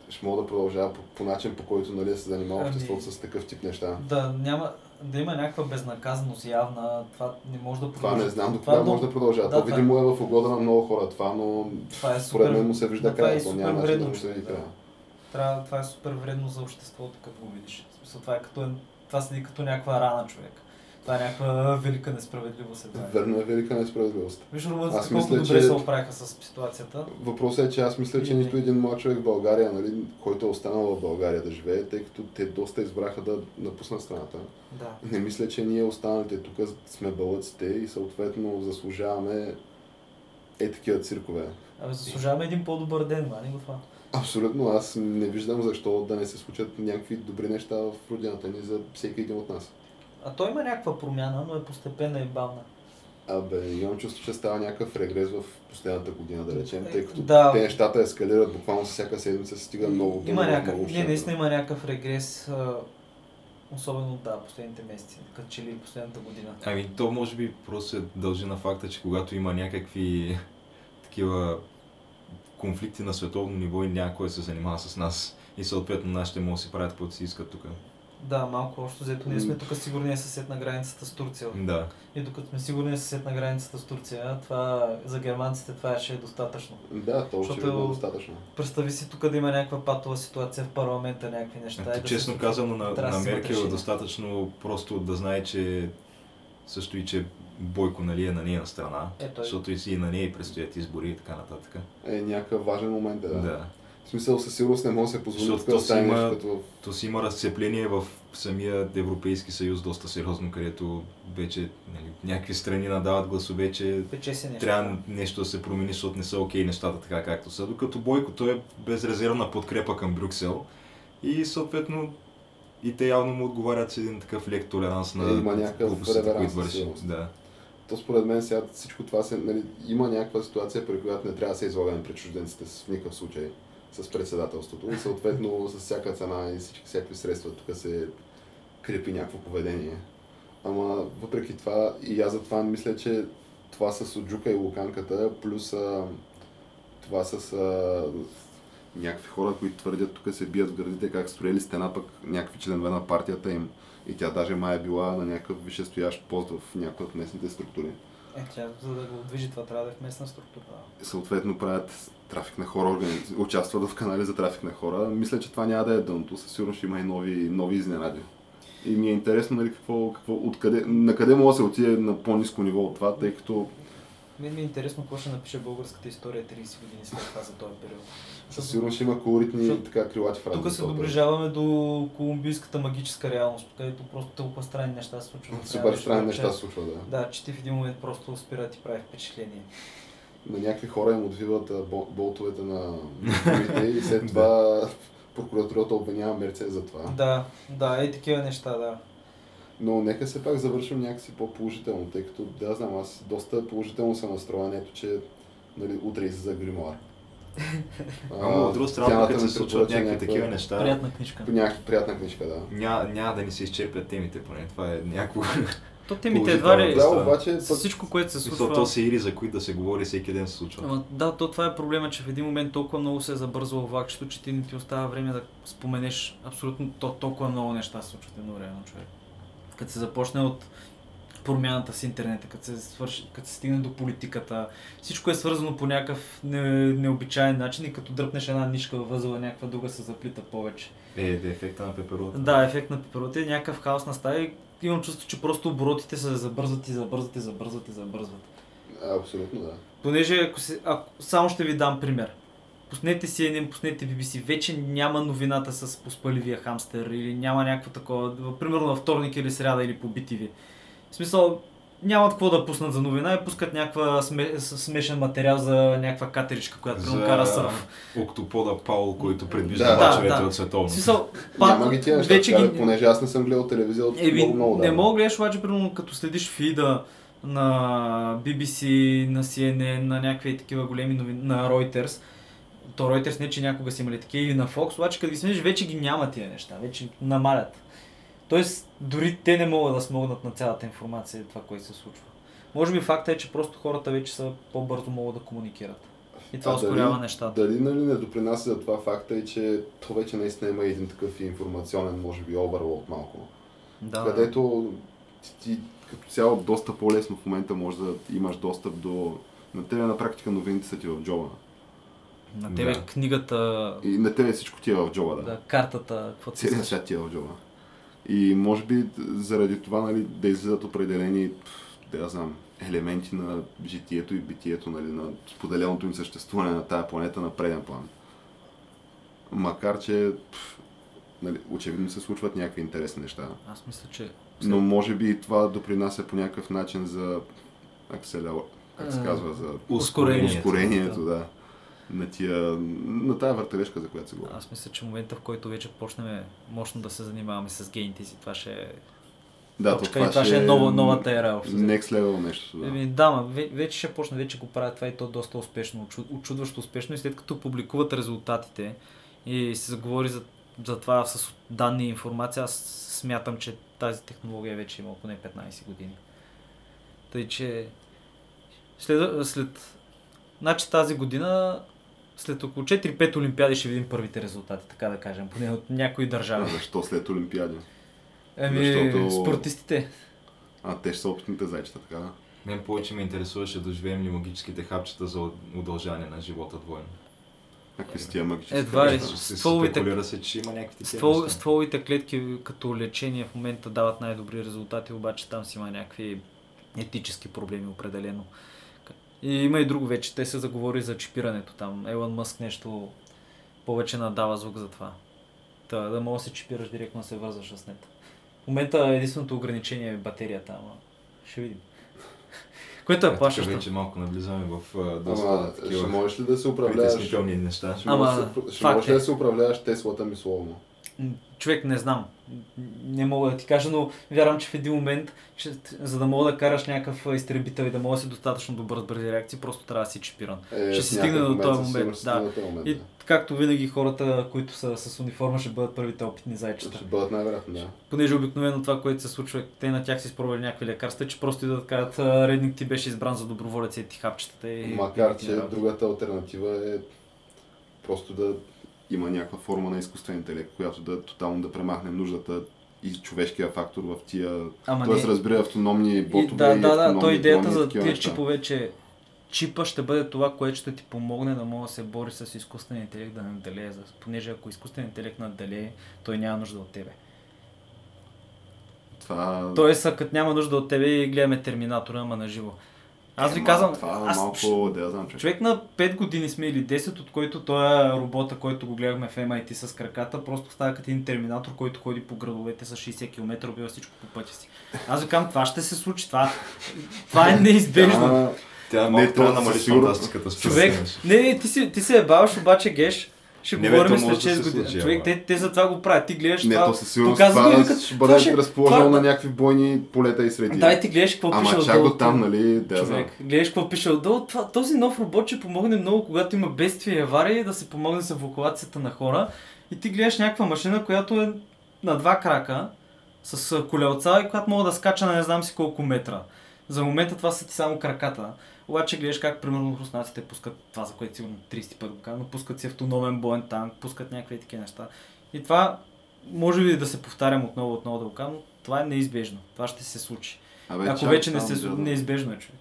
Speaker 2: ще мога да продължава по, по начин, по който нали, се занимава
Speaker 1: Ами-
Speaker 2: обществото с такъв тип неща.
Speaker 1: да, няма, да има някаква безнаказаност явна, това не може да
Speaker 2: Това не знам до
Speaker 1: Това
Speaker 2: кога
Speaker 1: е
Speaker 2: може да продължава.
Speaker 1: да,
Speaker 2: То
Speaker 1: това е-
Speaker 2: видимо е в угода на много хора това, но
Speaker 1: Това е
Speaker 2: според
Speaker 1: супер-
Speaker 2: мен му се вижда
Speaker 1: да, това е
Speaker 2: края. То
Speaker 1: супер
Speaker 2: няма начин да
Speaker 1: вредно,
Speaker 2: му се види
Speaker 1: човек, да.
Speaker 2: края.
Speaker 1: трябва, това е супер вредно за обществото, като го видиш. В смисъл, това, е като, това седи като някаква рана човек. Това е някаква велика несправедливост. Едва. ли.
Speaker 2: Верно е велика несправедливост.
Speaker 1: Виж румънците
Speaker 2: Аз
Speaker 1: колко
Speaker 2: мисля,
Speaker 1: добре
Speaker 2: че-
Speaker 1: се оправиха с ситуацията.
Speaker 2: Въпросът е, че аз мисля, че
Speaker 1: Или не.
Speaker 2: нито един млад човек в България, нали, който е останал в България да живее, тъй като те доста избраха да напуснат страната.
Speaker 1: Да.
Speaker 2: Не мисля, че ние останалите тук сме бълъците и съответно заслужаваме е такива циркове.
Speaker 1: Абе, заслужаваме един по-добър ден, мани го това.
Speaker 2: Абсолютно, аз не виждам защо да не се случат някакви добри неща в родината ни за всеки един от нас.
Speaker 1: А той има някаква промяна, но е постепенна и бавна.
Speaker 2: Абе, имам чувство, че става някакъв регрес в последната година, да речем, тъй като
Speaker 1: Да.
Speaker 2: те нещата ескалират буквално с всяка седмица, се стига много до
Speaker 1: има
Speaker 2: много
Speaker 1: някакъв, не,
Speaker 2: щета.
Speaker 1: наистина има някакъв регрес, а, особено да, последните месеци, като че ли последната година.
Speaker 3: Ами то може би просто се дължи на факта, че когато има някакви такива конфликти на световно ниво и някой се занимава с нас И съответно нашите могат да си правят каквото си искат тук.
Speaker 4: Да, малко общо взето. Ние сме тук
Speaker 1: е
Speaker 4: сигурния съсед на границата с Турция.
Speaker 3: Да.
Speaker 4: И докато сме сигурния съсед на границата с Турция, това за германците това ще е достатъчно.
Speaker 2: Да, то ще е
Speaker 4: Защото-
Speaker 2: достатъчно.
Speaker 4: Представи си тук да има някаква патова ситуация в парламента, някакви неща. и
Speaker 3: Ето,
Speaker 4: е да се
Speaker 3: честно
Speaker 4: случва.
Speaker 3: казано, на,
Speaker 4: трябва да
Speaker 3: на
Speaker 4: си
Speaker 3: Меркел е
Speaker 4: решение.
Speaker 3: достатъчно просто да знае, че също и че Бойко нали, е на нейна страна,
Speaker 4: Е, той-
Speaker 3: защото и си и на нея и предстоят избори и така нататък.
Speaker 2: Е някакъв важен момент, да.
Speaker 3: Да.
Speaker 2: да. В смисъл със сигурност не може да се позволи
Speaker 3: Защото
Speaker 2: тук да
Speaker 3: то си
Speaker 2: стане
Speaker 3: има-
Speaker 2: нещо като...
Speaker 3: То си има разцепление в самия Европейски съюз доста сериозно, където вече нали, някакви страни надават гласове, че
Speaker 4: Пече Е, си нещо.
Speaker 3: трябва нещо да се промени, защото не са окей нещата така както са. Докато Бойко той е безрезервна подкрепа към Брюксел и съответно и те явно му отговарят с един такъв лек толеранс
Speaker 2: Е,
Speaker 3: на
Speaker 2: има някакъв реверанс, със
Speaker 3: върши.
Speaker 2: сигурност.
Speaker 3: Да.
Speaker 2: То според мен сега всичко това се... Нали, има някаква ситуация, при която не трябва да се излагаме пред чужденците с в никакъв случай с председателството и съответно с всяка цена и всички, всякакви средства тук се крепи някакво поведение. Ама въпреки това и аз за това мисля, че това с Оджука и Луканката, плюс а, това с а, някакви хора, които твърдят тук се бият в гърдите, как строили стена, пък някакви членове на партията им. И тя даже май е била на някакъв висшестоящ пост в някои от местните структури.
Speaker 4: Е, тя, за да го движи това, трябва да е в местна структура.
Speaker 2: Съответно правят трафик на хора, органи- участват в канали за трафик на хора. Мисля, че това няма да е дъното. Със сигурност ще има и нови, нови изненади. И ми е интересно, нали, какво, какво, откъде, на къде може да се отиде на по-низко ниво от това, тъй като
Speaker 4: Мен ми е интересно какво ще напише българската история 30 години след това за този период.
Speaker 2: със сигурност ще има колоритни така крилати фрази.
Speaker 4: Тук
Speaker 2: в
Speaker 4: се
Speaker 2: този период.
Speaker 4: доближаваме до колумбийската магическа реалност, където просто толкова странни неща се случват.
Speaker 2: Супер странни
Speaker 4: Трябва
Speaker 2: неща се
Speaker 4: че-
Speaker 2: случват, да.
Speaker 4: Да, че ти в един момент просто спира да ти прави впечатление.
Speaker 2: на някакви хора им отвиват а, бол- болтовете на колите и след това прокуратурата обвинява Мерце за това.
Speaker 4: Да, да, е такива неща, да.
Speaker 2: Но нека се пак завършим някакси по-положително, тъй като да знам, аз доста положително съм настроен, ето че нали, утре излиза гримуар. А,
Speaker 3: Ама от друга страна,
Speaker 2: тяната
Speaker 3: като
Speaker 2: ми
Speaker 3: се случват
Speaker 2: препоръча е
Speaker 3: някакви
Speaker 2: някаква-
Speaker 3: такива неща,
Speaker 4: Приятна книжка.
Speaker 2: Някаква приятна книжка, да.
Speaker 3: няма няма да ни се изчерпят темите, поне това е някакво.
Speaker 1: То темите едва
Speaker 3: Положително.
Speaker 1: ли...
Speaker 2: Да, обаче
Speaker 1: Е, С
Speaker 2: пък е
Speaker 1: всичко, което се
Speaker 3: Мисъл, то
Speaker 1: случва...
Speaker 3: са ири, за които да се говори всеки ден се случва.
Speaker 1: Ама, да, то това е проблема, че в един момент толкова много се е забързало влакчето, че ти не ти остава време да споменеш абсолютно то, толкова много неща се случват едновременно, човек. Като се започне от промяната с интернета, като се, свърши, като се стигне до политиката, всичко е свързано по някакъв не, необичайен начин и като дръпнеш една нишка във възела, някаква друга се заплита повече.
Speaker 3: Е, да, ефекта на пеперута.
Speaker 1: Да, ефект на пеперота е някакъв хаос настава и имам чувство, че просто оборотите се забързват и забързват и забързват и забързват.
Speaker 2: а, абсолютно да.
Speaker 1: Понеже ако се, ако, само ще ви дам пример. Пуснете CNN, пуснете BBC, вече няма новината с поспаливия хамстер или няма някакво такова, примерно във вторник или сряда или по BTV. В смисъл, нямат какво да пуснат за новина и пускат някаква сме, с- смешен материал за някаква катеричка, която за... кара сърф.
Speaker 3: октопода Паул, който предвижда
Speaker 2: Да,
Speaker 3: да,
Speaker 2: да,
Speaker 3: мачовете
Speaker 1: да.
Speaker 3: от
Speaker 1: В
Speaker 3: световно.
Speaker 1: смисъл,
Speaker 2: Няма ги тия е неща,
Speaker 1: вече
Speaker 2: вече
Speaker 1: ги,
Speaker 2: понеже аз не съм гледал телевизия от
Speaker 1: Еби,
Speaker 2: много, много
Speaker 1: не
Speaker 2: давно.
Speaker 1: мога гледаш, обаче, примерно, като следиш фида на BBC, на CNN, на някакви такива големи новини, на Reuters, то Reuters не, че някога са имали такива, или на Fox, обаче като ги смениш, вече ги няма тия неща, вече намалят. Тоест, дори те не могат да смогнат на цялата информация и това, което се случва. Може би факта е, че просто хората вече са по-бързо могат да комуникират. И това
Speaker 2: А дали-
Speaker 1: ускорява нещата.
Speaker 2: Дали нали не допринася за това факта и че то вече наистина има един такъв информационен, може би, оверлот малко.
Speaker 1: Да, да.
Speaker 2: където ти, ти като цяло доста по-лесно в момента може да имаш достъп до... На тебе на практика новините са ти в джоба.
Speaker 1: На тебе
Speaker 3: Да.
Speaker 1: книгата,
Speaker 2: И на тебе всичко ти е в джоба, да.
Speaker 1: да, картата, каквото си
Speaker 2: Целият
Speaker 1: искаш.
Speaker 2: свят ти е в джоба. И може би заради това нали, да излизат определени, пф, да я знам, елементи на житието и битието, нали, на споделеното им съществуване на тая планета на преден план. Макар, че пф, нали, очевидно се случват някакви интересни неща.
Speaker 1: Аз мисля, че
Speaker 2: Но може би и това допринася по някакъв начин за акселера, как се казва, за
Speaker 1: Ускорението.
Speaker 2: ускорението, да. На, тия, на тая въртележка, за която се говори.
Speaker 1: Аз мисля, че момента, в който вече почнем мощно да се занимаваме с гените си, това ще е...
Speaker 2: Да,
Speaker 1: точка, и това ще е нова- Е, новата ера, общо взето.
Speaker 2: Next level нещо, да.
Speaker 1: Еми, Да, ма, ве- вече ще почне, вече го правят това и то доста успешно, очу- очудващо успешно и след като публикуват резултатите и се заговори за, за това с данни и информация, аз смятам, че тази технология вече има поне 15 години. Тъй, че след, след значи тази година след около 4-5 олимпиади ще видим първите резултати, така да кажем, поне от някои
Speaker 2: А
Speaker 1: държави.
Speaker 2: защо след Олимпиади?
Speaker 1: Еми,
Speaker 2: Защото-
Speaker 1: спортистите.
Speaker 2: А, те ще са опитните зайчета, така. да?
Speaker 3: Мен повече ме интересуваше да живеем ли магическите хапчета за удължаване на живота двойно.
Speaker 2: Какви са тия магически?
Speaker 1: Е, Едва ли.
Speaker 2: хапчета?
Speaker 3: Се- се
Speaker 1: стволовите-
Speaker 3: Спекулира се, че има някакви такива
Speaker 1: Ствол,
Speaker 3: неща.
Speaker 1: стволовите клетки като лечение в момента дават най-добри резултати, обаче там си има някакви етически проблеми определено. И има и друго вече, те се заговори за чипирането там. Елън Мъск нещо повече надава звук за това. Та, да мога да се чипираш директно да се вързаш с нета. В момента единственото ограничение е батерията, ама ще видим. Което е
Speaker 3: Е,
Speaker 1: плашещо.
Speaker 3: Тук вече малко навлизаме в а, доста
Speaker 2: Ама, ще
Speaker 3: такива
Speaker 2: можеш ли да се управляваш? Ще
Speaker 3: притеснителни неща.
Speaker 1: Ама,
Speaker 2: можеш да се- ще
Speaker 1: факт
Speaker 2: можеш
Speaker 1: е.
Speaker 2: ли да се управляваш Теслата мисловно?
Speaker 1: М, Човек, не знам. М, Не мога да ти кажа, но вярвам, че в един момент, ще, за да мога да караш някакъв а, изтребител и да мога да си достатъчно добър с бързи реакции, просто трябва да си чипиран.
Speaker 2: Е,
Speaker 1: Ще
Speaker 2: в
Speaker 1: се стигне
Speaker 2: някакъв
Speaker 1: до този
Speaker 2: със
Speaker 1: момент,
Speaker 2: сигурност ще
Speaker 1: да.
Speaker 2: стигне до този момент,
Speaker 1: И както винаги хората, които са с униформа, ще бъдат първите опитни
Speaker 2: да.
Speaker 1: зайчета.
Speaker 2: Ще бъдат най-вероятно, да.
Speaker 1: Понеже обикновено това, което се случва, те на тях са изпробвали някакви лекарства, че просто идват да кажат, «А, редник ти беше избран за доброволец, ети хапчетата и...
Speaker 2: Макар,
Speaker 1: и ти
Speaker 2: че
Speaker 1: работи».
Speaker 2: другата альтернатива е просто да има някаква форма на изкуствен интелект, която да тотално да премахне нуждата и човешкия фактор в тия...
Speaker 1: Ама
Speaker 2: Тоест,
Speaker 1: не.
Speaker 2: разбира автономни
Speaker 1: И,
Speaker 2: ботове
Speaker 1: да,
Speaker 2: и
Speaker 1: да, да,
Speaker 2: автономни
Speaker 1: то идеята
Speaker 2: дрони и
Speaker 1: за
Speaker 2: такива
Speaker 1: тия
Speaker 2: е неща.
Speaker 1: чипове, че чипа ще бъде това, което ще ти помогне да може да се бори с изкуствен интелект да наделее, за- понеже ако изкуствен интелект наделее, той няма нужда от тебе.
Speaker 2: Това...
Speaker 1: Тоест, а като няма нужда от тебе и гледаме Терминатора, ама на живо. Аз ви
Speaker 2: Ема,
Speaker 1: казвам,
Speaker 2: Това е
Speaker 1: аз,
Speaker 2: малко... Да, я знам, човек.
Speaker 1: Човек на 5 години сме или 10, от който той е робота, който го гледахме в MIT с краката, просто става като един терминатор, който ходи по градовете с 60 км, убива всичко по пътя си. Аз ви казвам, това ще се случи, това, това е неизбежно.
Speaker 2: Тя-
Speaker 3: Тя малко
Speaker 2: Не, е
Speaker 3: трябва да
Speaker 2: то
Speaker 3: намали
Speaker 2: със сигурност.
Speaker 3: фантастиката с
Speaker 1: Човек,
Speaker 3: пресенеш.
Speaker 1: не, не, ти се, ти се ебаваш, обаче геш, ще
Speaker 3: Не, бе,
Speaker 1: говорим
Speaker 3: то
Speaker 1: след
Speaker 3: може да
Speaker 1: 6
Speaker 3: се
Speaker 1: години.
Speaker 3: случи,
Speaker 1: Човек,
Speaker 3: ама.
Speaker 1: те, те за това го правят. Ти гледаш
Speaker 2: Не,
Speaker 1: това,
Speaker 2: то със сигурност
Speaker 1: показва го
Speaker 2: това
Speaker 1: и като-
Speaker 2: ще
Speaker 1: това
Speaker 2: бъде
Speaker 1: ще-
Speaker 2: разположено
Speaker 1: това-
Speaker 2: на някакви бойни полета и среди.
Speaker 1: Дай ти гледаш какво пише
Speaker 2: Ама чак
Speaker 1: отдолу.
Speaker 2: до там, нали, да я знам.
Speaker 1: Човек, гледаш какво пише отдолу. Това, този нов робот ще помогне много, когато има бедствия и аварии, да се помогне с евакуацията на хора. И ти гледаш някаква машина, която е на два крака, с а, колелца и която мога да скача на не знам си колко метра. За момента това са ти само краката. Обаче гледаш как, примерно, руснаците пускат това, за което сигурно 30 път го казвам, пускат си автономен боен танк, пускат някакви такива неща. И това, може би да се повтарям отново, отново да го казвам, но това е неизбежно. Това ще се случи.
Speaker 2: Абе,
Speaker 1: ако
Speaker 2: чак
Speaker 1: вече не
Speaker 2: там,
Speaker 1: се
Speaker 2: да, да.
Speaker 1: неизбежно е човек.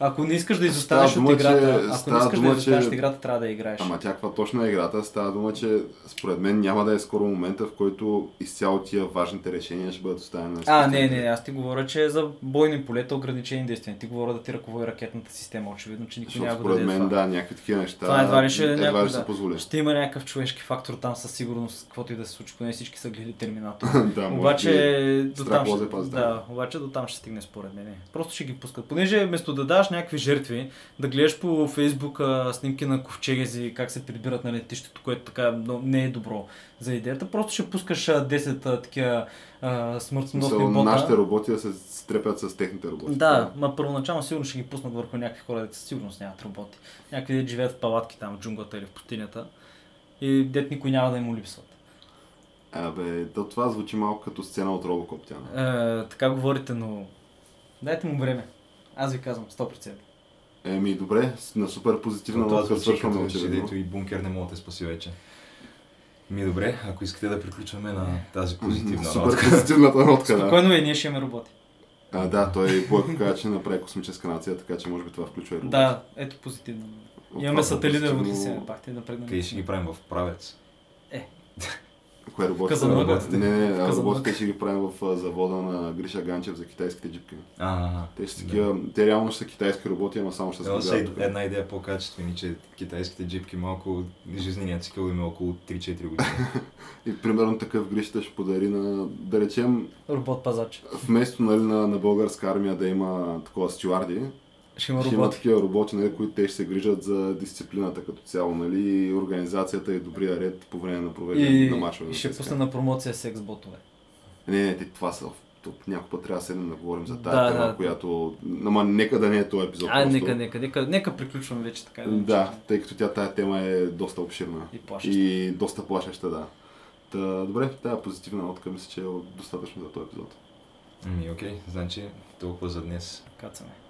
Speaker 1: Ако не искаш да изостанеш
Speaker 2: Става
Speaker 1: от
Speaker 2: дума, че-
Speaker 1: играта, ако не
Speaker 2: става
Speaker 1: искаш да
Speaker 2: дума,
Speaker 1: изостанеш
Speaker 2: че-
Speaker 1: от играта, трябва да я играеш.
Speaker 2: Ама тя каква точно е играта? Става дума, че според мен няма да е скоро момента, в който изцяло тия важните решения ще бъдат оставени на
Speaker 1: А,
Speaker 2: изкуствен
Speaker 1: не, не,
Speaker 2: интелект.
Speaker 1: аз ти говоря, че е за бойни полета ограничени действия. Ти говоря да ти ръководи ракетната система. Очевидно, че никой
Speaker 2: Защото
Speaker 1: няма го
Speaker 2: според
Speaker 1: даде
Speaker 2: мен,
Speaker 1: това.
Speaker 2: да, някакви такива неща.
Speaker 1: Това едва ли ще е някой
Speaker 2: ще
Speaker 1: да-
Speaker 2: се позволи.
Speaker 1: Ще има някакъв човешки фактор там със сигурност, каквото и да се случи, поне всички са гледали Терминатор.
Speaker 2: да, може би.
Speaker 1: обаче, до
Speaker 2: е страх
Speaker 1: там ще,
Speaker 2: лозе пази, да.
Speaker 1: да, обаче до там ще стигне според мен. Просто ще ги пускат. Понеже вместо да даваш някакви жертви, да гледаш по Фейсбук а, снимки на ковчегези, как се прибират на летището, което така но не е добро за идеята, просто ще пускаш а, 10 а, такива а, смъртоносни
Speaker 2: Смисъл,
Speaker 1: бота.
Speaker 2: нашите роботи да се стрепят с техните роботи.
Speaker 1: Да, ма първоначално сигурно ще ги пуснат върху някакви хора, дето със сигурност нямат роботи. Някакви дето живеят в палатки там, в джунглата или в пустинята. И дет никой няма да им липсват.
Speaker 2: Абе, то това звучи малко като сцена от Робокоп тя. нали? не?
Speaker 1: Е, така говорите, но дайте му време. Аз ви казвам 100%.
Speaker 2: Еми, добре, с- на супер позитивна
Speaker 3: Това
Speaker 2: нотка
Speaker 3: звучи
Speaker 2: свършваме
Speaker 3: като
Speaker 2: очевидно.
Speaker 3: дето и бункер не мога да те спаси вече. Ми добре, ако искате да приключваме на тази позитивна нотка.
Speaker 2: Супер позитивната нотка, да.
Speaker 1: Спокойно е, ние ще имаме роботи.
Speaker 2: А, да, той Бойко каза, че направи космическа нация, така че може би това включва и роботи.
Speaker 1: Да, ето позитивно. Имаме
Speaker 2: Това е
Speaker 1: сателит да
Speaker 2: позитивно.
Speaker 1: роботи се пак те напред
Speaker 3: Къде
Speaker 1: на
Speaker 3: ще ги правим в правец?
Speaker 2: Кое работи?
Speaker 1: Казанлък.
Speaker 2: Работите. Не, не, не,
Speaker 1: Казанлък.
Speaker 2: работите ще ги правим в а, завода на Гриша Ганчев за китайските джипки.
Speaker 3: А,
Speaker 2: Те ще са такива, те реално ще са китайски роботи, ама само ще се
Speaker 3: Да, са
Speaker 1: е
Speaker 2: сгодяват.
Speaker 3: и- една идея по-качествени, че китайските джипки малко, жизненият цикъл им е около 3-4 години.
Speaker 2: И примерно такъв Гришата ще подари на, да речем,
Speaker 1: Робот пазач.
Speaker 2: вместо нали, на, на българска армия да има такова стюарди,
Speaker 1: Ще има
Speaker 2: ще има
Speaker 1: роботи.
Speaker 2: такива роботи, нали, които те ще се грижат за дисциплината като цяло, нали, и организацията и добрия ред по време на провеждане
Speaker 1: И,
Speaker 2: на мачове.
Speaker 1: и
Speaker 2: на
Speaker 1: ще
Speaker 2: ЦСКА.
Speaker 1: пусна на промоция секс ботове.
Speaker 2: Не, не, те, това са тук някой път трябва да седнем да говорим за тази
Speaker 1: Да,
Speaker 2: тема,
Speaker 1: да.
Speaker 2: която... Ама нека да не е този епизод.
Speaker 1: А,
Speaker 2: просто.
Speaker 1: нека, нека, нека, нека приключваме вече така.
Speaker 2: Да, тъй като тя тая тема е доста обширна.
Speaker 1: И плашеща.
Speaker 2: И доста плашеща, да. Та, добре, тая позитивна нотка мисля, че е достатъчно за този епизод.
Speaker 3: Ами, окей, значи толкова за днес.
Speaker 1: Кацаме.